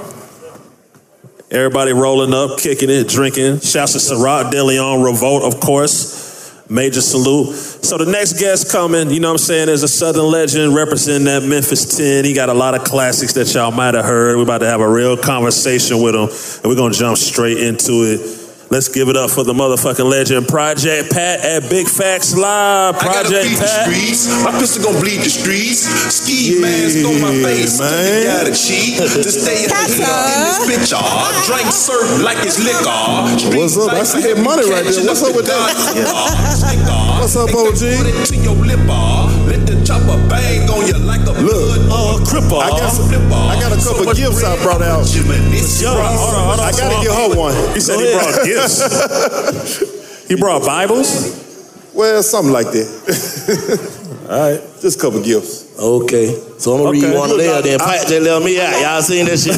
Everybody rolling up, kicking it, drinking. Shouts to Syrah, DeLeon, Revolt, of course. Major salute. So the next guest coming, you know what I'm saying, is a Southern legend representing that Memphis 10. He got a lot of classics that y'all might have heard. We're about to have a real conversation with him, and we're gonna jump straight into it. Let's give it up for the motherfucking legend, Project Pat at Big Facts Live. Project Pat. My pistol gonna bleed the streets. Ski mask on my face. Man. Gotta cheat to stay in this bitch. y'all. Drink syrup like it's liquor. What's up? I see that money right there. What's up with that? What's up, OG? To your lip, ah. Let the chopper bang on you like a look. Oh, Uh, cripple. I got, some, I got a couple gifts I brought out. Yo, I gotta give her one. He said he brought gifts. He brought Bibles? Well, something like that. All right, just a couple gifts. Okay, so I'm gonna read Okay. one later. Then I- Pat just left me out. Y'all seen that shit?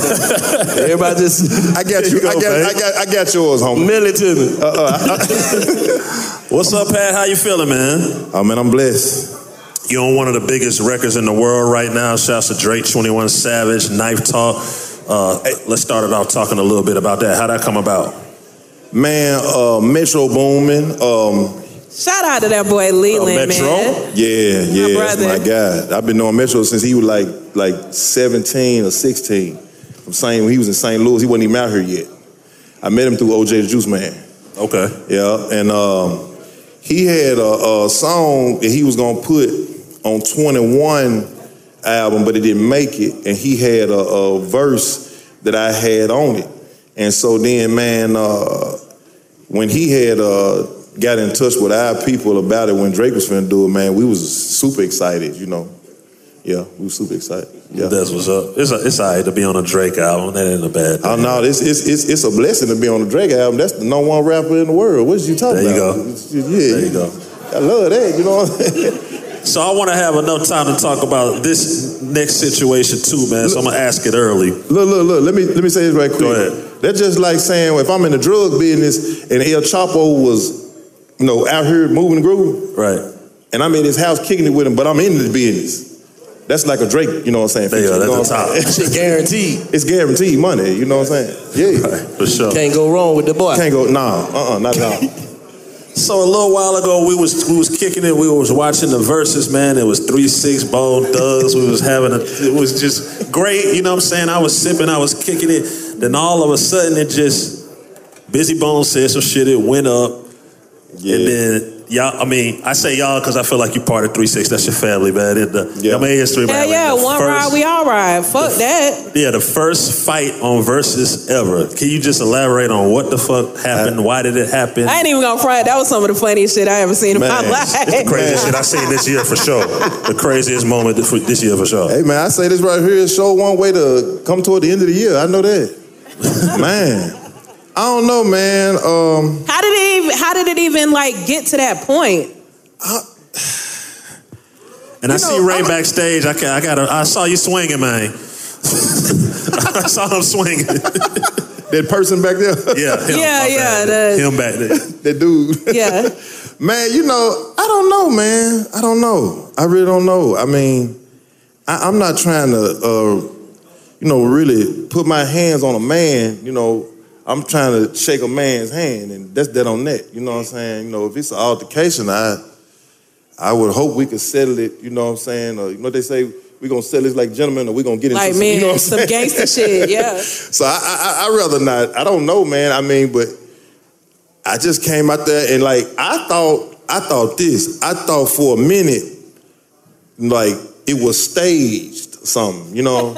Everybody just. I got you. I got, I got. I got yours, homie. Uh-uh. Mail it to me. What's up, Pat? How you feeling, man? I mean, Oh, I'm blessed. You on one of the biggest records in the world right now. Shouts to Drake, 21 Savage, Knife Talk. Uh, hey, let's start it off talking a little bit about that. How'd that come about? Man, uh, Metro Boomin. Um, Shout out to that boy Leland, man. Yeah, yeah, my, brother. my God. I've been knowing Metro since he was like like 17 or 16. From St. When he was in St. Louis, he wasn't even out here yet. I met him through OJ the Juice Man. Okay. Yeah, and um, he had a, a song that he was gonna put on 21 album, but it didn't make it. And he had a, a verse that I had on it. And so then, man, uh, when he had uh, got in touch with our people about it when Drake was finna do it, man, we was super excited, you know. Yeah, we was super excited. Yeah. That's what's up. It's a, it's all right to be on a Drake album. That ain't a bad Oh no, it's it's it's it's a blessing to be on the Drake album. That's the number one rapper in the world. What you talking There you about? go. It's- Yeah, There you go. I love that. You know what I'm saying? So I want to have enough time to talk about this next situation too, man. So I'm gonna ask it early. Look, look, look. Let me let me say this right quick. Go ahead. That's just like saying if I'm in the drug business and El Chapo was, you know, out here moving the groove, right? And I'm in his house kicking it with him, but I'm in the business. That's like a Drake, you know what I'm saying? There you go, feature, you that's know the what I'm top. saying? guaranteed. It's guaranteed money. You know what I'm saying? Yeah, for sure. Can't go wrong with the boy. Can't go. Nah, uh, uh not at all. So a little while ago, we was we was kicking it. We was watching the verses, man. It was three six ball thugs. We was having a. It was just great. You know what I'm saying? I was sipping. I was kicking it. Then all of a sudden, it just busy bones said some shit. It went up. And then y'all. I mean, I say y'all because I feel like you part of three six. That's your family, man. It, the, Y'all made history, man. Hell Like, yeah, the one first- ride, we all ride. Fuck that. yeah, the first fight on versus ever. Can you just elaborate on what the fuck happened? Why did it happen? I ain't even gonna front. That was some of the funniest shit I ever seen in my life. It's the craziest shit I seen this year for sure. The craziest moment th- for this year for sure. Hey man, I say this right here. Show one way to come toward the end of the year. I know that. man, I don't know, man. Um, How did it even? How did it even like get to that point? And I see Ray backstage. I ca- I got. I saw you swinging, man. I saw him swinging. that person back there. Yeah. Him, Yeah, my yeah, bad. the- Him back there. that dude. Yeah. man, you know, I don't know, man. I don't know. I really don't know. I mean, I, I'm not trying to, uh, you know, really put my hands on a man. You know, I'm trying to shake a man's hand, and that's that on that. You know what I'm saying? You know, if it's an altercation, I, I would hope we could settle it. You know what I'm saying? Or, you know what they say? We're gonna settle this like gentlemen, or we're gonna get into Like some, men, you know what some I'm saying? gangster shit, yeah. So I, I, I I'd rather not. I don't know, man. I mean, but I just came out there and like I thought, I thought this. I thought for a minute, like it was staged. or Something, you know.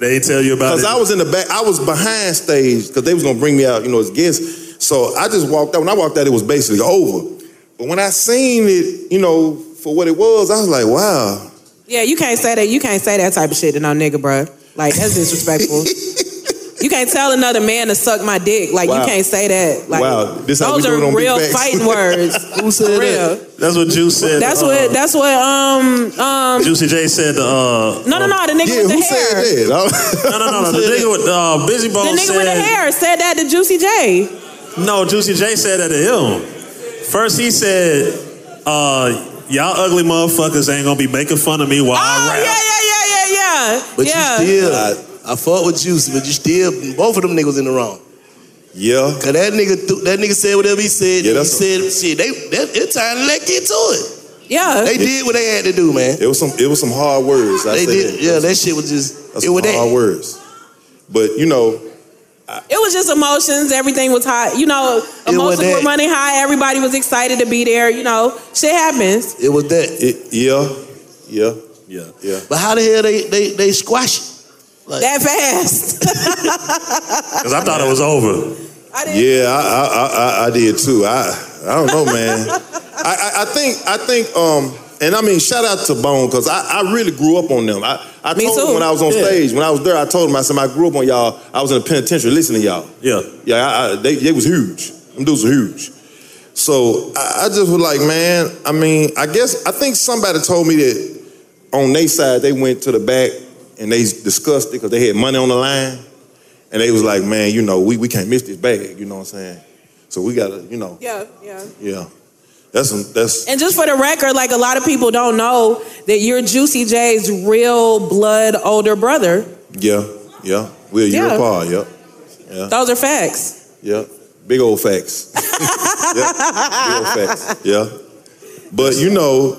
they didn't tell you about Cause it. I was in the back. I was behind stage because they was gonna bring me out, you know, as guests. So I just walked out. When I walked out, it was basically over. But when I seen it, you know, for what it was, I was like, wow. Yeah, you can't say that. You can't say that type of shit to no nigga, bro. Like that's disrespectful. you can't tell another man to suck my dick. Like Wow. you can't say that. Like Wow, this how we those do it are on Big real Facts. fighting words. Who For said real. That's what Juice said. That's uh, what. That's what. Um. Um. Juicy J said. The, uh, No, no, no. The nigga Yeah, with the who hair. said that? no, no, no, no. The nigga with uh, Busy The Bone nigga said. with the hair said that to Juicy J. No, Juicy J said that to him. First, he said, uh, "Y'all ugly motherfuckers ain't gonna be making fun of me while I rap." Oh, Yeah, yeah, yeah. But yeah. you still, I, I fought with Juicy, but you still, both of them niggas in the wrong. Yeah. Cause that nigga, th- that nigga said whatever he said. he Yeah, that's- said shit. They, that, it's time to let get to Uh, it. Yeah. They did what they had to do, man. It was some it was some hard words. I They said did- that. yeah, that shit was just That's it some was that. hard words. But you know, It was just emotions. Everything was hot. You know, It was emotions were that. running high. Everybody was excited to be there. You know, shit happens. It was that. yeah, yeah, yeah, yeah. But how the hell they they they squash it? that fast. Because I thought it was over. yeah, I, I I I- I did too. I I don't know, man. I, I I think I think um and I mean shout out to Bone because I, I really grew up on them. I, I Me told too. them when I was on Yeah. stage when I was there I told them I said I grew up on y'all. I was in a penitentiary listening to y'all. Yeah. Yeah, I, I, they they was huge. Them dudes were huge. So I, I just was like, man, I mean, I guess, I think somebody told me that on their side, they went to the back and they discussed it because they had money on the line. And they was like, man, you know, we, we can't miss this bag, you know what I'm saying? So we gotta, you know, Yeah, yeah. yeah. That's some, that's, And just for the record, like a lot of people don't know that you're Juicy J's real blood older brother. yeah, yeah. We're a year Yeah. apart, yep. Yeah. Those are facts. Yeah. Big old facts. yeah. Big old facts. Yeah. But you know,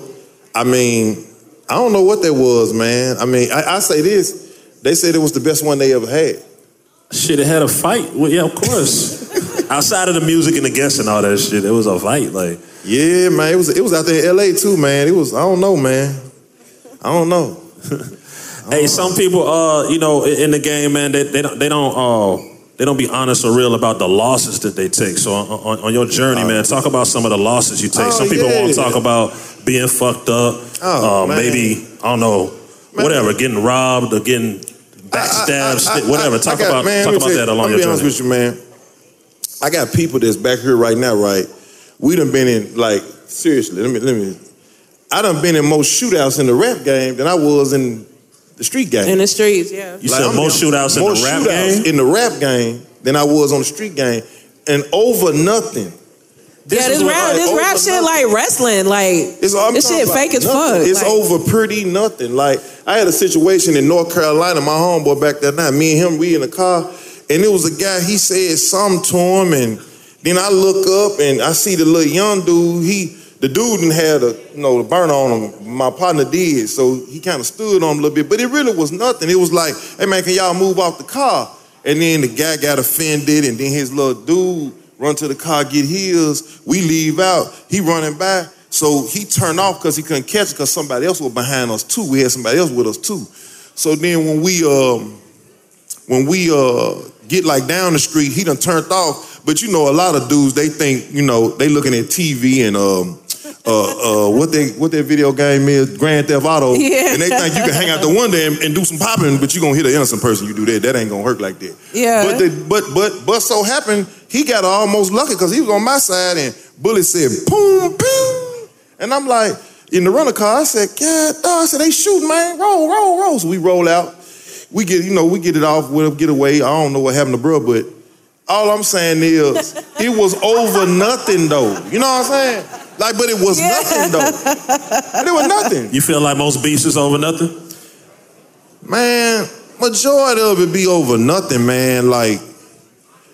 I mean, I don't know what that was, man. I mean, I, I say this. They said it was the best one they ever had. Shit, it had a fight. Well, yeah, of course. Outside of the music and the guests and all that shit, it was a fight. Like, yeah, man, it was it was out there in LA too, man. It was I don't know, man. I don't know. Oh. Hey, some people, uh, you know, i- in the game, man, they, they don't, they don't, uh, they don't be honest or real about the losses that they take. So on, on, on your journey, man, talk about some of the losses you take. Oh, some people yeah. won't talk about being fucked up. Oh, uh, man. maybe I don't know, whatever, getting robbed or getting backstabbed, shit, whatever. I- I talk got- about man, talk let me about tell you- that along I'm your be honest journey. with you, man. I got people that's back here right now, right? We done been in like seriously. Let me let me. I done been in more shootouts in the rap game than I was in the street game. In the streets, yeah. You said more shootouts in more the rap shootouts game? in the rap game than I was on the street game, and over nothing. yeah, is this what rap, I- this over rap shit nothing. like wrestling. Like It's all I'm this talking shit about. fake as Nothing. fuck. It's Like, over pretty nothing. Like I had a situation in North Carolina, my homeboy back that night, me and him, we in the car, and it was a guy, he said something to him, and then I look up and I see the little young dude, he the dude did had a you know the burn on him. My partner did, so he kind of stood on him a little bit, but it really was nothing. It was like, hey man, can y'all move off the car? And then the guy got offended, and then his little dude run to the car, get his. We leave out. He running by. So he turned off because he couldn't catch because somebody else was behind us too. We had somebody else with us too. So then when we um when we uh get like down the street, he done turned off. But you know, a lot of dudes they think you know they looking at TV and um uh uh what they what their video game is Grand Theft Auto, Yeah. and they think you can hang out the window and, and do some popping, but you gonna hit an innocent person. You do that, that ain't gonna hurt like that. Yeah. But the, but but but so happened he got almost lucky because he was on my side and Bully said boom boom, and I'm like in the rental car I said God, dog," I said they shooting man, roll roll roll. So we roll out, we get you know we get it off with him, get away. I don't know what happened to bro, but all I'm saying is it was over nothing though. You know what I'm saying? Like but it was nothing though. It was nothing. You feel like most beefs is over nothing? Man, majority of it be over nothing, man. Like,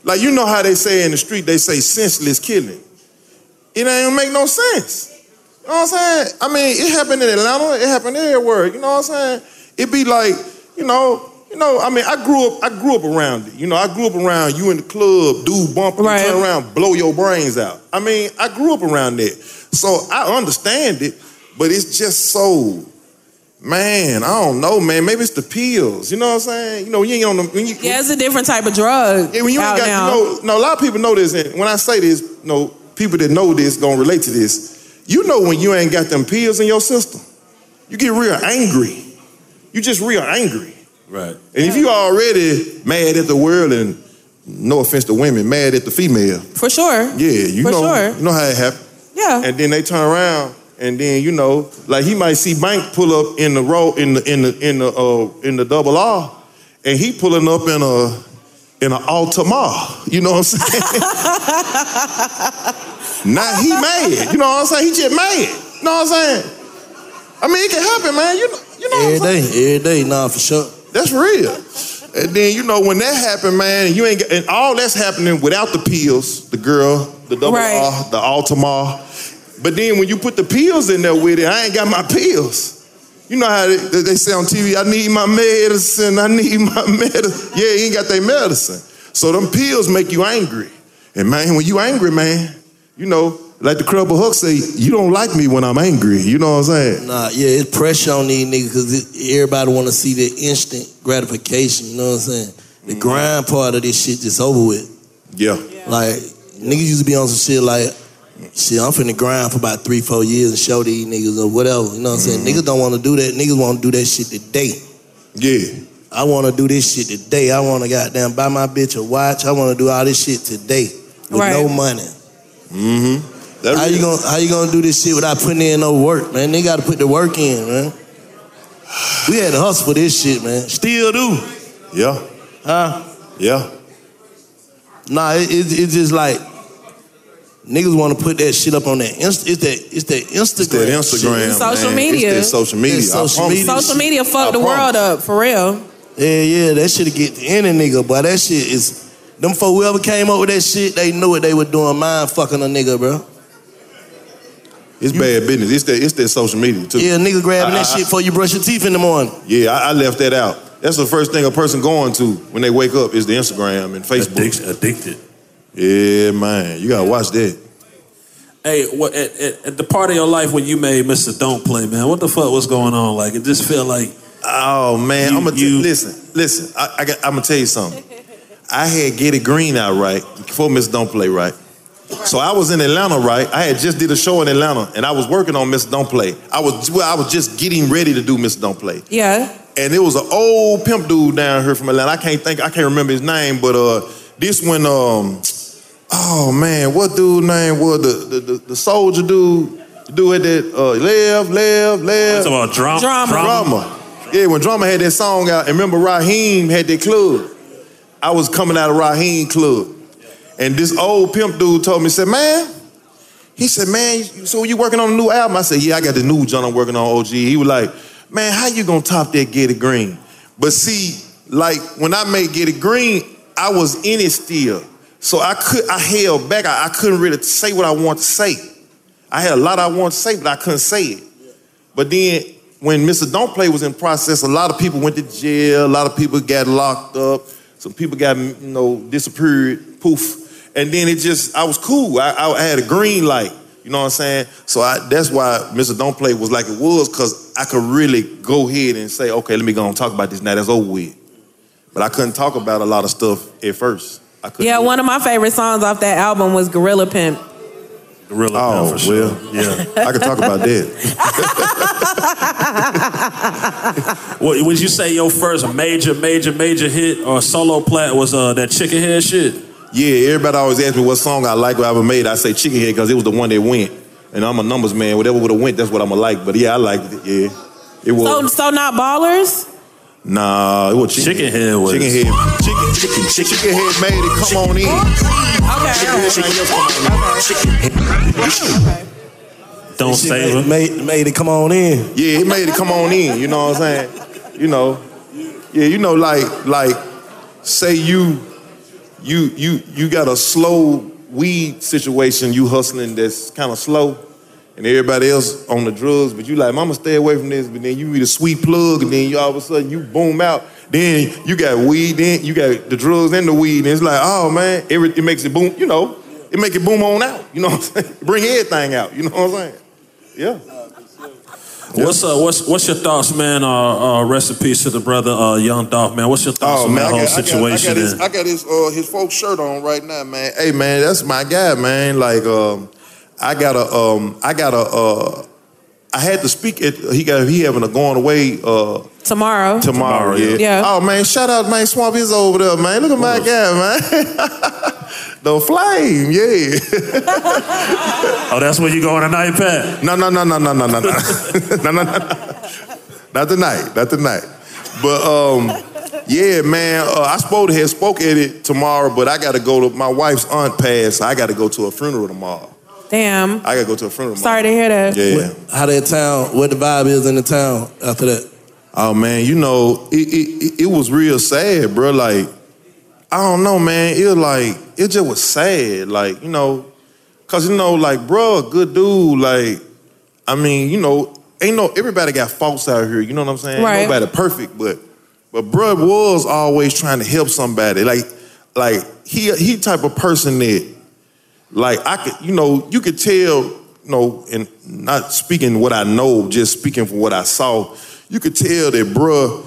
like you know how they say in the street, they say senseless killing. It ain't make no sense. You know what I'm saying? I mean, it happened in Atlanta, it happened everywhere. You know what I'm saying? It be like, you know, you know, I mean, I grew up, I grew up around it. You know, I grew up around you in the club, dude bump, you turn around, blow your brains out. I mean, I grew up around that. So I understand it, but it's just so Man, I don't know, man. Maybe it's the pills. You know what I'm saying? You know, you ain't on them. When you, yeah, it's a different type of drug. yeah, when you ain't out got, now. you know, no, a lot of people know this. And when I say this, you know, people that know this gonna relate to this. You know, when you ain't got them pills in your system, you get real angry. You just real angry. Right. And if you already mad at the world, and no offense to women, mad at the female, for sure. yeah, you For know, sure. you know how it happened. Yeah. And then they turn around, and then you know, like he might see Bank pull up in the row in the in the in the uh, in the double R, and he pulling up in a in an Altamar. You know what I'm saying? now he mad. You know what I'm saying? He just mad. You know what I'm saying? I mean, it can happen, man. You know, Every day, every day, nah, for sure. that's real. And then you know when that happened, man, and you ain't got, and all that's happening without the pills, the girl, the double R, the Altamar. But then when you put the pills in there with it, I ain't got my pills. You know how they, they they say on TV, I need my medicine, I need my medicine. Yeah, you ain't got their medicine. So them pills make you angry. And man, when you angry, man, you know, like the Crumble Hook say, you don't like me when I'm angry. You know what I'm saying? Nah, yeah, it's pressure on these niggas because everybody want to see the instant gratification. You know what I'm saying? The grind part of this shit just over with. Mm. Yeah. Like niggas used to be on some shit like, shit, I'm finna grind for about three, four years and show these niggas or whatever. You know what I'm saying? Mm-hmm. Niggas don't want to do that. Niggas want to do that shit today. Yeah. I want to do this shit today. I want to goddamn buy my bitch a watch. I want to do all this shit today with Right. no money. Mm-hmm. How you gonna How you gonna do this shit without putting in no work, man? They gotta put the work in, man. We had to hustle for this shit, man. Still do. Yeah. Huh? Yeah. Nah, it, it, it's just like niggas want to put that shit up on that. Inst- it's that it's that Instagram. that Instagram, shit. Social man. It's media. that social media. That I social promise media. Social media fucked the I world up for real. Yeah, yeah, that shit get to any nigga, but that shit is them for whoever came up with that shit, they knew what they were doing, mind fucking a nigga, bro. It's bad business. It's that it's that social media too. Yeah, nigga grabbing that I- I- shit before you brush your teeth in the morning. Yeah, I, I left that out. That's the first thing a person going to when they wake up is the Instagram and Facebook. addicted. Yeah, man, you gotta watch that. Hey, what, at, at, at the part of your life when you made Mr. Don't Play, man, what the fuck was going on? Like, it just felt like. Oh man, I'm gonna listen, listen. I, I got, I'm gonna tell you something. I had Get It Green out right before Miss Don't Play right. So I was in Atlanta, right? I had just did a show in Atlanta, and I was working on Miss Don't Play. I was well, I was just getting ready to do Miss Don't Play. Yeah. and it was an old pimp dude down here from Atlanta. I can't think, I can't remember his name, but uh, this one, um, oh man, what dude name was the the, the, the soldier dude? The dude had that uh, left, left, left. You talking about Drum- Drama. drama. Yeah, when drama had that song out, and remember Raheem had that club. I was coming out of Raheem club, and this old pimp dude told me, said, man. He said, man, so you working on a new album? I said, yeah, I got the new joint I'm working on, OG. He was like, man, how you gonna top that Get It Green? But see, like when I made Get It Green, I was in it still. So I could I held back. I, I couldn't really say what I wanted to say. I had a lot I wanted to say, but I couldn't say it. But then when Mr. Don't Play was in process, a lot of people went to jail, a lot of people got locked up, some people got, you know, disappeared, poof. And then it just, I was cool. I, I had a green light, you know what I'm saying? So I, that's why Mr. Don't Play was like it was, because I could really go ahead and say, okay, let me go and talk about this now, that's over with. But I couldn't talk about a lot of stuff at first. I couldn't. Yeah, one of my favorite songs off that album was Gorilla Pimp. Gorilla oh, Pimp, for sure. Well, yeah, I could talk about that. What, would you say your first major, major, major hit or solo plat was uh, that chicken head shit? Yeah, everybody always asks me what song I like or ever made. I say Chicken Head because it was the one that went. And I'm a numbers man. Whatever would have went, that's what I'ma like. But yeah, I liked it. Yeah, it was. So, so not ballers. nah, it was Chicken, Chicken Head. Was, chicken Head. Chicken, chicken, chicken, chicken Head made it. Come on in. Okay. Don't save it. Made, made it come on in. Yeah, he made it come on in. You know what I'm saying? You know, yeah, you know, like like say you you you you got a slow weed situation. You hustling that's kind of slow, and everybody else on the drugs. But you like, mama, stay away from this. But then you eat a sweet plug, and then you all of a sudden you boom out. Then you got weed. Then you got the drugs and the weed. And it's like, oh man, every, it makes it boom. You know, it make it boom on out. You know what I'm saying? Bring everything out. You know what I'm saying? Yeah. What's uh, what's what's your thoughts, man? Uh, uh, rest in peace to the brother, uh, Young Dolph, man. What's your thoughts Oh, on man, that I whole got- I got- I got situation? his- and- I got his uh, his folks shirt on right now, man. Hey man, that's my guy, man. Like um, I got a um, I got a uh, I had to speak at he got he having a going away uh tomorrow. Tomorrow, yeah. Yeah. Oh man, shout out man Swamp is over there, man. Look at my guy, man. the flame, yeah. oh, that's where you going tonight, Pat? No, no, no, no, no, no, no, no. no, no, no. Not tonight, not tonight. But um, yeah, man, uh, I spoke had spoke at it tomorrow, but I got to go to my wife's aunt passed. so I got to go to a funeral tomorrow. Damn. I got to go to a funeral. Sorry to hear that. Yeah. How that town, what the vibe is in the town after that. Oh man, you know it it, it, it was real sad, bro. Like I don't know, man. It was like it just was sad, like you know, cause you know, like bro, good dude. Like I mean, you know, ain't no everybody got faults out here. You know what I'm saying? Ain't Right. Nobody perfect, but but bro was always trying to help somebody. Like like he he type of person that like I could you know you could tell you know and not speaking what I know, just speaking from what I saw. You could tell that bruh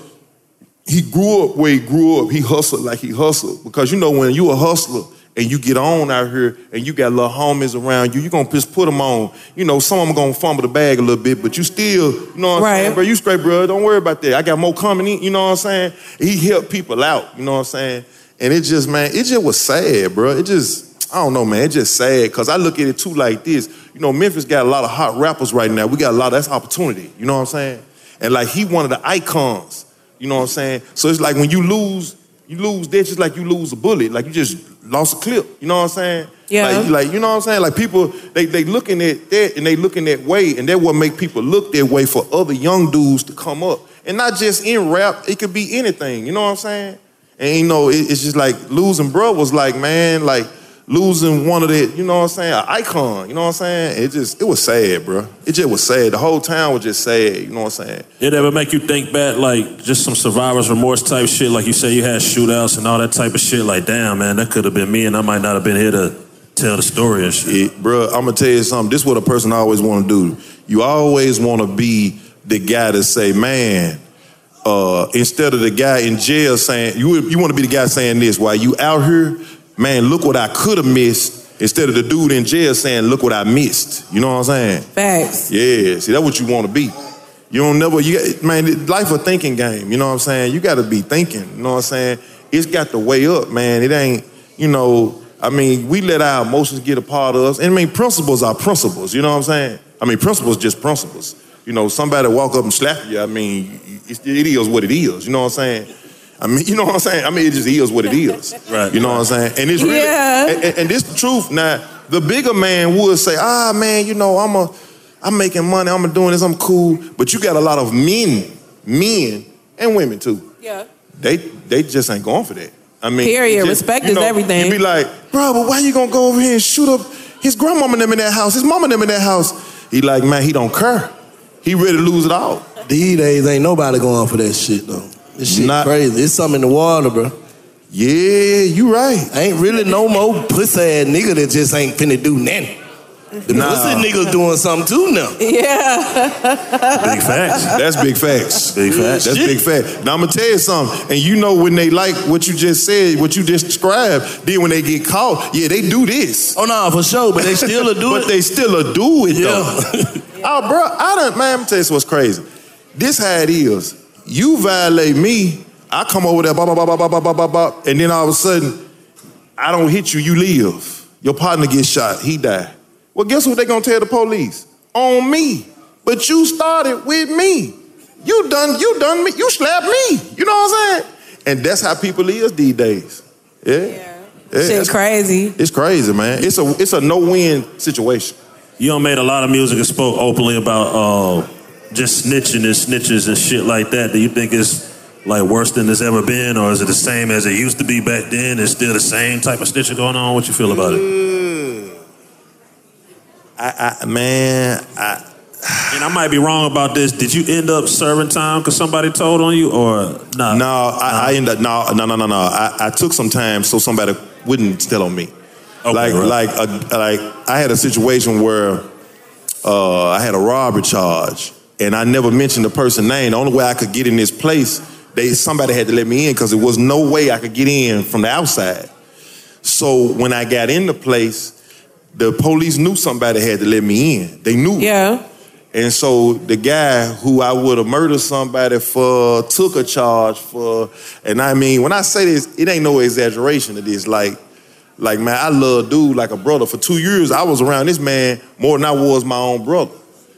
he grew up where he grew up. He hustled like he hustled. Because you know, when you a hustler and you get on out here and you got little homies around you, you going to just put them on. You know, some of them going to fumble the bag a little bit, but you still, you know what I'm saying? Bro, you straight, bro. Don't worry about that. I got more coming in. You know what I'm saying? He helped people out. You know what I'm saying? And it just, man, it just was sad, bro. It just, I don't know, man. It just sad. Because I look at it too like this. you know, Memphis got a lot of hot rappers right now. We got a lot of that's opportunity. You know what I'm saying? And like he one of the icons. You know what I'm saying? So it's like when you lose, you lose that just like you lose a bullet. Like you just lost a clip. You know what I'm saying? Yeah. Like, like you know what I'm saying? Like people, they they looking at that and they looking that way, and that what make people look that way for other young dudes to come up, and not just in rap. It could be anything. You know what I'm saying? And you know, it- it's just like losing bro was like man, like losing one of the, you know what I'm saying, an icon. You know what I'm saying? It just, it was sad, bro. It just was sad. The whole town was just sad. You know what I'm saying? It ever make you think back, like just some survivor's remorse type shit, like you say you had shootouts and all that type of shit. Like, damn, man, that could have been me, and I might not have been here to tell the story and shit. Bro, I'm gonna tell you something. This is what a person always want to do. You always want to be the guy to say, man. Uh, instead of the guy in jail saying, you you want to be the guy saying this while you out here, man. Look what I could have missed. Instead of the dude in jail saying, look what I missed. You know what I'm saying? Facts. Yeah, see, that's what you want to be. You don't never, you got, man, life a thinking game. You know what I'm saying? You got to be thinking. You know what I'm saying? It's got to weigh up, man. It ain't, you know, I mean, we let our emotions get a part of us. And I mean, principles are principles. You know what I'm saying? I mean, principles just principles. You know, somebody walk up and slap you. I mean, it's, it is what it is. You know what I'm saying? I mean, you know what I'm saying? I mean, it just is what it is. right. You know what I'm saying? And it's really, Yeah. and, and, and this the truth. Now, the bigger man would say, ah, man, you know, I'm a, I'm making money, I'm doing this, I'm cool. But you got a lot of men, men and women too. Yeah. They they just ain't going for that. I mean, Period. it just- Respect you is know, everything. You be like, bro, but why you gonna go over here and shoot up his grandmama and them in that house, his mama and them in that house? He like, man, he don't care. He ready to lose it all. These days ain't nobody going for that shit though. This shit crazy. It's something in the water, bro. Yeah, you right. Ain't really no more pussy ass nigga that just ain't finna do nothing. The Nah. pussy niggas doing something too now. Yeah. Big facts. That's big facts. Big facts. That's big facts. Now I'm gonna tell you something, and you know when they like what you just said, what you just described, then when they get caught, yeah, they do this. Oh no, for sure, but they still a do but it. they still a do it though. oh, bro, I don't man. I'm gonna tell you what's crazy. This how it is. You violate me, I come over there, blah blah blah blah blah blah blah blah, and then all of a sudden, I don't hit you, you live. Your partner gets shot, he die. Well, guess what they gonna tell the police? On me. But you started with me. You done, you done me, you slapped me. You know what I'm saying? And that's how people is these days. Yeah. Shit that's- crazy. It's crazy, man. It's a it's a no-win situation. You done made a lot of music and spoke openly about uh, just snitching and snitches and shit like that. Do you think it's like worse than it's ever been, or is it the same as it used to be back then? It's still the same type of snitching going on. What you feel about it? Mm. I, I man, I and I might be wrong about this. Did you end up serving time because somebody told on you, or no? No, I, I end up no, no, no, no, no. I, I took some time so somebody wouldn't tell on me. right. like, like, a, like I had a situation where uh, I had a robbery charge, and I never mentioned the person's name. The only way I could get in this place, they somebody had to let me in because there was no way I could get in from the outside. So when I got in the place, the police knew somebody had to let me in. They knew. Yeah. And so the guy who I would have murdered somebody for took a charge for, and I mean, when I say this, it ain't no exaggeration to this. Like, like man, I love dude like a brother. For two years, I was around this man more than I was my own brother.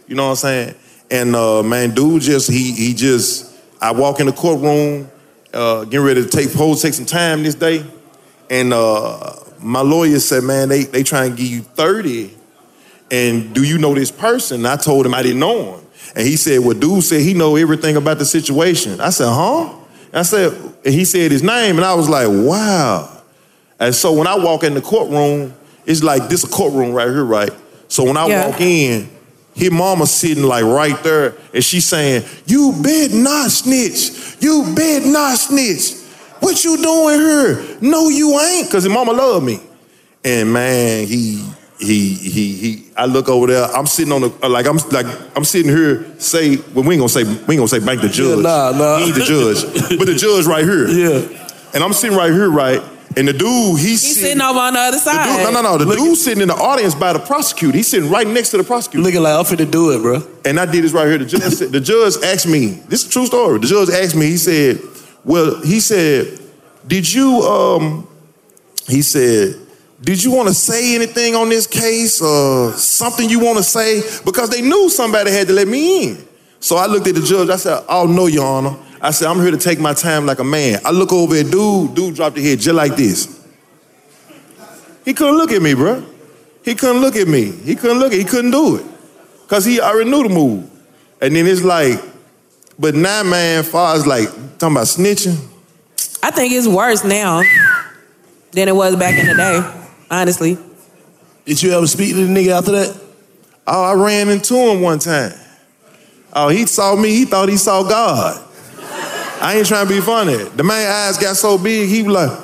You know what I'm saying? And uh, man, dude just he he just I walk in the courtroom, uh, getting ready to take hold, take some time this day, and uh, my lawyer said, man, they they try and give you thirty and do you know this person? And I told him I didn't know him. And he said, well, dude said he know everything about the situation. I said, huh? And I said, and he said his name, and I was like, wow. And so when I walk in the courtroom, it's like this a courtroom right here, right? So when I Yeah. walk in, his mama sitting like right there, and she saying, "You bid not snitch. You bid not snitch. What you doing here? No, you ain't." Cause his mama love me. And man, he he he he. I look over there. I'm sitting on the like I'm like I'm sitting here. Say well, we ain't gonna say we ain't gonna say bank the judge. nah, nah. He ain't the judge, but the judge right here. Yeah. And I'm sitting right here, right. And the dude, he's, He's sitting over on the other the side. dude- no, no, no. The dude sitting in the audience by the prosecutor. He's sitting right next to the prosecutor. Looking like I'm finna do it, bro. And I did this right here. The judge, said, the judge asked me. This is a true story. The judge asked me. He said, "Well, he said, did you um?" He said, Did you want to say anything on this case or something you want to say? Because they knew somebody had to let me in. So I looked at the judge. I said, Oh, no, Your Honor. I said, I'm here to take my time like a man. I look over at dude. Dude dropped his head just like this. He couldn't look at me, bro. He couldn't look at me. He couldn't look. He couldn't do it. Because he already knew the move. And then it's like, but nine man far is like, talking about snitching. I think it's worse now than it was back in the day. Honestly. Did you ever speak to the nigga after that? Oh, I ran into him one time. Oh, he saw me. He thought he saw God. I ain't trying to be funny. The man eyes got so big, he was like,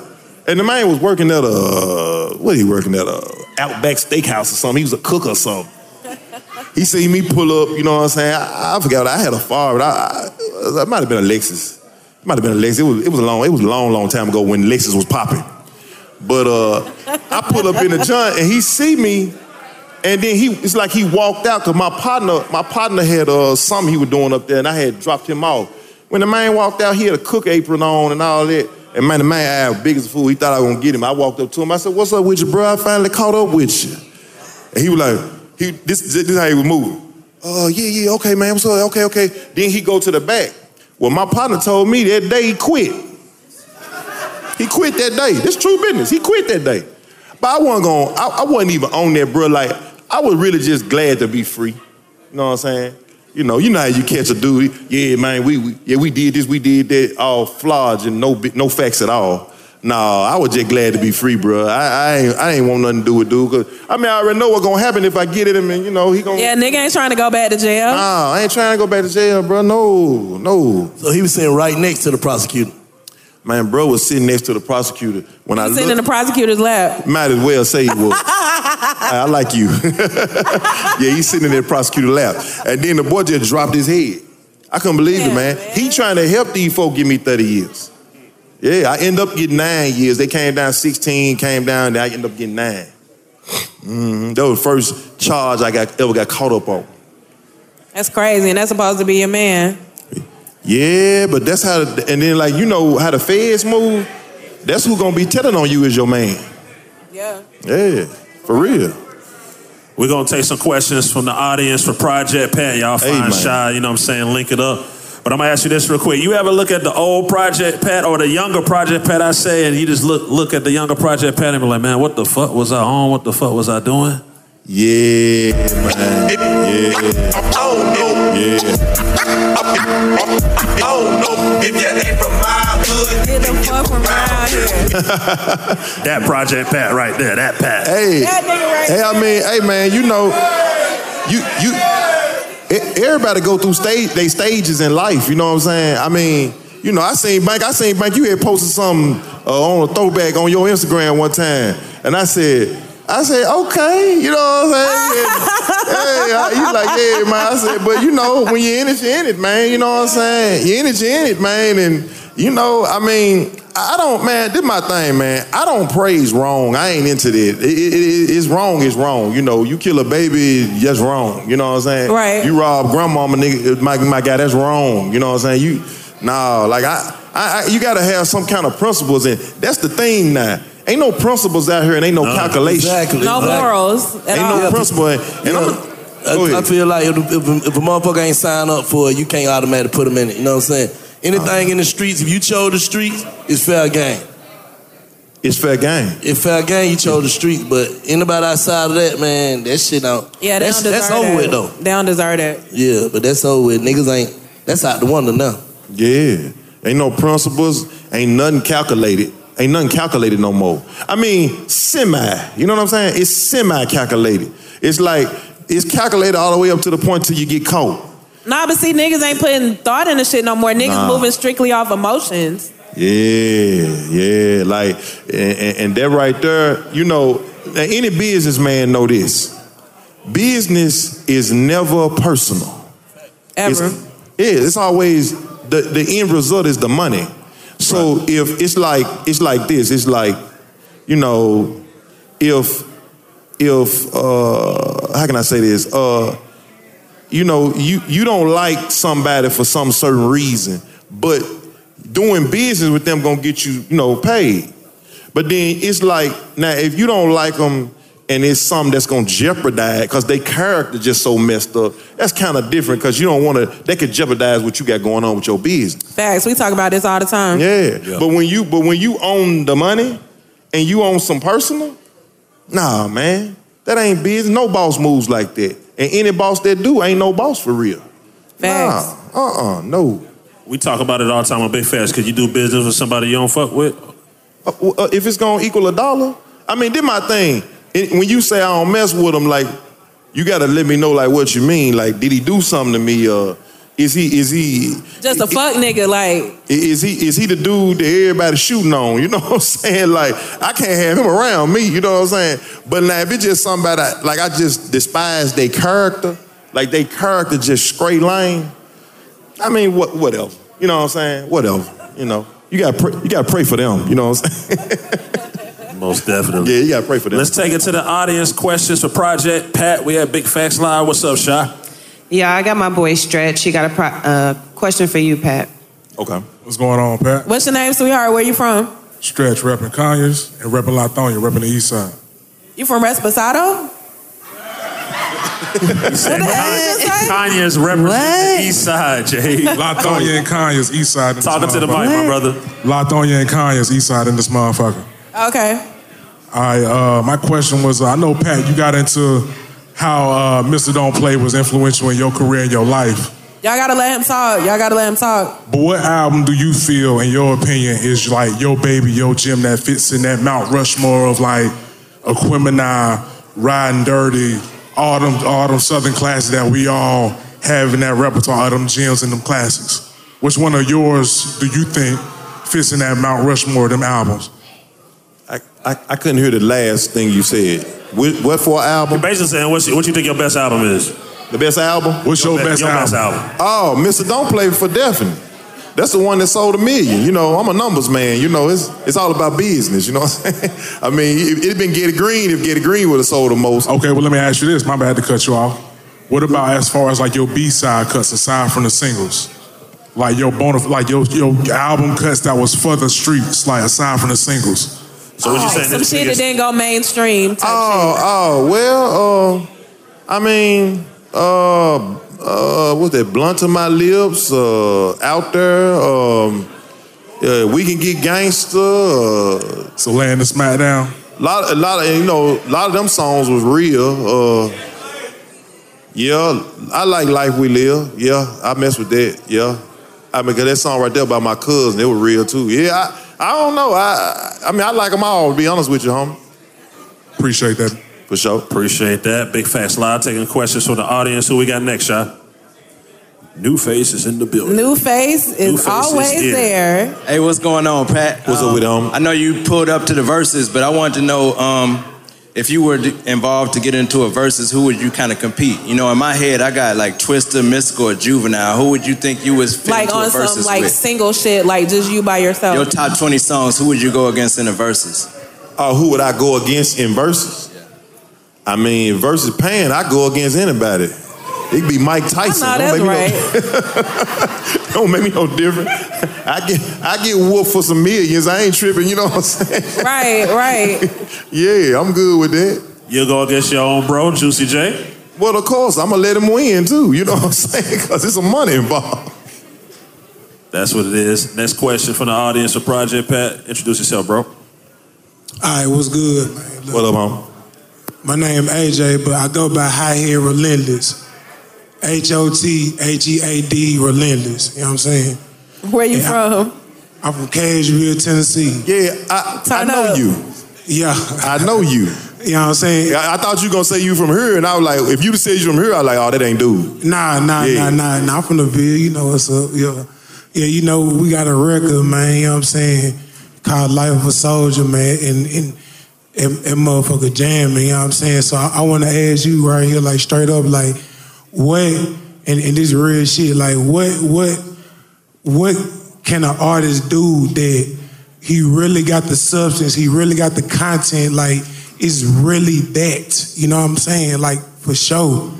and the man was working at a what he working at a Outback Steakhouse or something. He was a cook or something. He seen me pull up. You know what I'm saying? I, I forgot. I had a far, but I, I, it might have been a Lexus. It might have been a Lexus. It was it was a long it was a long long time ago when Lexus was popping. But uh, I pull up in the joint and he see me, and then he it's like he walked out because my partner my partner had uh something he was doing up there and I had dropped him off. When the man walked out, he had a cook apron on and all that. And man, the man I was big as a fool. He thought I was gonna get him. I walked up to him. I said, "What's up with you, bro? I finally caught up with you." And he was like, "He this this is how he was moving." Oh yeah yeah okay man what's up okay okay. Then he go to the back. Well, my partner told me that day he quit. He quit that day. This true business. He quit that day. But I wasn't going, I, I wasn't even on that, bro. Like, I was really just glad to be free. You know what I'm saying? You know, you know how you catch a dude. Yeah, man, we, we yeah, we did this, we did that, all flaws and no bi- no facts at all. Nah, I was just glad to be free, bro. I, I ain't I ain't want nothing to do with dude. Cause I mean, I already know what's gonna happen if I get at him, and you know he gonna. Yeah, nigga ain't trying to go back to jail. Nah, I ain't trying to go back to jail, bro. No, no. So he was sitting right next to the prosecutor. Man, bro was sitting next to the prosecutor when I He's sitting in looked. the prosecutor's lap. might as well say he was. I, I like you. yeah, he's sitting in that prosecutor lap, and then the boy just dropped his head. I couldn't believe it, man. He trying to help these folk give me thirty years. Yeah, I end up getting nine years. They came down sixteen, came down, and I end up getting 9 Mhm. That was the first charge I got ever got caught up on. That's crazy, and that's supposed to be your man. Yeah, but that's how. And then, like you know, how the feds move. That's who gonna be telling on you is your man. Yeah. Yeah, for real. We're gonna take some questions from the audience for Project Pat. Y'all find shy, you know what I'm saying? Link it up. But I'm gonna ask you this real quick. You ever look at the old Project Pat or the younger Project Pat I say, and you just look look at the younger Project Pat and be like, man, what the fuck was I on? What the fuck was I doing? Yeah, man. Yeah. that Project Pat right there, that Pat. Hey, hey, I mean, hey, man, you know, you you, e- everybody go through stage they stages in life. You know what I'm saying? I mean, you know, I seen Bank, I seen Bank. You had posted something uh, on a throwback on your Instagram one time, and I said. I said, okay, you know what I'm saying? Yeah. hey, I- you like, yeah, man. I said, but you know, when you're in it, you're in it, man. You know what I'm saying? You're in it, you're in it, man. And you know, I mean, I don't, man. This my thing, man. I don't praise wrong. I ain't into that. It, it, it- it's wrong. It's wrong. You know, you kill a baby, that's wrong. You know what I'm saying? Right. You rob grandmama, nigga, my my guy, that's wrong. You know what I'm saying? You, nah, like I, I, I you gotta have some kind of principles, and that's the thing now. Ain't no principles out here, and ain't no calculation. No morals at Ain't all. no principle. I, And I feel like if, if, if a motherfucker ain't signed up for it, you can't automatically put him in it. You know what I'm saying? Anything in the streets, if you chose the streets, it's fair game. It's fair game. It's fair game. You chose the streets, but anybody outside of that, man, that shit out. Yeah, they that's, don't that's deserve over that. with though. They don't deserve that. Yeah, but that's over with. Niggas ain't. That's out the window now. Yeah. Ain't no principles. Ain't nothing calculated. Ain't nothing calculated no more. I mean, semi. You know what I'm saying? It's semi calculated. It's like, it's calculated all the way up to the point till you get caught. Nah, but see, niggas ain't putting thought into shit no more. Niggas Nah. moving strictly off emotions. Yeah, yeah. Like, and, and, and that right there, you know, now any businessman know this. Business is never personal. Ever. It's, yeah, it's always the, the end result is the money. So if it's like it's like this, it's like, you know, if if uh how can I say this? Uh you know, you you don't like somebody for some certain reason, but doing business with them gonna get you, you know, paid. But then it's like now if you don't like them and it's something that's gonna jeopardize because they character just so messed up. That's kind of different because you don't want to. They could jeopardize what you got going on with your business. Facts. We talk about this all the time. Yeah. But when you but when you own the money and you own some personal, nah, man, that ain't business. No boss moves like that. And any boss that do ain't no boss for real. Facts. Nah, uh uh no. We talk about it all the time on Big Facts. Could you do business with somebody you don't fuck with? Uh, uh, if it's gonna equal a dollar, I mean, did my thing. It- when you say I don't mess with him, like you gotta let me know like what you mean. Like, did he do something to me? Uh, is he is he Just a fuck nigga, like. I- Is he is he the dude that everybody's shooting on? You know what I'm saying? Like I can't have him around me. You know what I'm saying? But now if it's just somebody like I just despise their character, like their character just straight lane. I mean, what whatever. You know what I'm saying? Whatever. You know. You got pray, you got to pray for them. You know what I'm saying? Most definitely. Yeah, you got to pray for them. Let's take it to the audience. Questions for Project Pat. We have Big Facts Live. What's up, Shy? Yeah, I got my boy Stretch. He got a pro- uh, question for you, Pat. Okay. What's going on, Pat? What's your name, sweetheart? Where you from? Stretch repping Conyers and repping Lithonia, repping the East Side. You from Resposado? Kanye's representing the East Side, Jay. Lithonia and Conyers, East Side. in this Talking to the mic, my motherfucker. brother. Lithonia and Conyers, East Side in this motherfucker. Okay. I uh, my question was, uh, I know Pat, you got into how uh, Mr. Don't Play was influential in your career and your life. Y'all gotta let him talk. Y'all gotta let him talk. But what album do you feel, in your opinion, is like your baby, your gym that fits in that Mount Rushmore of like Aquemini, Riding Dirty, all them, all them Southern classes that we all have in that repertoire, all them gems and them classics? Which one of yours do you think fits in that Mount Rushmore, them albums? I, I couldn't hear the last thing you said. What, what for album? You're basically saying, what's, what you think your best album is? The best album? What's your, best, your album? best album? Oh, Mr. Don't Play for Definite. That's the one that sold a million. You know, I'm a numbers man. You know, it's it's all about business. You know what I'm saying? I mean, it, it'd been Getty Green if Getty Green would have sold the most. Okay, well, let me ask you this. My bad to cut you off. What about as far as like your B side cuts aside from the singles? Like your bonaf- like your, your album cuts that was for the streets, like aside from the singles. So Like Oh, Some shit that didn't go mainstream. Oh, oh, well, uh, I mean, uh, uh, what's that? Blunt to my lips, uh, out there, um, uh, we can get gangster. Uh, so laying the smack down. Lot, a lot of you know, a lot of them songs was real. Uh, yeah, I like life we live. Yeah, I mess with that. Yeah, I mean, 'cause that song right there by my cousin, it was real too. Yeah, I, I don't know. I, I mean, I like them all. To be honest with you, homie. Appreciate that. For sure. Appreciate that. Big Facts Live taking questions from the audience. Who we got next, Shy? New Face is in the building. New face is New face is always here. there. Hey, what's going on, Pat? What's up with um? I know you pulled up to the verses, but I wanted to know um, if you were d- involved to get into a verses, who would you kind of compete? You know, in my head, I got like Twister, Mystical, or Juvenile. Who would you think you was fit Like into a on some verses like with? single shit, like just you by yourself. Your top twenty songs. Who would you go against in the verses? Oh, who would I go against in verses? I mean, versus Pan, I go against anybody. It could be Mike Tyson. I know, Don't that's make me no- Don't make me no different. I get I get whooped for some millions. I ain't tripping. You know what I'm saying? Right, right. yeah, I'm good with that. You'll go against your own bro, Juicy J. Well, of course, I'm gonna let him win too. You know what I'm saying? Because it's some money involved. That's what it is. Next question from the audience for Project Pat. Introduce yourself, bro. All right, what's good? man? What up, home? My name AJ, but I go by High Head Relentless. H O T H E A D Relentless. You know what I'm saying? Where you from? I, am from Cageville, Tennessee. Yeah, I, I know you. Yeah, I know you. You know what I'm saying? I, I thought you were gonna say you from here, and I was like, if you said you from here, I was like, oh, that ain't dude. Nah, nah, Yeah. nah, nah, nah. I'm from the Ville. You know what's up. Yeah. Yeah, you know, we got a record, man, you know what I'm saying? Called Life of a Soldier, man, and and and, and motherfucker jamming, you know what I'm saying? So I, I wanna ask you right here, like straight up, like, what and, and this real shit, like what what what can an artist do that he really got the substance, he really got the content, like it's really that, you know what I'm saying? Like for sure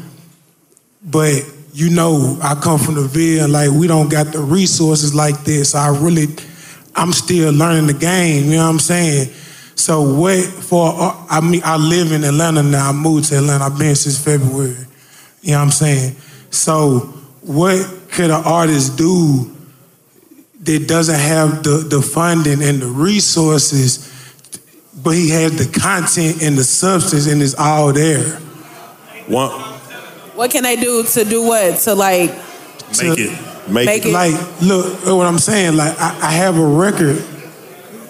but you know, I come from the Ville, like we don't got the resources like this. I really, I'm still learning the game. You know what I'm saying? So what for? uh, I mean, I live in Atlanta now. I moved to Atlanta. I've been since February. You know what I'm saying? So what could an artist do that doesn't have the, the funding and the resources, but he has the content and the substance and it's all there? One, What can they do to do what? To like make it, Make Make it. it. Like, look, what I'm saying. Like, I, I have a record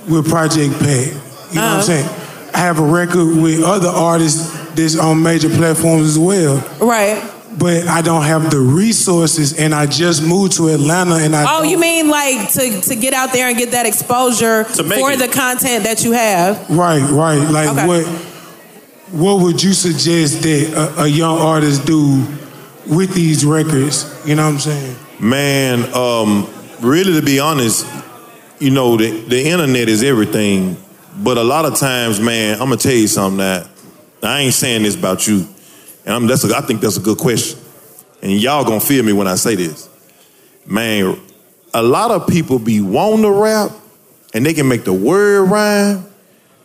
with Project Pat. You know what Oh. I'm saying? I have a record with other artists that's on major platforms as well. Right. But I don't have the resources, and I just moved to Atlanta, and I Oh, you mean like to, to get out there and get that exposure make for it. the content that you have? Right, right. Like what? What would you suggest that a, a young artist do with these records? You know what I'm saying? Man, um, really to be honest, you know, the, the internet is everything. But a lot of times, man, I'm gonna tell you something that I ain't saying this about you. And I'm, that's a, I think that's a good question. And y'all gonna feel me when I say this. Man, a lot of people be wanting to rap and they can make the word rhyme,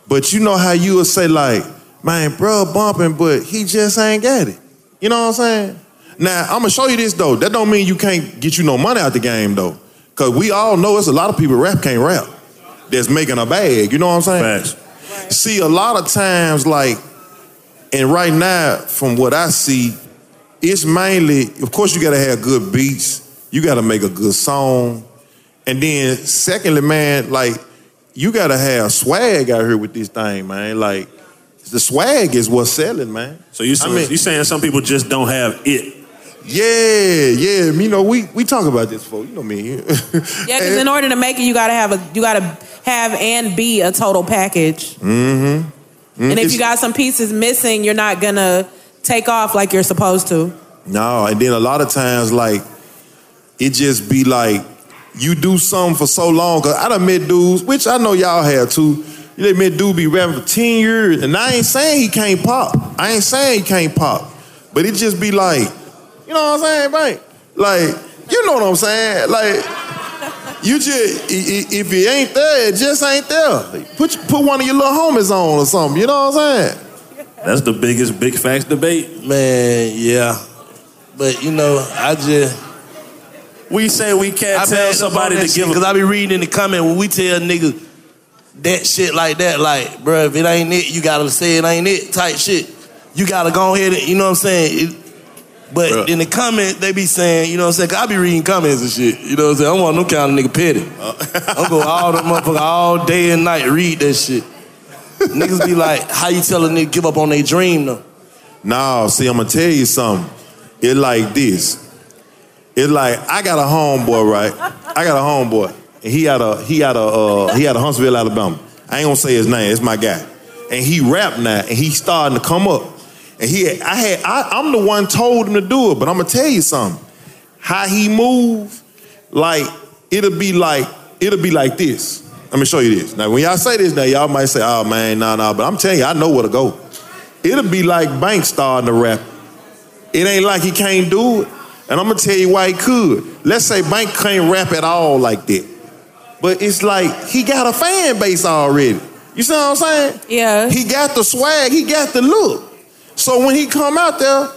but you know how you would say, like, man, bro, bumping, but he just ain't got it. You know what I'm saying? Now, I'm gonna show you this though. That don't mean you can't get you no money out the game though. Cause we all know it's a lot of people rap can't rap. That's making a bag. You know what I'm saying? See, a lot of times, like, and right now, from what I see, it's mainly, of course, you gotta have good beats, you gotta make a good song. And then secondly, man, like, you gotta have swag out here with this thing, man. Like, the swag is what's selling, man. So you I mean- you saying some people just don't have it? Yeah, yeah. You know, we we talk about this before. You know me. Yeah, because in order to make it, you gotta have a you gotta have and be a total package. mm-hmm. and if you got some pieces missing, you're not gonna take off like you're supposed to. No, and then a lot of times, like, it just be like, you do something for so long. Cause I done met dudes, which I know y'all have too. You done met dude be rapping for 10 years, and I ain't saying he can't pop. I ain't saying he can't pop. But it just be like, you know what I'm saying, right? Like, you know what I'm saying? Like, you just, i- i- if it ain't there, it just ain't there. Put, put one of your little homies on or something, you know what I'm saying? That's the biggest big facts debate. Man, yeah. But you know, I just we say we can't tell somebody to give because I be reading in the comment when we tell niggas that shit like that, like, bro, if it ain't it, you gotta say it ain't it type shit. You gotta go ahead and you know what I'm saying. It, but in the comment they be saying, you know what I'm saying? 'cause I be reading comments and shit. You know what I'm saying? I'm one of them kind of nigga petty. Uh. I'm go all the motherfucker all day and night read that shit. niggas be like, how you tell a nigga give up on their dream though? No, see, I'm gonna tell you something. It like this. It like I got a homeboy, right? I got a homeboy, and he out of he out of uh, he out of Huntsville, Alabama. I ain't gonna say his name. It's my guy, and he rap now, and he starting to come up. And he, I had, I, I'm the one told him to do it, but I'm gonna tell you something. How he move, like it'll be like it'll be like this. Let me show you this. Now, when y'all say this, now y'all might say, "Oh man, nah, nah," but I'm telling you, I know where to go. It'll be like Banks starting to rap. It ain't like he can't do it. And I'm gonna tell you why he could. Let's say Bank can't rap at all like that. But it's like he got a fan base already. You see what I'm saying? Yeah. He got the swag, he got the look. So when he come out there,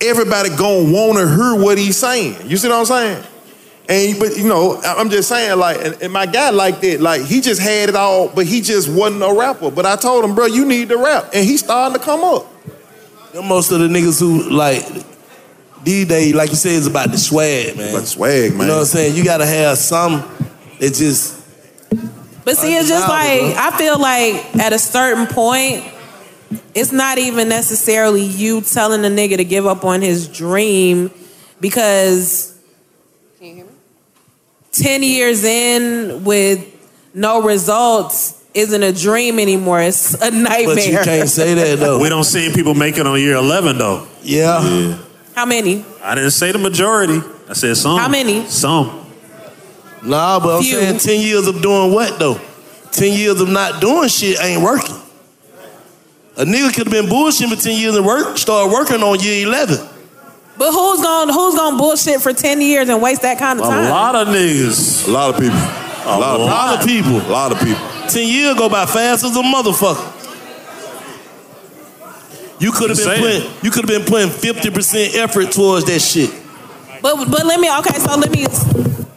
everybody gonna wanna hear what he's saying. You see what I'm saying? And but you know, I- I'm just saying, like, and, and my guy like that, like he just had it all, but he just wasn't a rapper. But I told him, bro, you need to rap. And he starting to come up. Them Most of the niggas who like these days, like you said, is about the swag, man. about the swag, man. You know what I'm saying? You gotta have some that just But see, it's just like I feel like at a certain point, it's not even necessarily you telling a nigga to give up on his dream because ten years in with no results isn't a dream anymore. It's a nightmare. We don't see people make it on year eleven though. Yeah. How many? I didn't say the majority. I said some. How many? Some. Nah, but I'm Few. saying ten years of doing what though? Ten years of not doing shit ain't working. A nigga could have been bullshitting for ten years and work start working on year eleven. But who's gonna who's gonna bullshit for ten years and waste that kind of time? lot of niggas. A lot of people. A, lot, of people. A lot of people. Ten years go by fast as a motherfucker. You could have Just been saying. putting, you could have been putting fifty percent effort towards that shit. But but let me okay. So let me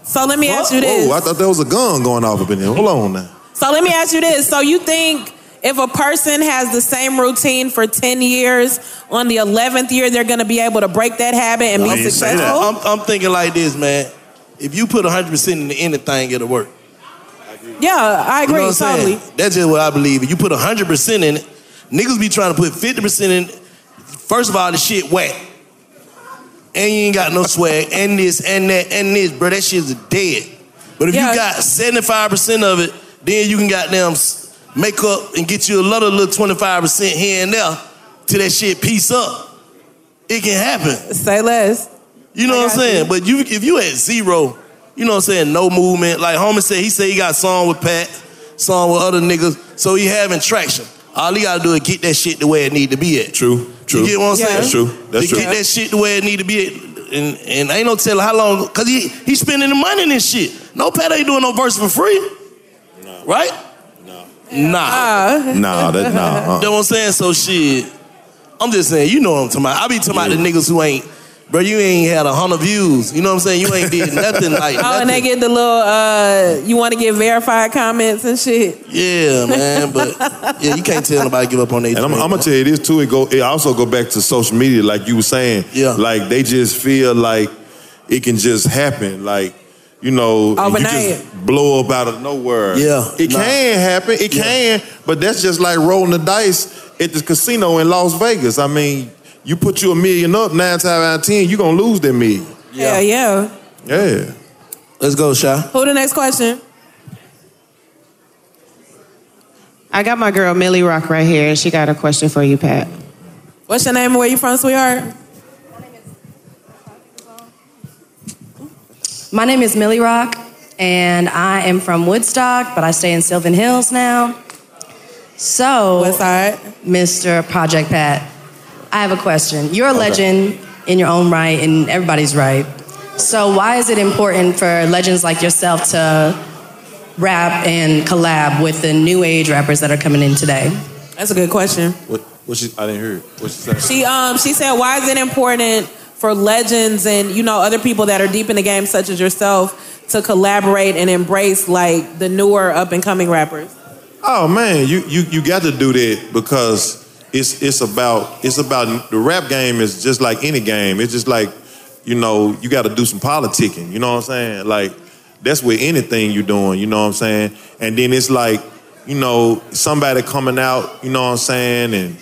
so let me ask you this. Oh, I thought there was a gun going off up in there. Hold on now. So let me ask you this. So you think if a person has the same routine for 10 years, on the 11th year, they're going to be able to break that habit and be successful? I'm, I'm thinking like this, man. If you put hundred percent into anything, it'll work. Yeah, I agree. You know what I'm totally. saying? That's just what I believe. If you put 100% in it, niggas be trying to put 50% in. First of all, the shit whack. And you ain't got no swag, and this, and that, and this, bro. That shit's dead. But if you got 75% of it, then you can goddamn s- make up and get you a lot of little 25% here and there till that shit piece up. It can happen. Say less. You know what I'm saying? But you if you at zero, you know what I'm saying, no movement. Like Homer said, he said he got song with Pat, song with other niggas, so he having traction. All he gotta do is get that shit the way it need to be at. True, true. You get what I'm Yeah. saying? That's true, that's to true. get that shit the way it need to be at. And, and ain't no telling how long, cause he he spending the money in this shit. No Pat ain't doing no verse for free. Right? No. Nah. Nah, that- nah, uh-uh. You know what I'm saying? So shit. I'm just saying, you know what I'm talking about. I be talking about the niggas who ain't, bro, you ain't had a hundred views. You know what I'm saying? You ain't did nothing like oh, and they nothing. get the little, uh, you want to get verified comments and shit. Yeah, man, but yeah, you can't tell nobody give up on their. And I'm, I'm gonna tell you this too. It go. It also go back to social media, like you were saying. Yeah. Like they just feel like it can just happen. Like you know, and you just Overnight. blow up out of nowhere. Yeah, It nah. can happen. It Yeah. can. But that's just like rolling the dice at the casino in Las Vegas. I mean, you put you a million up nine times out of ten, you gonna lose that million. Yeah, yeah. Yeah. Let's go, Shy. Who the next question? I got my girl Millie Rock right here, and she got a question for you, Pat. What's your name and where you from, sweetheart? My name is Millie Rock, and I am from Woodstock, but I stay in Sylvan Hills now. So, Mr. Project Pat, I have a question. You're a Okay. legend in your own right, and everybody's right. So, why is it important for legends like yourself to rap and collab with the new age rappers that are coming in today? That's a good question. What? What she? I didn't hear it. What she said? She um she said, why is it important for legends and you know other people that are deep in the game, such as yourself, to collaborate and embrace like the newer up and coming rappers? Oh man, you you you got to do that because it's it's about it's about the rap game is just like any game. It's just like you know you got to do some politicking. You know what I'm saying? Like that's with anything you're doing. You know what I'm saying? And then it's like you know somebody coming out. You know what I'm saying? And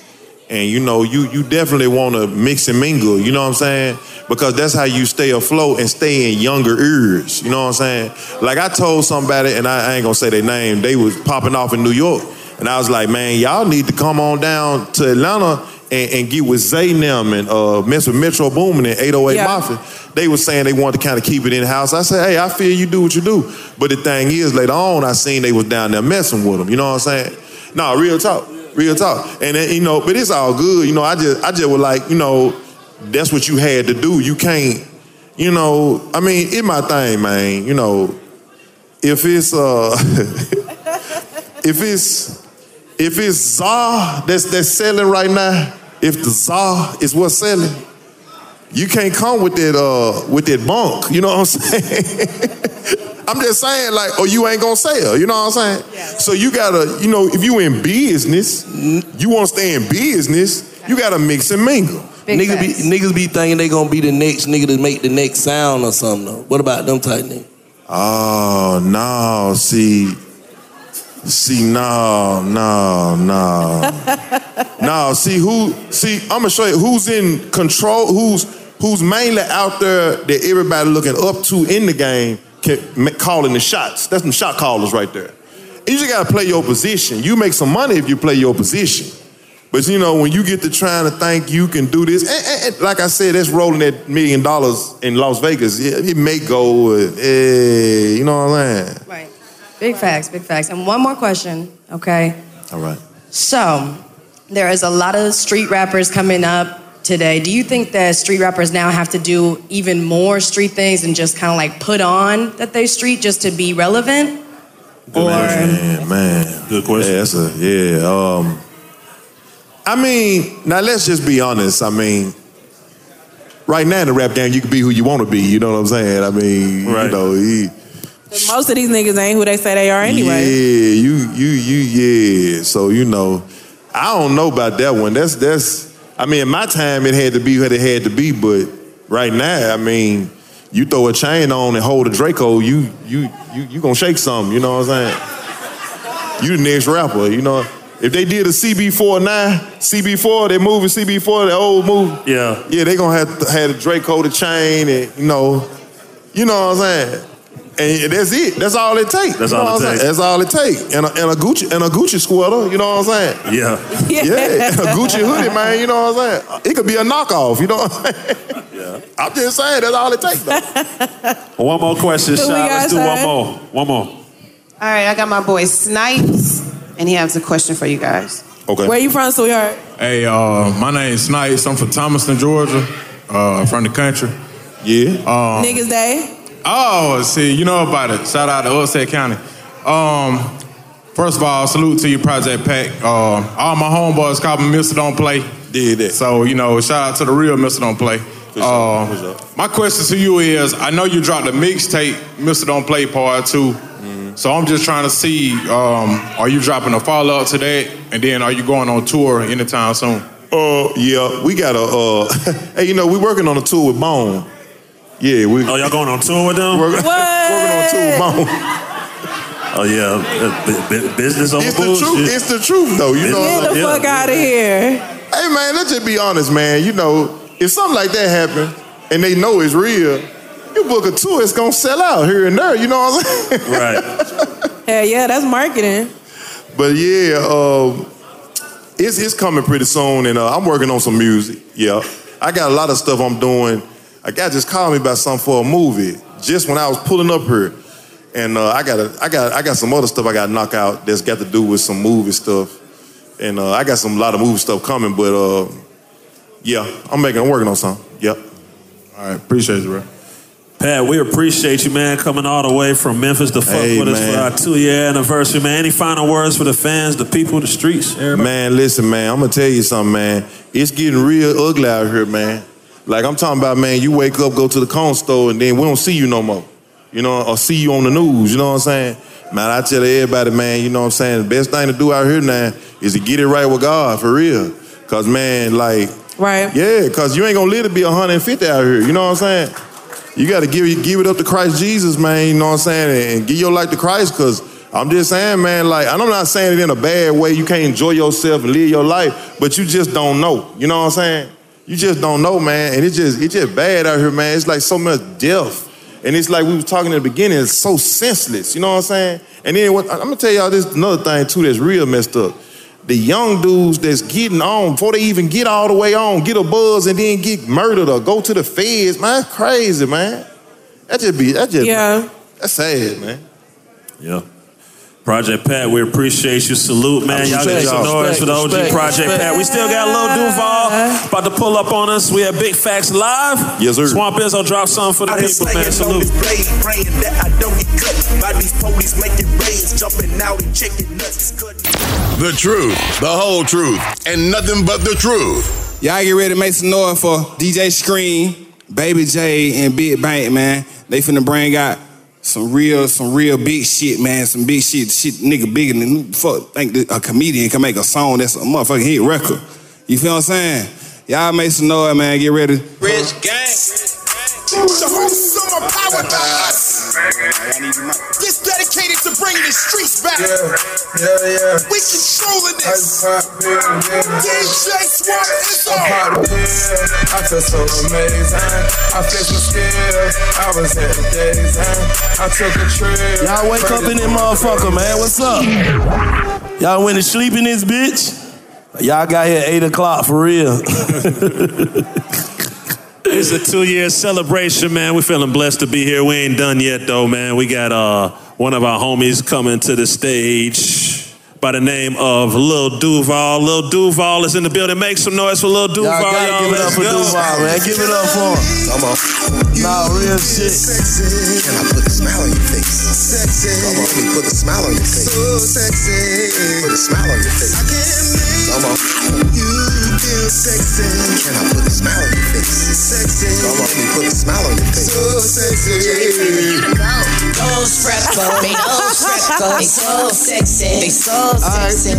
and you know you you definitely want to mix and mingle. You know what I'm saying? Because that's how you stay afloat and stay in younger ears. You know what I'm saying? Like I told somebody, and I, I ain't gonna say their name. They was popping off in New York, and I was like, man, y'all need to come on down to Atlanta. And, and get with Zaynum and uh, mess with Metro Boomin and 808 Yeah. Mafia. They were saying they wanted to kind of keep it in house. I said, hey, I feel you do what you do. But the thing is, later on, I seen they was down there messing with them. You know what I'm saying? No, real talk, real talk. And then, you know, but it's all good. You know, I just, I just was like, you know, that's what you had to do. You can't, you know. I mean, it my thing, man. You know, if it's uh, if it's if it's Zah that's that's selling right now, if the Zah is what's selling, you can't come with that uh with that bunk. You know what I'm saying? I'm just saying, like, or you ain't gonna sell. You know what I'm saying? So you gotta, you know, if you in business, you want to stay in business, you gotta mix and mingle. niggas be niggas be thinking they gonna be the next nigga to make the next sound or something. Though. What about them type niggas? Oh no, see, see, no, no, no, no. See who? See, I'm gonna show you who's in control. Who's who's mainly out there that everybody looking up to in the game, can, ma- calling the shots. That's some shot callers right there. You just gotta play your position. You make some money if you play your position. But you know, when you get to trying to think you can do this, and, and- and like I said, that's rolling that million dollars in Las Vegas. Yeah, it may go, uh, eh, you know what I'm saying? Big facts, big facts. And one more question, okay? All right. So, there is a lot of street rappers coming up today. Do you think that street rappers now have to do even more street things and just kind of like put on that they street just to be relevant? man, man. Good question. Yeah, that's a, yeah. Um, I mean, now let's just be honest. I mean, right now in the rap game, you can be who you want to be. You know what I'm saying? I mean, you know, he, Most of these niggas ain't who they say they are anyway. yeah, you, you, you, yeah. So you know, I don't know about that one. That's that's. I mean, in my time, it had to be what it had to be. But right now, I mean, you throw a chain on and hold a Draco, you you you you gonna shake something. You know what I'm saying? You the next rapper. You know, if they did a CB4 now, CB4, they moving CB4, that old move. Yeah. Yeah, they gonna have to have a Draco the chain and you know, you know what I'm saying. And that's it. That's all it takes. That's all it take. That's all it takes. And a, and a Gucci and a Gucci sweater. You know what I'm saying? Yeah. Yeah, a Gucci hoodie, man. You know what I'm saying? It could be a knockoff. You know what I'm saying? I'm just saying that's all it takes. Though. One more question, Who Sean. we got Let's do one outside? more. One more. All right, I got my boy Snipes, and he has a question for you guys. Okay. Where you from, sweetheart? Hey, uh, my name's Snipes. I'm from Thomaston, Georgia, uh, from the country. Yeah. Um, Niggas Day. Oh, see, you know about it. Shout out to Upset County. Um, first of all, salute to you, Project Pack. Uh, all my homeboys called me Mr. Don't Play. Did that. So, you know, shout out to the real Mr. Don't Play. Uh, my question to you is I know you dropped a mixtape, Mr. Don't Play Part 2. Mm-hmm. So I'm just trying to see um, are you dropping a follow up to that? And then are you going on tour anytime soon? Uh, yeah, we got a. Uh, hey, you know, we working on a tour with Bone. Yeah, we. Oh, y'all going on tour with them? We're, working on tour with Bone. Oh yeah, B- b- business on It's the bullshit. truth. It's the truth, though. You Get know. the Yeah. fuck outta here. Hey, man, let's just be honest, man. You know, if something like that happen and they know it's real, you book a tour, it's gonna sell out here and there. You know what I'm saying? Right. Hell yeah, that's marketing. But yeah, um, it's it's coming pretty soon, and uh, I'm working on some music. Yeah, I got a lot of stuff I'm doing. A guy just called me about something for a movie just when I was pulling up here, and uh, I got a, I got I got some other stuff I got to knock out that's got to do with some movie stuff, and uh, I got some lot of movie stuff coming. But uh, yeah, I'm making I'm working on something. Yep. All right, appreciate you, bro. Pat, we appreciate you, man, coming all the way from Memphis to fuck Hey, with us man. for our two-year anniversary, man. Any final words for the fans, the people, the streets, everybody? Man, listen, man, I'm gonna tell you something, man. It's getting real ugly out here, man. Like I'm talking about, man, you wake up, go to the cone store, and then we don't see you no more. You know, or see you on the news, you know what I'm saying? Man, I tell everybody, man, you know what I'm saying? The best thing to do out here now is to get it right with God, for real. Cause man, like Right. Yeah, cause you ain't gonna live to be 150 out here, you know what I'm saying? You gotta give give it up to Christ Jesus, man. You know what I'm saying? And, give your life to Christ, cause I'm just saying, man. Like, and I'm not saying it in a bad way. You can't enjoy yourself and live your life, but you just don't know. You know what I'm saying? You just don't know, man. And it's just it's just bad out here, man. It's like so much death, and it's like we was talking in the beginning. It's so senseless. You know what I'm saying? And then what? I'm gonna tell y'all this another thing too that's real messed up. The young dudes that's getting on before they even get all the way on, get a buzz and then get murdered or go to the feds, man. That's crazy, man. That just be that just yeah. That's sad, man. Yeah. Project Pat, we appreciate you. Salute, man. Y'all get Respect, some y'all. noise for the OG Respect, Project respect. Pat. We still got Lil Duval about to pull up on us. We have Big Facts Live. Yes, sir. Swamp Izzo drop something for the people, man. Salute. blade, praying that I don't get cut by these police making raids, jumping out and chicken nuts. The truth, the whole truth, and nothing but the truth. Y'all get ready to make some noise for DJ Screen, Baby J, and Big Bank, man. They finna bring out some real, some real big shit, man. Some big shit, shit, nigga bigger than fuck. Think that a comedian can make a song that's a motherfucking hit record. You feel what I'm saying? Y'all make some noise, man. Get ready. Rich gang. The whole summer power to us. This dedicated to bringing the streets back. Yeah, yeah. We controlling this. DJ Swamp is I on. popped a pill. I feel so amazing. I fixed my skills. I was at the days end. I took a trip. Y'all wake up in this motherfucker, man. What's up? Y'all went to sleep in this bitch? Y'all got here at 8 o'clock for real. It's a two-year celebration, man. We're feeling blessed to be here. We ain't done yet, though, man. We got uh, one of our homies coming to the stage by the name of Lil Duval. Lil Duval is in the building. Make some noise for Lil Duval. Y'all gotta give it up let's for go. Duval, man. Give it up for him. Come on. Nah, real shit. Can I put a smile on your face? Come on, we put a smile on your face. So sexy. Put a smile on your face. I can't make Come on. you feel sexy. Can I put a smile on your face? Sexy. Come on, put a smile on your face. So sexy. Those fresco, they those fresco, they so sexy, they so sexy.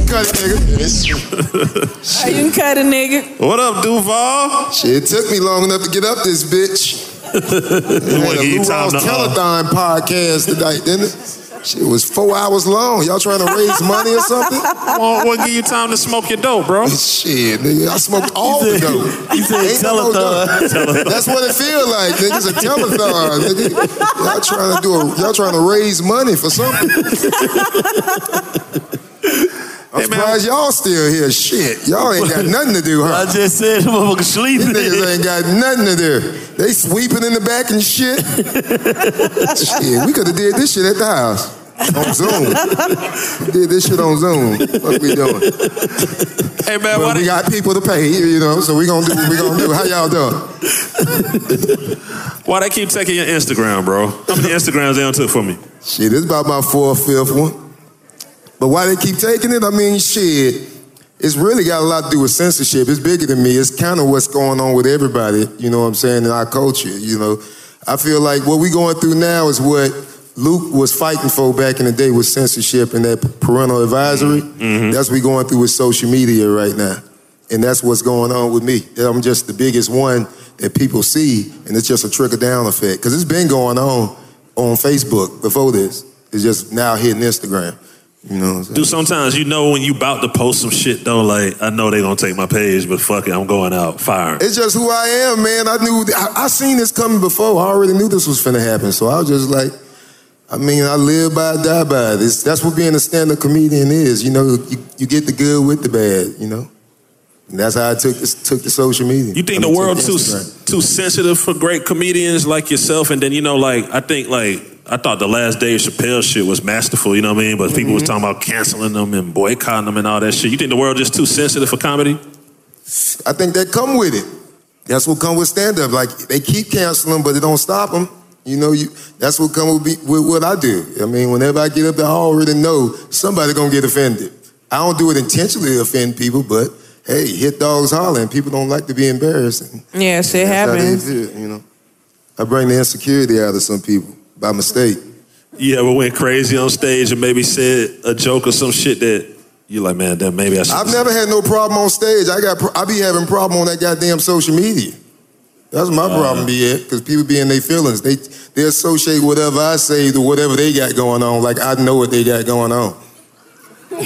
Are you cut a nigga? What up, Duval? Shit, it took me long enough to get up this bitch. wanna Had a give you Lou time to, Rawls uh, telethon podcast tonight, didn't it? Shit was four hours long. Y'all trying to raise money or something? What will give you time to smoke your dope, bro? Shit, nigga, I smoked all the dope. You said telethon. That's what it feel like, nigga. It's a telethon, nigga. Y'all trying to do a, y'all trying to raise money for something. I'm surprised y'all still here. Shit, y'all ain't got nothing to do, huh? I just said motherfucker sleeping. These niggas ain't got nothing to do. They sweeping in the back and shit. shit, we could have did this shit at the house on Zoom. did this shit on Zoom. What we doing? Hey man, but we got people to pay, you know. So we gonna do what we gonna do. How y'all doing? Why they keep taking your Instagram, bro? How many Instagrams they done took for me? Shit, this about my fourth, fifth one. But why they keep taking it? I mean, shit. It's really got a lot to do with censorship. It's bigger than me. It's kind of what's going on with everybody, you know what I'm saying, in our culture, you know. I feel like what we going through now is what Luke was fighting for back in the day with censorship and that parental advisory. That's what we going through with social media right now. And that's what's going on with me. And I'm just the biggest one that people see, and it's just a trickle down effect. Because it's been going on on Facebook before this. It's just now hitting Instagram. You know what I'm saying? Do sometimes you know when you about to post some shit though, like I know they gonna take my page, but fuck it, I'm going out firing. It's just who I am, man. I knew, I, I seen this coming before. I already knew this was finna happen. So I was just like, I mean, I live by, it, die by. it. It's that's what being a stand-up comedian is. You know, you, you get the good with the bad. You know, and that's how I took this, took the social media. You think I the mean, world took too Instagram. too sensitive for great comedians like yourself? And then you know, like I think, like I thought the last Dave Chappelle shit was masterful. You know what I mean? But people was Mm-hmm. talking about canceling them and boycotting them and all that shit. You think the world just too sensitive for comedy? I think that come with it. That's what come with stand-up. Like they keep canceling, but it don't stop them. You know, you that's what come with, be, with what I do. I mean, whenever I get up there, I already know somebody gonna get offended. I don't do it intentionally to offend people, but hey, hit dogs hollering. People don't like to be embarrassed. Yeah, That's shit how they happens. feel, you know, I bring the insecurity out of some people by mistake. You ever went crazy on stage and maybe said a joke or some shit that you're like, man, then maybe I should. I've never had no problem on stage. I got pro- I be having problem on that goddamn social media. That's my problem be at because people be in their feelings. They they associate whatever I say to whatever they got going on. Like I know what they got going on. and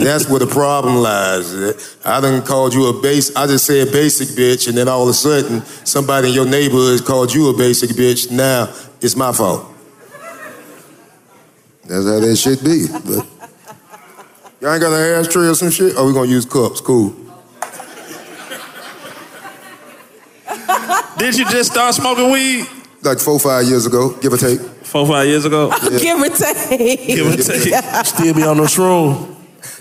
that's where the problem lies. I done called you a base. I just said basic bitch, and then all of a sudden somebody in your neighborhood called you a basic bitch. Now it's my fault. That's how that shit be. But Y'all ain't got an ashtray or some shit? Oh, we gonna use cups. Cool. Did you just start smoking weed? Like four, five years ago, give or take. Four, five years ago? Give or take. Still be on the shroom.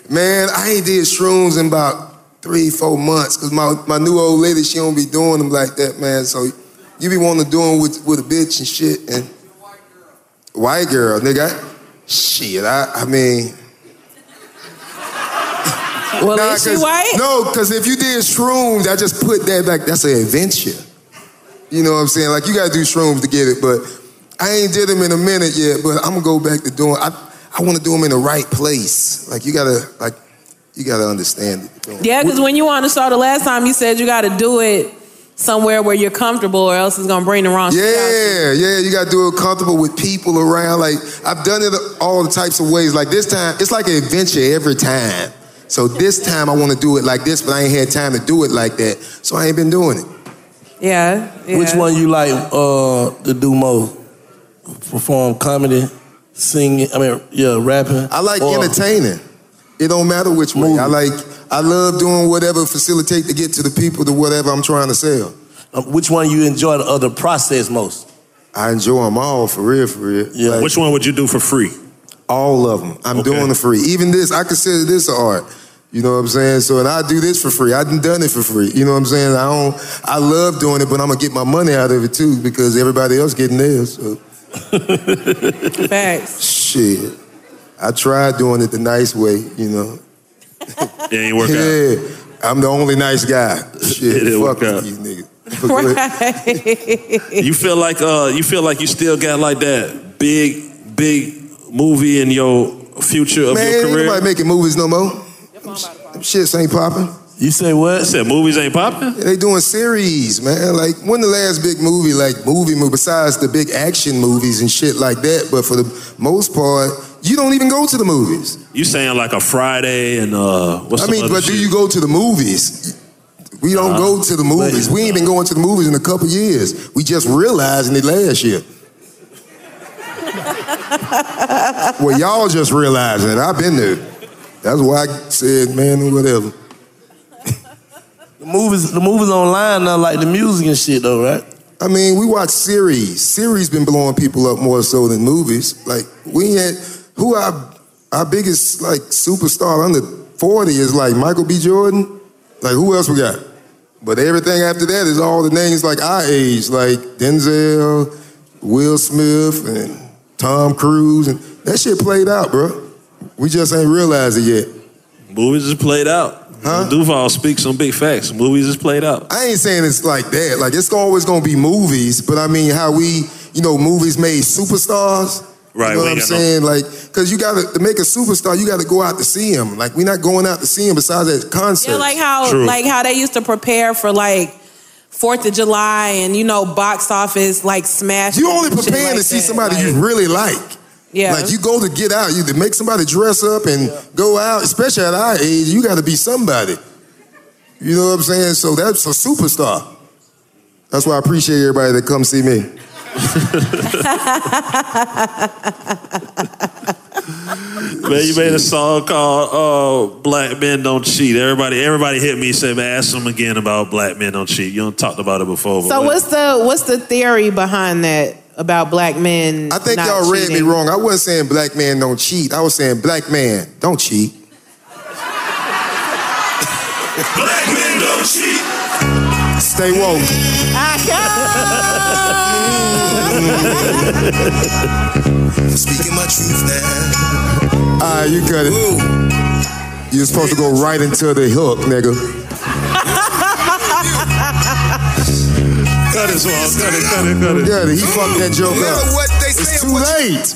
Man, I ain't did shrooms in about three, four months. Cause my, my new old lady, she don't be doing them like that, man. So you be wanting to do them with, with a bitch and shit. And white girl, nigga. Shit, I, I mean. Well, nah, is she 'cause- white? No, because if you did shrooms, I just put that like that's an adventure. You know what I'm saying? Like you gotta do shrooms to get it, but I ain't did them in a minute yet. But I'm gonna go back to doing. I I want to do them in the right place. Like you gotta like you gotta understand it. Yeah, because when you were on the show the last time, you said you got to do it somewhere where you're comfortable, or else it's gonna bring the wrong. shit out. Yeah, yeah, you gotta do it comfortable with people around. Like I've done it all the types of ways. Like this time, it's like an adventure every time. So this time I want to do it like this, but I ain't had time to do it like that. So I ain't been doing it. Yeah. yeah. Which one you like uh, to do most? Perform comedy, singing. I mean, yeah, rapping. I like entertaining. It don't matter which way. I like. I love doing whatever facilitate to get to the people to whatever I'm trying to sell. Um, which one you enjoy the other process most? I enjoy them all for real, for real. Yeah. Which one would you do for free? All of them. I'm doing it free. Even this, I consider this an art. You know what I'm saying? So, and I do this for free. I done done it for free. You know what I'm saying? I don't. I love doing it, but I'm gonna get my money out of it too because everybody else getting theirs. So Facts. Shit. I tried doing it the nice way, you know. It ain't work out. yeah. I'm the only nice guy. Shit, It fuck work out. these niggas. Right. you feel like uh, you feel like you still got like that big, big movie in your future of Man, your ain't career. nobody making movies no more. Them sh- Them shits ain't popping. You say what? I said movies ain't popping. They doing series, man. Like when the last big movie, like movie movie, besides the big action movies and shit like that. But for the most part, you don't even go to the movies. You saying like a Friday and uh, what's I some mean, other but shit? do you go to the movies? We don't Uh-huh. go to the movies. we ain't been uh, going to the movies in a couple years. We just realizing it last year. well, y'all just realizing it. I've been there. That's why I said, man, whatever. The movies, the movies online now, like the music and shit, though, right? I mean, we watch series. Series been blowing people up more so than movies. Like we had who our our biggest like superstar under forty is like Michael B. Jordan. Like who else we got? But everything after that is all the names like our age, like Denzel, Will Smith, and Tom Cruise, and that shit played out, bro. We just ain't realized it yet. Movies is played out. Duval speaks some big facts. Movies is played out. I ain't saying it's like that. Like it's always gonna be movies, but I mean how we, you know, movies made superstars. Right, You know we what I'm ain't got no- saying? Like, cause you gotta to make a superstar, you gotta go out to see him. Like we're not going out to see him besides that concert. Yeah, like how like how they used to prepare for like Fourth of July and you know box office like smash. you only and shit preparing like to see that. somebody you really like. Yeah. Like you go to get out, you to make somebody dress up and go out, especially at our age, you gotta be somebody. You know what I'm saying? So that's a superstar. That's why I appreciate everybody that come see me. Man, you made a song called uh, "Black Men Don't Cheat." Everybody, everybody hit me and said, "Man, ask them again about Black Men Don't Cheat." You don't talked about it before. but So what- what's the what's the theory behind that about black men? I think not y'all read cheating? me wrong. I wasn't saying black man don't cheat. I was saying black man don't cheat. Black men don't cheat. Stay woke. Speaking my truth now. Ah, you cut it. You're supposed to go right into the hook, nigga. Cut it, Swall. Cut it, cut it, cut it. Yeah, he fucked that joke up. What they It's too late.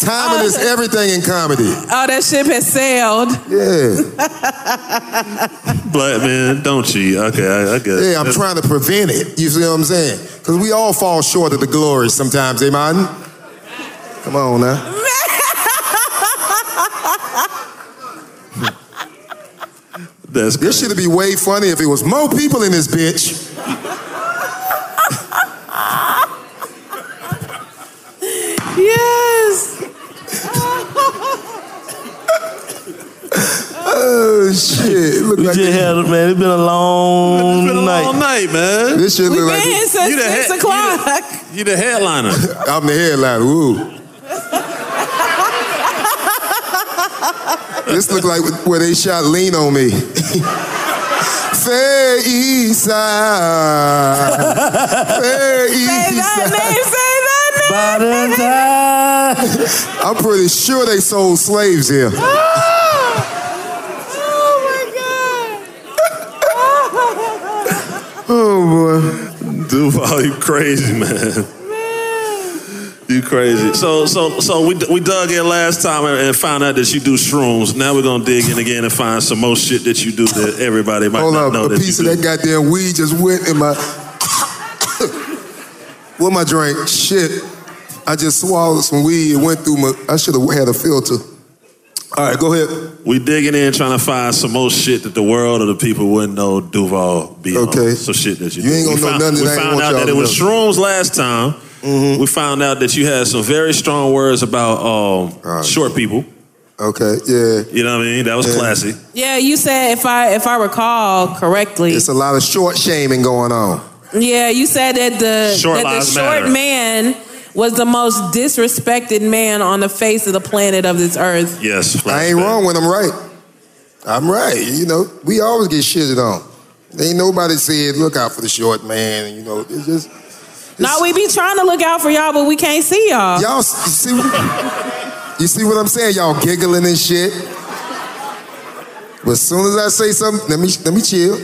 Timing is everything in comedy. Oh, that Ah! ship has sailed. Yeah. Black men don't cheat. Okay, I, I get it. Yeah, I'm trying to prevent it. You see what I'm saying? Because we all fall short of the glory sometimes, eh, man? Come on now. That's this should be way funny if it was more people in this bitch. Yes. Oh shit! Look we just had a man. It's been a long been a night. long night, man. This shit We've look like been since You the six head- o'clock. You the headliner. I'm the headliner. Ooh. This look like where they shot Lean on Me. Fair East Side. Fair East Side. By the time. I'm pretty sure they sold slaves here. Oh boy, Duval, you crazy man. You crazy. So so so we we dug in last time and and found out that you do shrooms. Now we're gonna dig in again and find some more shit that you do that everybody might Hold not up, know a that you piece do. of that goddamn weed just went in my. what my drink? Shit. I just swallowed some weed. It went through my. I should have had a filter. All right, go ahead. We digging in trying to find some more shit that the world or the people wouldn't know Duval be Okay. on. So shit that you, You do. ain't gonna we know found, nothing that We I ain't found want out y'all that to it was know. Mm-hmm. shrooms last time. We found out that you had some very strong words about um, short people. Okay, yeah. You know what I mean? That was classy. Yeah, you said if I if I recall correctly. It's a lot of short shaming going on. Yeah, you said that the Short that the lives short matter. man was the most disrespected man on the face of the planet of this earth. Yes. I ain't wrong when I'm right. I'm right. You know, we always get shitted on. Ain't nobody said, look out for the short man. You know, it's just Now we be trying to look out for y'all, but we can't see y'all. Y'all see? You see what I'm saying? Y'all giggling and shit. But as soon as I say something, let me let me chill.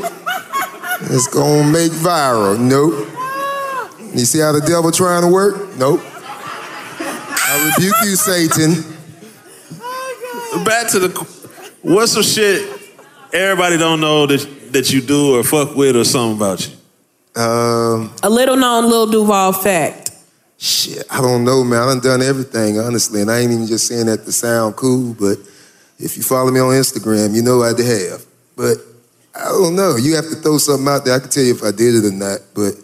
It's gonna make viral. Nope. You see how the devil trying to work? Nope. I rebuke you, Satan. Back to the what's some shit everybody don't know that that you do or fuck with or something about you. Um, A little known Lil Duval fact. Shit, I don't know, man. I done done everything, honestly. And I ain't even just saying that to sound cool, but if you follow me on Instagram, you know I have. But I don't know. You have to throw something out there. I can tell you if I did it or not, but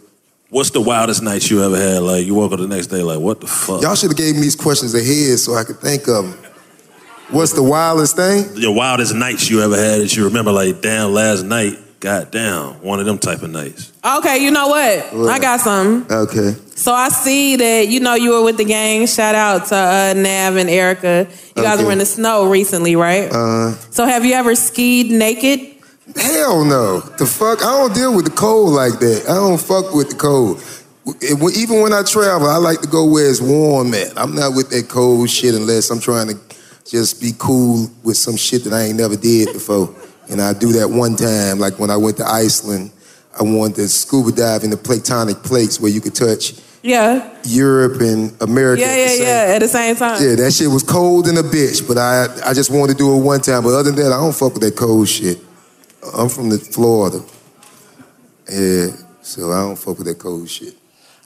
What's the wildest night you ever had? Like you woke up the next day, like what the fuck? Y'all should have gave me these questions ahead so I could think of them. What's the wildest thing? Your wildest nights you ever had that you remember? Like damn, last night, goddamn, one of them type of nights. Okay, you know what? What? I got something. Okay. So I see that you know you were with the gang. Shout out to uh, Nav and Erica. You guys Okay. were in the snow recently, right? Uh, So have you ever skied naked? hell no. The fuck? I don't deal with the cold like that. I don't fuck with the cold. It- when- Even when I travel, I like to go where it's warm at. I'm not with that cold shit unless I'm trying to just be cool with some shit that I ain't never did before. And I do that one time, like when I went to Iceland, I wanted to scuba dive in the platonic plates where you could touch Yeah. Europe and America yeah, at the yeah, same yeah. At the same time. Yeah, that shit was cold in a bitch, but I I just wanted to do it one time. But other than that, I don't fuck with that cold shit. I'm from the Florida. Yeah, so I don't fuck with that cold shit.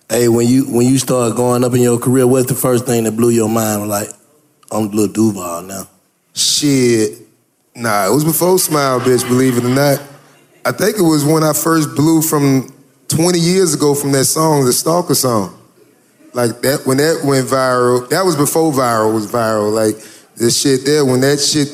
Hey, when you when you start going up in your career, what's the first thing that blew your mind? Like, I'm Lil Duval now. Shit. Nah, it was before Smile, bitch, believe it or not. I think it was when I first blew from 20 years ago from that song, the Stalker song. Like that, when that went viral, that was before viral was viral. Like this shit there, when that shit,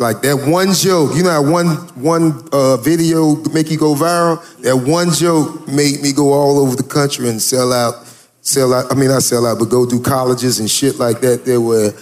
like that one joke, you know how one, one uh, video make you go viral? That one joke made me go all over the country and sell out, sell out, I mean, not sell out, but go do colleges and shit like that there where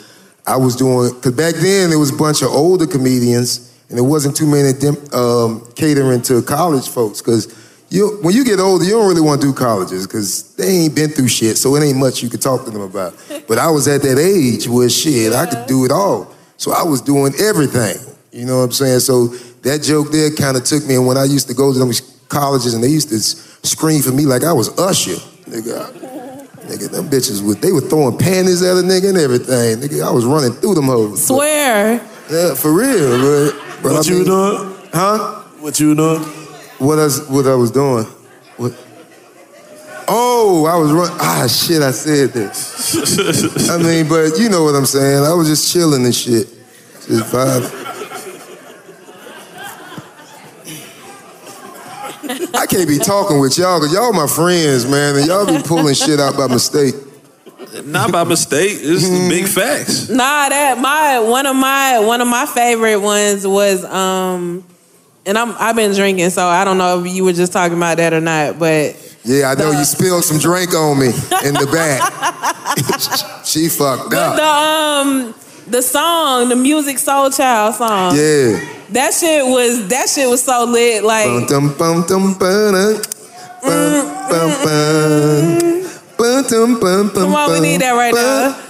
I was doing because back then there was a bunch of older comedians, and there wasn't too many of them um, catering to college folks. Because you, when you get older, you don't really want to do colleges because they ain't been through shit, so it ain't much you could talk to them about. But I was at that age where shit, I could do it all, so I was doing everything. You know what I'm saying? So that joke there kind of took me. And when I used to go to them colleges, and they used to s- scream for me like I was Usher, nigga. Nigga, them bitches was they were throwing panties at a nigga and everything. Nigga, I was running through them hoes. Swear. Yeah, for real. But, but What I you mean- doing? Huh? What you doing? What I what I was doing? What? Oh, I was running. Ah, shit! I said that. I mean, but you know what I'm saying. I was just chilling and shit, just vibing. I can't be talking with y'all because y'all my friends, man, and y'all be pulling shit out by mistake. Not by mistake. It's Mm-hmm. the big facts. Nah, that my one of my one of my favorite ones was um, and I'm I've been drinking, so I don't know if you were just talking about that or not, but Yeah, I know you spilled some drink on me in the back. she fucked but up. the um the song, the music Soul Child song. Yeah. That shit was that shit was so lit. Like Bum, dum, bum, dum, ba-dum. Bum, bum, bum. Bum, dum, bum, bum, Come on, we bum. need that right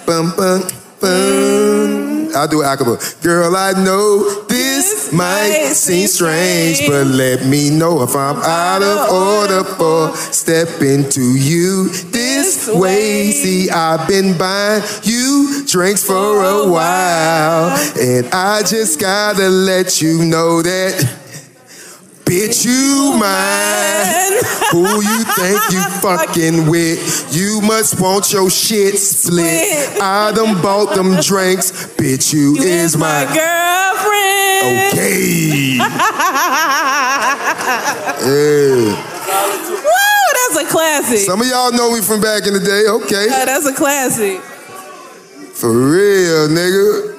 Bum, bum, bum, bum. I'll do it acapella. Girl, I know this might seem strange, but let me know if I'm out of order for stepping to you this way. See, I've been buying you drinks for a while, and I just gotta let you know that. Bitch, you mine. Who you think you fucking with? You must want your shit split. I done bought them drinks. Bitch, you, is my girlfriend. Okay. Woo, yeah. that's a classic. Some of y'all know me from back in the day. Okay. Yeah, that's a classic. For real, nigga.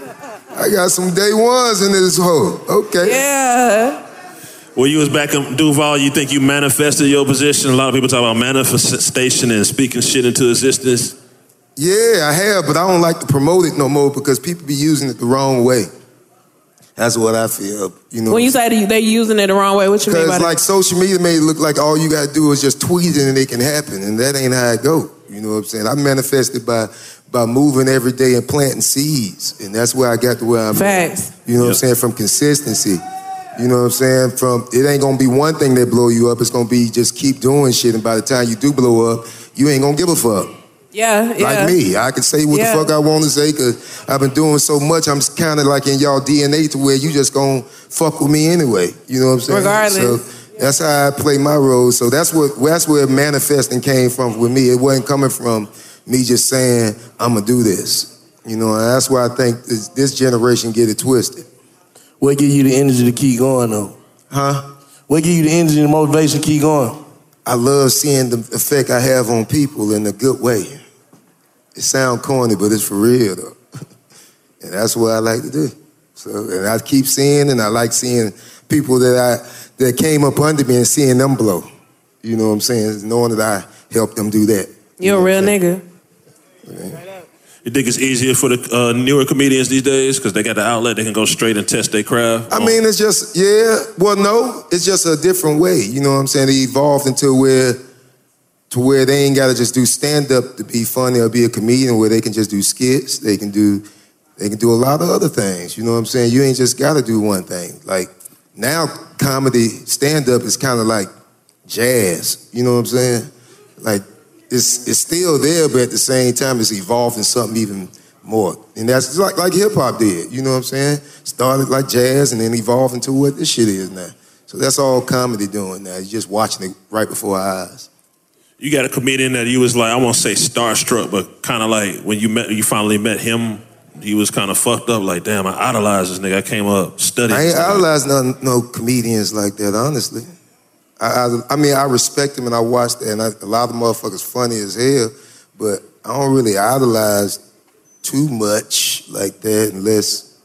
I got some day ones in this hoe. Okay. Yeah. When you was back in Duval, you think you manifested your position? A lot of people talk about manifestation and speaking shit into existence. Yeah, I have, but I don't like to promote it no more because people be using it the wrong way. That's what I feel. You know, When you say they- they using it the wrong way, what you mean by because that? like social media made it look like all you gotta do is just tweet it and it can happen, and that ain't how it go. You know what I'm saying? I manifested by by moving every day and planting seeds, and that's where I got to where I'm. at. Facts. You know what I'm saying? From consistency. You know what I'm saying? From it ain't gonna be one thing that blow you up. It's gonna be just keep doing shit, and by the time you do blow up, you ain't gonna give a fuck. Yeah, yeah. Like me, I can say what Yeah. the fuck I want to say because I've been doing so much. I'm kind of like in y'all DNA to where you just gonna fuck with me anyway. You know what I'm saying? Regardless. So that's how I play my role. So that's what that's where manifesting came from with me. It wasn't coming from me just saying I'm gonna do this. You know, and that's why I think this, this generation get it twisted. What give you the energy to keep going though? Huh? What give you the energy and motivation to keep going? I love seeing the effect I have on people in a good way. It sound corny, but it's for real though. and that's what I like to do. So and I keep seeing and I like seeing people that I that came up under me and seeing them blow. You know what I'm saying? Knowing that I helped them do that. You a real nigga. You think it's easier for the uh, newer comedians these days because they got the outlet, they can go straight and test their craft. I mean, it's just, yeah, well, no, it's just a different way. You know what I'm saying? They evolved into where, to where they ain't got to just do stand up to be funny or be a comedian, where they can just do skits. They can do, they can do a lot of other things. You know what I'm saying? You ain't just got to do one thing. Like now, comedy stand up is kind of like jazz. You know what I'm saying? Like it's it's still there, but at the same time, it's evolved in something even more. And that's like like hip hop did. You know what I'm saying? Started like jazz and then evolved into what this shit is now. So that's all comedy doing now. You're just watching it right before our eyes. You got a comedian that you was like, I won't say starstruck, but kind of like when you met, you finally met him, you was kind of fucked up. Like, damn, I idolized this nigga. I came up, studied. I ain't idolize no, no comedians like that, honestly. I, I, I mean, I respect them and I watch that, and I, a lot of the motherfuckers funny as hell, but I don't really idolize too much like that unless,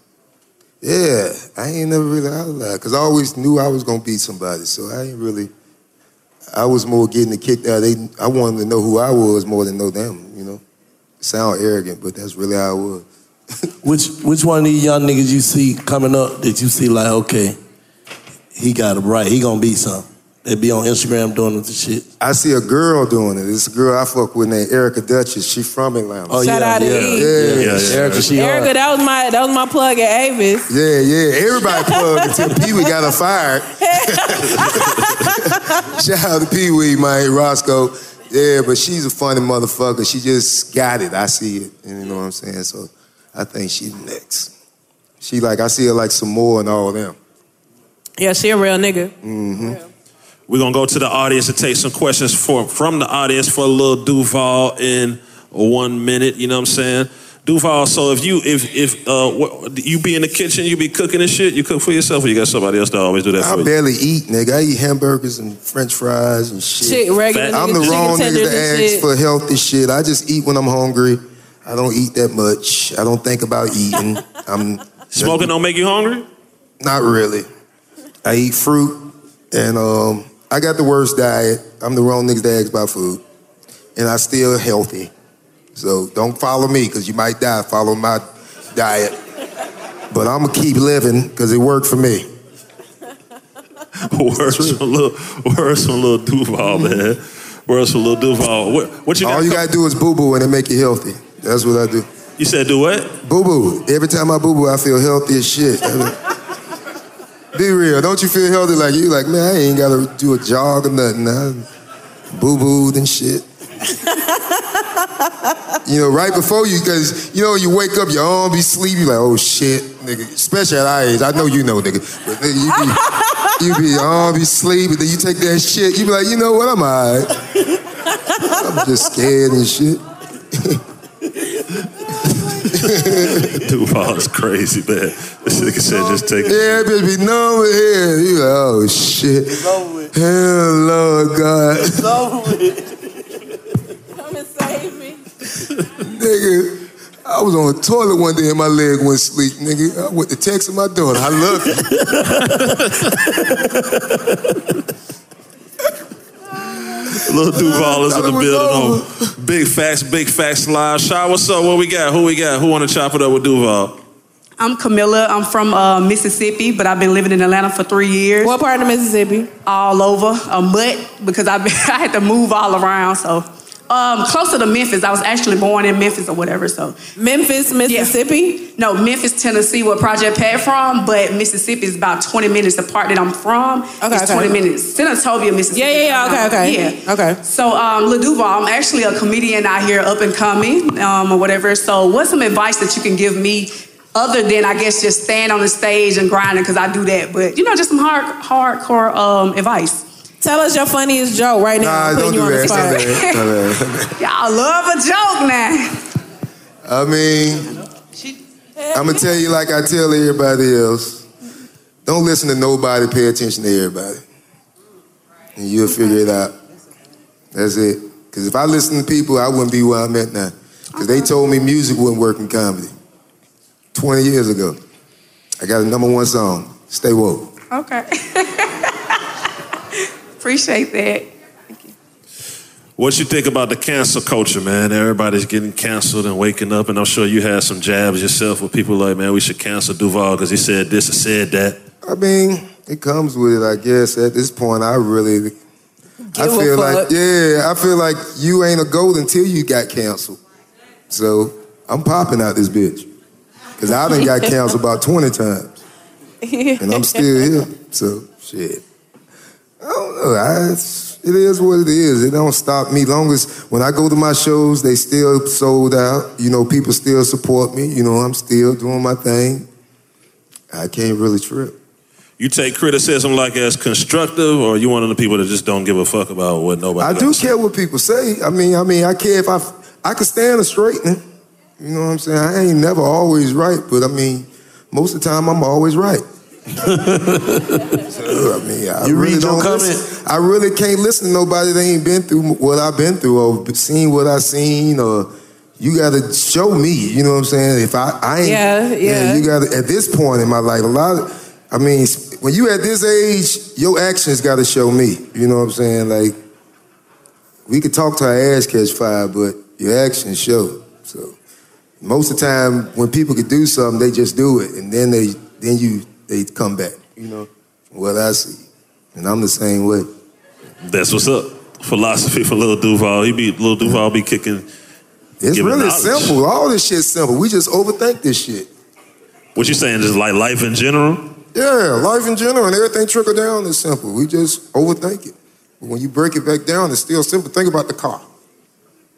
yeah, I ain't never really idolized because I always knew I was gonna be somebody, so I ain't really. I was more getting the kick out. They, I wanted to know who I was more than know them. You know, sound arrogant, but that's really how I was. Which which one of these young niggas you see coming up that you see like, okay, he got it right, he gonna be something. They be on Instagram doing this shit. I see a girl doing it. This girl I fuck with named Erica Duchess. She from Atlanta. Oh, Shout yeah, out to yeah, yeah. yeah, E. Yeah, yeah, Erica, she hard. Erica, that was my that was my plug at Avis. Yeah, yeah. Everybody plugged until Pee Wee got her fired. Shout out to Pee Wee, man, Roscoe. Yeah, but she's a funny motherfucker. She just got it. I see it. And you know what I'm saying? So I think she's next. She like, I see her like some more and all them. Yeah, she a real nigga. hmm We're gonna go to the audience and take some questions for from the audience for a little Duval in one minute. You know what I'm saying? Duval, so if you if if uh what, you be in the kitchen, you be cooking and shit, you cook for yourself or you got somebody else that always do that I for you? barely eat, nigga. I eat hamburgers and french fries and shit. Shit, regular I'm nigga, the chicken wrong nigga tenders to and ask shit. for healthy shit. I just eat when I'm hungry. I don't eat that much. I don't think about eating. I'm Smoking don't make you hungry? Not really. I eat fruit and um, I got the worst diet. I'm the wrong nigga to ask about food. And I still healthy. So don't follow me because you might die following my diet. But I'm going to keep living because it worked for me. Words from little words from little Duval, Mm-hmm. man. Words from little Duval. What, what you got? All you gotta do is boo boo and it make you healthy. That's what I do. You said do what? Boo boo. Every time I boo boo, I feel healthy as shit. I mean, be real. Don't you feel healthy like you? Like man, I ain't gotta do a jog or nothing. I boo booed and shit. you know, right before you, cause you know you wake up, your arm be sleepy. Like oh shit, nigga. Especially at our age, I know you know, nigga. But nigga, you be you be your arm be sleepy. Then you take that shit. You be like, you know what? I'm alright. I'm just scared and shit. Duval is crazy, man. This nigga said just take Yeah, bitch be numb with here. You like, oh shit. Hell, Lord God. nigga, I was on the toilet one day and my leg went sleep, nigga. I went to text my daughter. I love you. Little Duval is in Thought the it was building. over. On big facts, big facts live. Shy, what's up? What we got? Who we got? Who want to chop it up with Duval? I'm Camilla. I'm from uh, Mississippi, but I've been living in Atlanta for three years. What part of Mississippi? All over, a mutt, because I've been, I had to move all around. So um, closer to Memphis. I was actually born in Memphis or whatever. So Memphis, Mississippi. No, Memphis, Tennessee, where Project Pat from, but Mississippi is about 20 minutes. The part that I'm from Okay, is okay. 20 minutes. Senatobia, Mississippi. Yeah, yeah, yeah. Okay, okay. Yeah. Okay. So, um, Lil Duval, I'm actually a comedian out here, up and coming, um, or whatever. So, what's some advice that you can give me, other than I guess just staying on the stage and grinding, because I do that. But you know, just some hard, hardcore um, advice. Tell us your funniest joke right Nah, don't do that. Don't do that. Don't do that. Y'all love a joke now. I mean, I'm gonna tell you like I tell everybody else. Don't listen to nobody. Pay attention to everybody, and you'll figure it out. That's it. Because if I listened to people, I wouldn't be where I'm at now. Because they told me music wouldn't work in comedy. Twenty years ago, I got a number one song. Stay woke. Okay. Appreciate that. What you think about the cancel culture, man? Everybody's getting canceled and waking up, and I'm sure you had some jabs yourself with people like, man, we should cancel Duval because he said this and said that. I mean, it comes with it, I guess. At this point, I really, I Give a feel like, fuck. yeah, I feel like you ain't a gold until you got canceled. So I'm popping out this bitch because I done got canceled about 20 times, and I'm still here. So shit, I don't know. I, it's- it is what it is. It don't stop me. Long as when I go to my shows, they still sold out. You know, people still support me. You know, I'm still doing my thing. I can't really trip. You take criticism like as constructive, or you one of the people that just don't give a fuck about what nobody. I else- do care what people say. I mean, I mean, I care if I, I could stand a straightening. You know what I'm saying? I ain't never always right, but I mean, most of the time I'm always right. so, I mean, I You really read your don't comment. listen- I really can't listen to nobody that ain't been through what I've been through or seen what I've seen or. You gotta show me, you know what I'm saying? If I, I ain't, Yeah, yeah. You gotta at this point in my life, a lot. Of, I mean, when you at this age, your actions gotta show me. You know what I'm saying? Like, we could talk to our ass catch fire, but your actions show. So most of the time, when people could do something, they just do it, and then they then you they come back. You know what I see, and I'm the same way. That's what's up. Philosophy for Lil Duval. He be Lil Duval be kicking. It's giving really knowledge. simple. All this shit's simple. We just overthink this shit. What you saying? Just like life in general. Yeah, life in general and everything trickle down is simple. We just overthink it. But when you break it back down, it's still simple. Think about the car.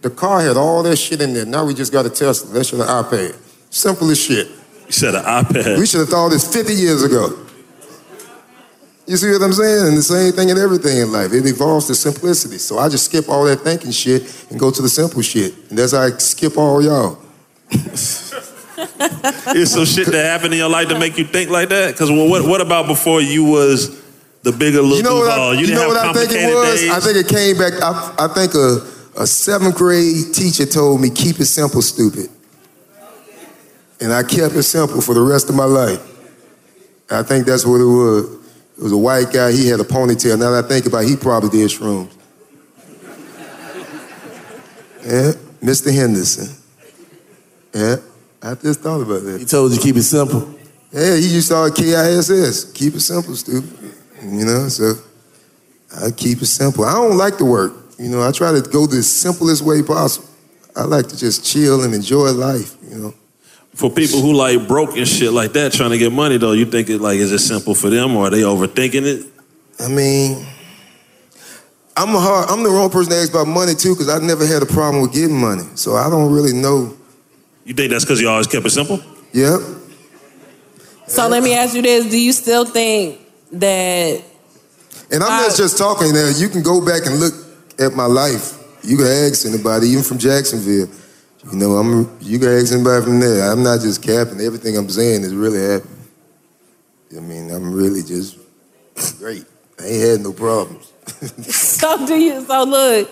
The car had all that shit in there. Now we just got a Tesla. That shit an iPad. Simple as shit. You said an iPad. We should have thought this 50 years ago. You see what I'm saying? And the same thing in everything in life. It evolves to simplicity. So I just skip all that thinking shit and go to the simple shit. And that's how I skip all y'all. It's some shit that happened in your life to make you think like that. Because what what about before you was the bigger Lil You know what Duval? I, you you didn't know have what I think complicated it was? days. I think it came back. I, I think a, a seventh grade teacher told me, keep it simple, stupid. And I kept it simple for the rest of my life. I think that's what it was. It was a white guy. He had a ponytail. Now that I think about it, he probably did shrooms. Yeah, Mr. Henderson. Yeah, I just thought about that. He told you keep it simple. Yeah, he used to all K-I-S-S. Keep it simple, stupid. You know, so I keep it simple. I don't like to work. You know, I try to go the simplest way possible. I like to just chill and enjoy life, you know. For people who like broke and shit like that, trying to get money though, you think it like is it simple for them or are they overthinking it? I mean, I'm a hard, I'm the wrong person to ask about money too, because I never had a problem with getting money. So I don't really know. You think that's because you always kept it simple? Yep. So let me ask you this: Do you still think that? And I'm Uh, not just talking there. You can go back and look at my life. You can ask anybody, even from Jacksonville. You know, I'm you can ask anybody from there. I'm not just capping. Everything I'm saying is really happening. I mean, I'm really just great. I ain't had no problems. So do you? So look,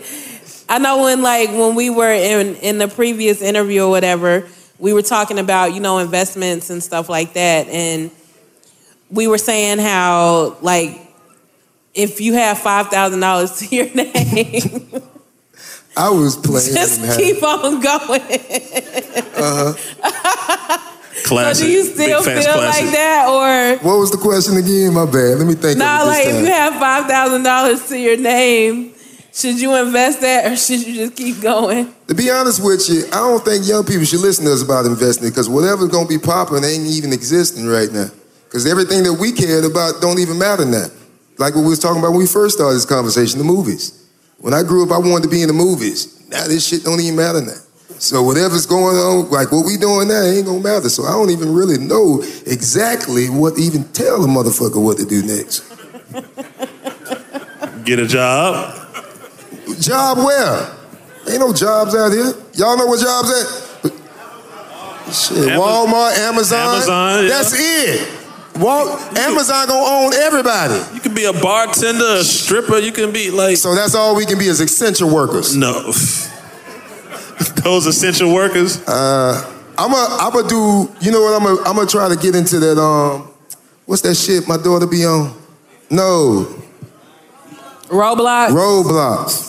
I know when like when we were in in the previous interview or whatever, we were talking about you know investments and stuff like that, and we were saying how like if you have five thousand dollars to your name, I was playing. just and had- keep on going. Uh-huh. Classic. So do you still Big feel Facts Classic. like that, or What was the question again? My bad. Let me think. nah? of it this Like time. if you have five thousand dollars to your name, should you invest that, or should you just keep going? To be honest with you, I don't think young people should listen to us about investing because whatever's gonna be popular ain't even existing right now. Because everything that we cared about don't even matter now. Like what we was talking about when we first started this conversation, the movies. When I grew up, I wanted to be in the movies. Now this shit don't even matter now. So whatever's going on, like what we doing now, ain't gonna matter. So I don't even really know exactly what even tell a motherfucker what to do next. Get a job. Job where? Ain't no jobs out here. Y'all know what jobs at? Shit, Ama- Walmart, Amazon. Amazon, yeah. That's it. Wal- Amazon gonna own everybody. You can be a bartender, a stripper. You can be like. So that's all we can be is essential workers. No. Those essential workers. Uh, I'm a, I'm gonna do. You know what? I'm gonna, I'm gonna try to get into that. Um, what's that shit my daughter be on? No. Roblox. Roblox.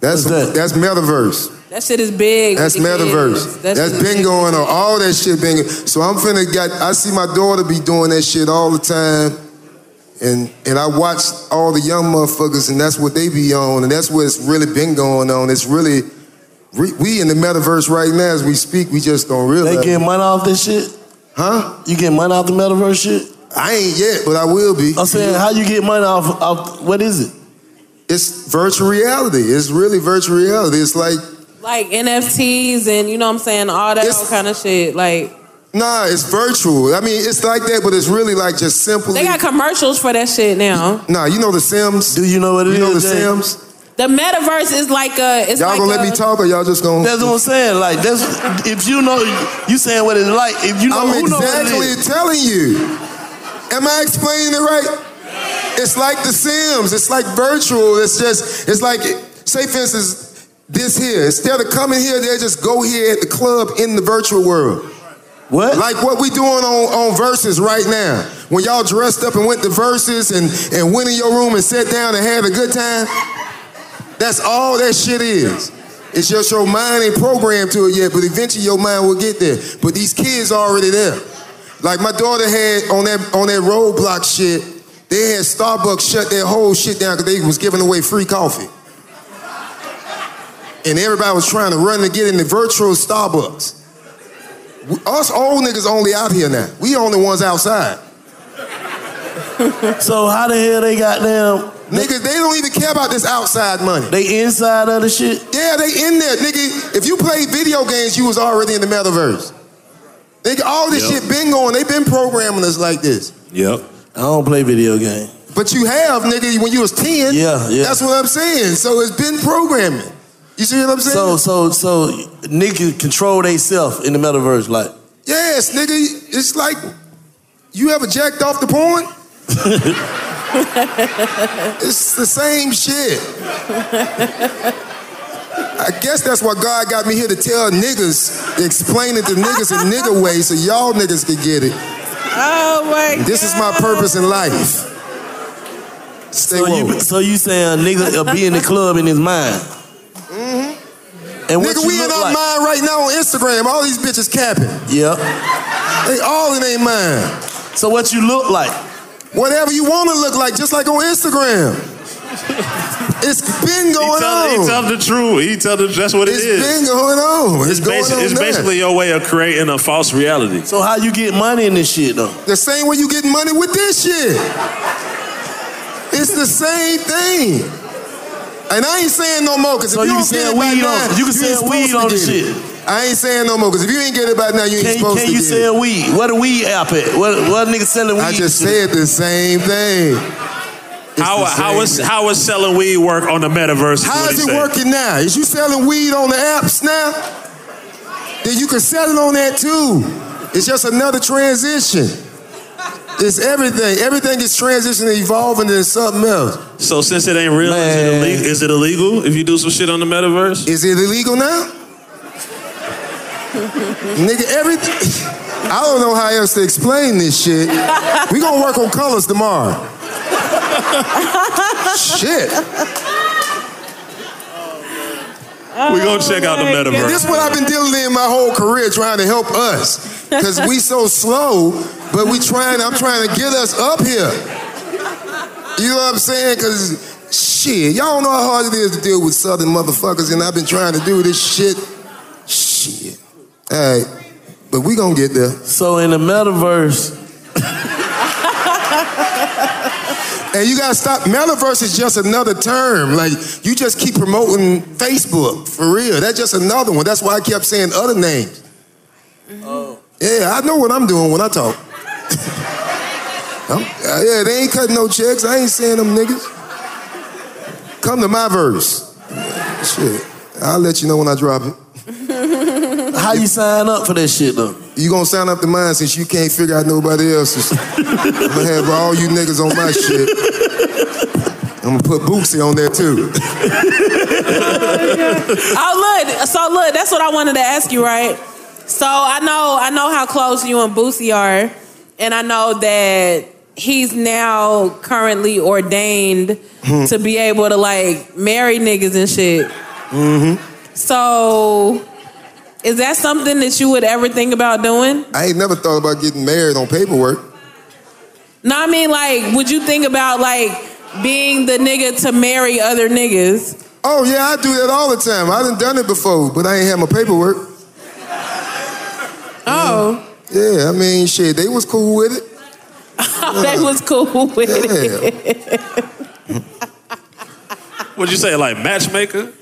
That's that's metaverse. That shit is big. That's with the kids. metaverse. That's, that's been going on. All that shit been. So I'm finna got. I see my daughter be doing that shit all the time, and and I watch all the young motherfuckers, and that's what they be on, and that's what's really been going on. It's really. We, we in the metaverse right now as we speak. We just don't realize. They get money off this shit? Huh? You get money off the metaverse shit? I ain't yet, but I will be. I'm saying, how you get money off, off what is it? It's virtual reality. It's really virtual reality. It's like Like NFTs and you know what I'm saying, all that old kind of shit. Like nah, it's virtual. I mean, it's like that, but it's really like just simply. they got commercials for that shit now. Nah, you know the Sims. Do you know what it you is? know the Jay? Sims. The metaverse is like a. It's Y'all like gonna a, let me talk, or y'all just gonna? That's what I'm saying. Like that's if you know you saying what it's like. If you know I'm who know what it exactly is. telling you. Am I explaining it right? It's like The Sims. It's like virtual. It's just. It's like. Say, for instance, this here. Instead of coming here, they just go here at the club in the virtual world. What? Like what we doing on, on verses right now. When y'all dressed up and went to verses and, and went in your room and sat down and had a good time. That's all that shit is. It's just your mind ain't programmed to it yet, but eventually your mind will get there. But these kids already there. Like my daughter had on that on that roadblock shit, they had Starbucks shut their whole shit down because they was giving away free coffee. And everybody was trying to run to get in the virtual Starbucks. We- Us old niggas only out here now. We only ones outside. so how the hell they got them? Niggas, they don't even care about this outside money. They inside of the shit. Yeah, they in there, nigga. If you played video games, you was already in the metaverse. Nigga, all this Yep. shit been going. They been programming us like this. Yep. I don't play video games. But you have, nigga, when you was ten. Yeah, yeah. That's what I'm saying. So it's been programming. You see what I'm saying? So so so niggas control they self in the metaverse like. Yes, nigga. It's like you ever jacked off the porn? it's the same shit. I guess that's why God got me here to tell niggas, explain it to niggas in nigga way so y'all niggas can get it. Oh my This is my purpose in life. Stay so you so you saying a nigga uh, be in the club in his mind. And what Nigga, you we in look our like? mind right now on Instagram. All these bitches capping. Yep. They all in their mind. So what you look like? Whatever you want to look like, just like on Instagram. it's been going tell, on. He tell the truth. He tell the that's what It's it is. been going on. It's It's, going basi- on it's now. basically your way of creating a false reality. So how you get money in this shit though? The same way you get money with this shit. It's the same thing. And I ain't saying no more, because So if you, you don't can get sell it by weed now, on- you can sell ain't weed supposed to on get this it. shit. I ain't saying no more, because if you ain't get it by now, you ain't Can, supposed can to you get it. sell weed? What a weed app at? What what nigga selling weed? I just said the same thing. How how is how is selling weed work on the metaverse? How what is he it said. working now? Is you selling weed on the apps now? Then you can sell it on that too. It's just another transition. It's everything. Everything is transitioning, evolving into something else. So since it ain't real, is it, illegal, is it illegal if you do some shit on the metaverse? Is it illegal now? Mm-hmm. Nigga, everything. I don't know how else to explain this shit. We gonna work on colors tomorrow. Shit. We gonna check out the metaverse. And this is what I've been dealing in my whole career, trying to help us, because we so slow. But we trying. I'm trying to get us up here. You know what I'm saying? Because shit, y'all don't know how hard it is to deal with southern motherfuckers, and I've been trying to do this shit. Shit. All right, but we gonna get there. So in the metaverse. And you gotta stop. Metaverse is just another term. Like you just keep promoting Facebook for real. That's just another one. That's why I kept saying other names. Oh. Yeah, I know what I'm doing when I talk. I'm- uh, yeah, they ain't cutting no checks. I ain't saying them niggas. Come to my verse. Shit, I'll let you know when I drop it. How you sign up for that shit though? You gonna sign up to mine since you can't figure out nobody else's. I'm gonna have all you niggas on my shit. I'm gonna put Bootsy on there too. oh look, so look, that's what I wanted to ask you, right? So I know I know how close you and Boosie are, and I know that he's now currently ordained Hmm. to be able to like marry niggas and shit. Mm-hmm. So is that something that you would ever think about doing? I ain't never thought about getting married on paperwork. No, I mean like would you think about like being the nigga to marry other niggas? Oh yeah, I do that all the time. I done done it before, but I ain't had my paperwork. Oh. Yeah, I mean shit, they was cool with it. that was cool with it. What'd you say, like matchmaker?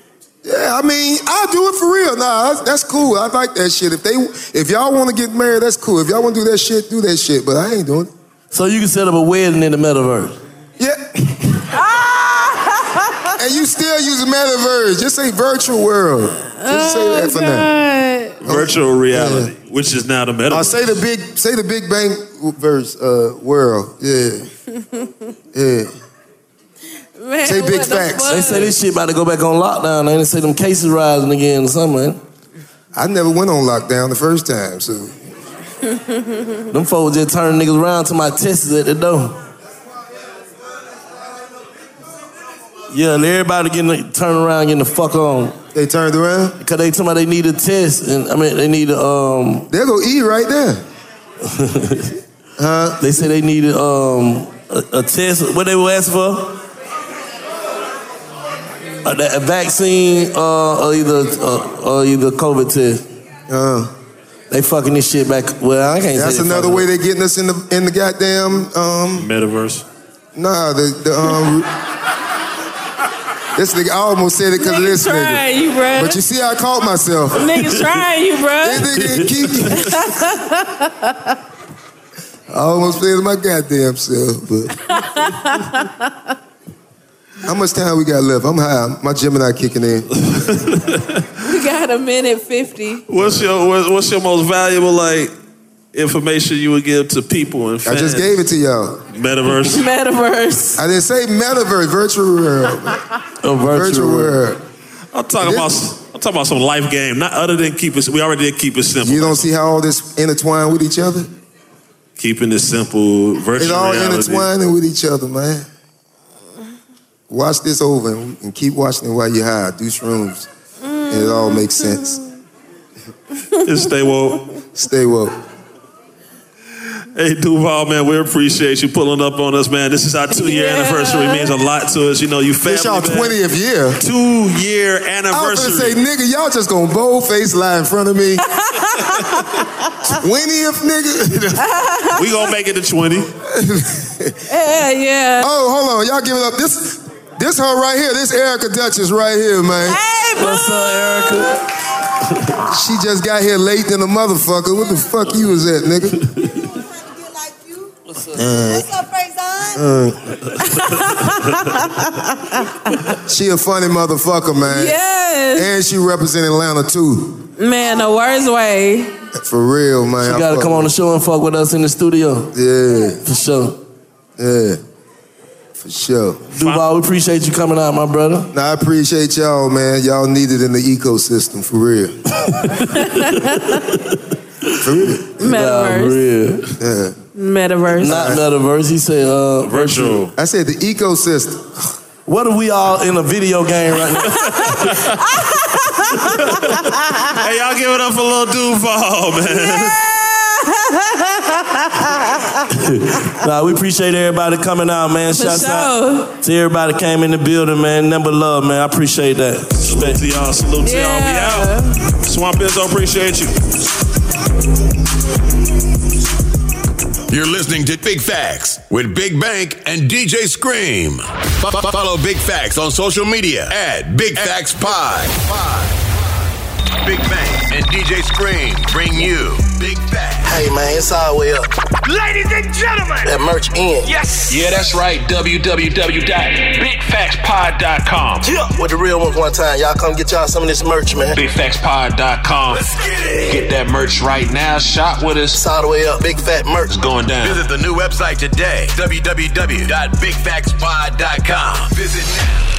Yeah, I mean, I do it for real. Nah, that's, that's cool. I like that shit. If they, if y'all want to get married, that's cool. If y'all want to do that shit, do that shit. But I ain't doing it. So you can set up a wedding in the metaverse. and you still use the metaverse. Just say virtual world. Just say that for now. Virtual reality, which is now the metaverse. Or say the big, say the Big Bang verse uh, world. Yeah, yeah. Man, Say big what the facts. They say this shit about to go back on lockdown. They done say them cases rising again or something. I never went on lockdown the first time, so them folks just turning niggas around to my testers at the door. Yeah, and everybody getting the- turn around, getting the fuck on. They turned around because they somebody they need a test, and I mean they need a. Um, they go eat right there. huh? They say they needed um, a, a test. What they were asking for? A, a vaccine uh, or either uh, or either COVID test. Uh, they fucking this shit back. Well, I can't. That's say they another fucking- way they're getting us in the in the goddamn um, metaverse. Nah, the the um. this nigga, I almost said it because of this trying nigga. you, bruh. But you see, how I caught myself. Niggas trying you, bro. I almost played my goddamn self. But how much time we got left? I'm high. My Gemini kicking in. We got a minute fifty. What's your what, What's your most valuable like information you would give to people and I fans? just gave it to y'all. metaverse. Metaverse. I didn't say metaverse. Virtual world. virtual world. I'm talking about I'm talking about some life game. Not other than keep it. We already did keep it simple. You don't see how all this intertwined with each other? Keeping it simple. Virtual it's all reality. intertwining with each other, man. Watch this over and, and keep watching it while you're high. Do shrooms. It all makes sense. Just stay woke. Stay woke. Hey Duval, man, we appreciate you pulling up on us, man. This is our two-year anniversary. It means a lot to us. You know, you family. It's y'all man. 20th year. Two-year I was gonna anniversary. say, nigga, y'all just gonna bold face lie in front of me. 20th, nigga. we gonna make it to 20. yeah, yeah. Oh, hold on. Y'all give it up. This this her right here, this Erica Duchess right here, man. Hey, What's up, Erica? she just got here late than a motherfucker. What the fuck you was at, nigga? What's up? Uh, What's up, Faison? she a funny motherfucker, man. Yes. And she represent Atlanta too. Man, the worst way. For real, man. She I gotta fuck come on the show and fuck with us in the studio. Yeah. For sure. Yeah. For sure. Duval, we appreciate you coming out, my brother. Now I appreciate y'all, man. Y'all needed in the ecosystem for real. for real. Metaverse. Yeah. Metaverse. Not metaverse. He said uh, virtual. I said the ecosystem. What if we all in a video game right now? hey, y'all give it up for Lil Duval, man. nah, we appreciate everybody coming out, man. For Shouts sure. out to everybody came in the building, man. Number love, man. I appreciate that. Salute to y'all. Salute to y'all. We out. Swamp Izzo, appreciate you. You're listening to Big Facts with Big Bank and DJ Scream. Fo- fo- Follow Big Facts on social media at Big Facts Pod. Big Bank and DJ Scream bring you Big Facts. Hey man, it's all the way up. Ladies and gentlemen, That merch in. Yes. Yeah, that's right. www.bigfaxpod.com. Yeah, with the real ones one time. Y'all come get y'all some of this merch, man. Bigfaxpod.com. Let's get it. Get that merch right now. Shop with us. It's all the way up. Big fat merch. It's going down. visit the new website today www.bigfactspod.com. Visit now.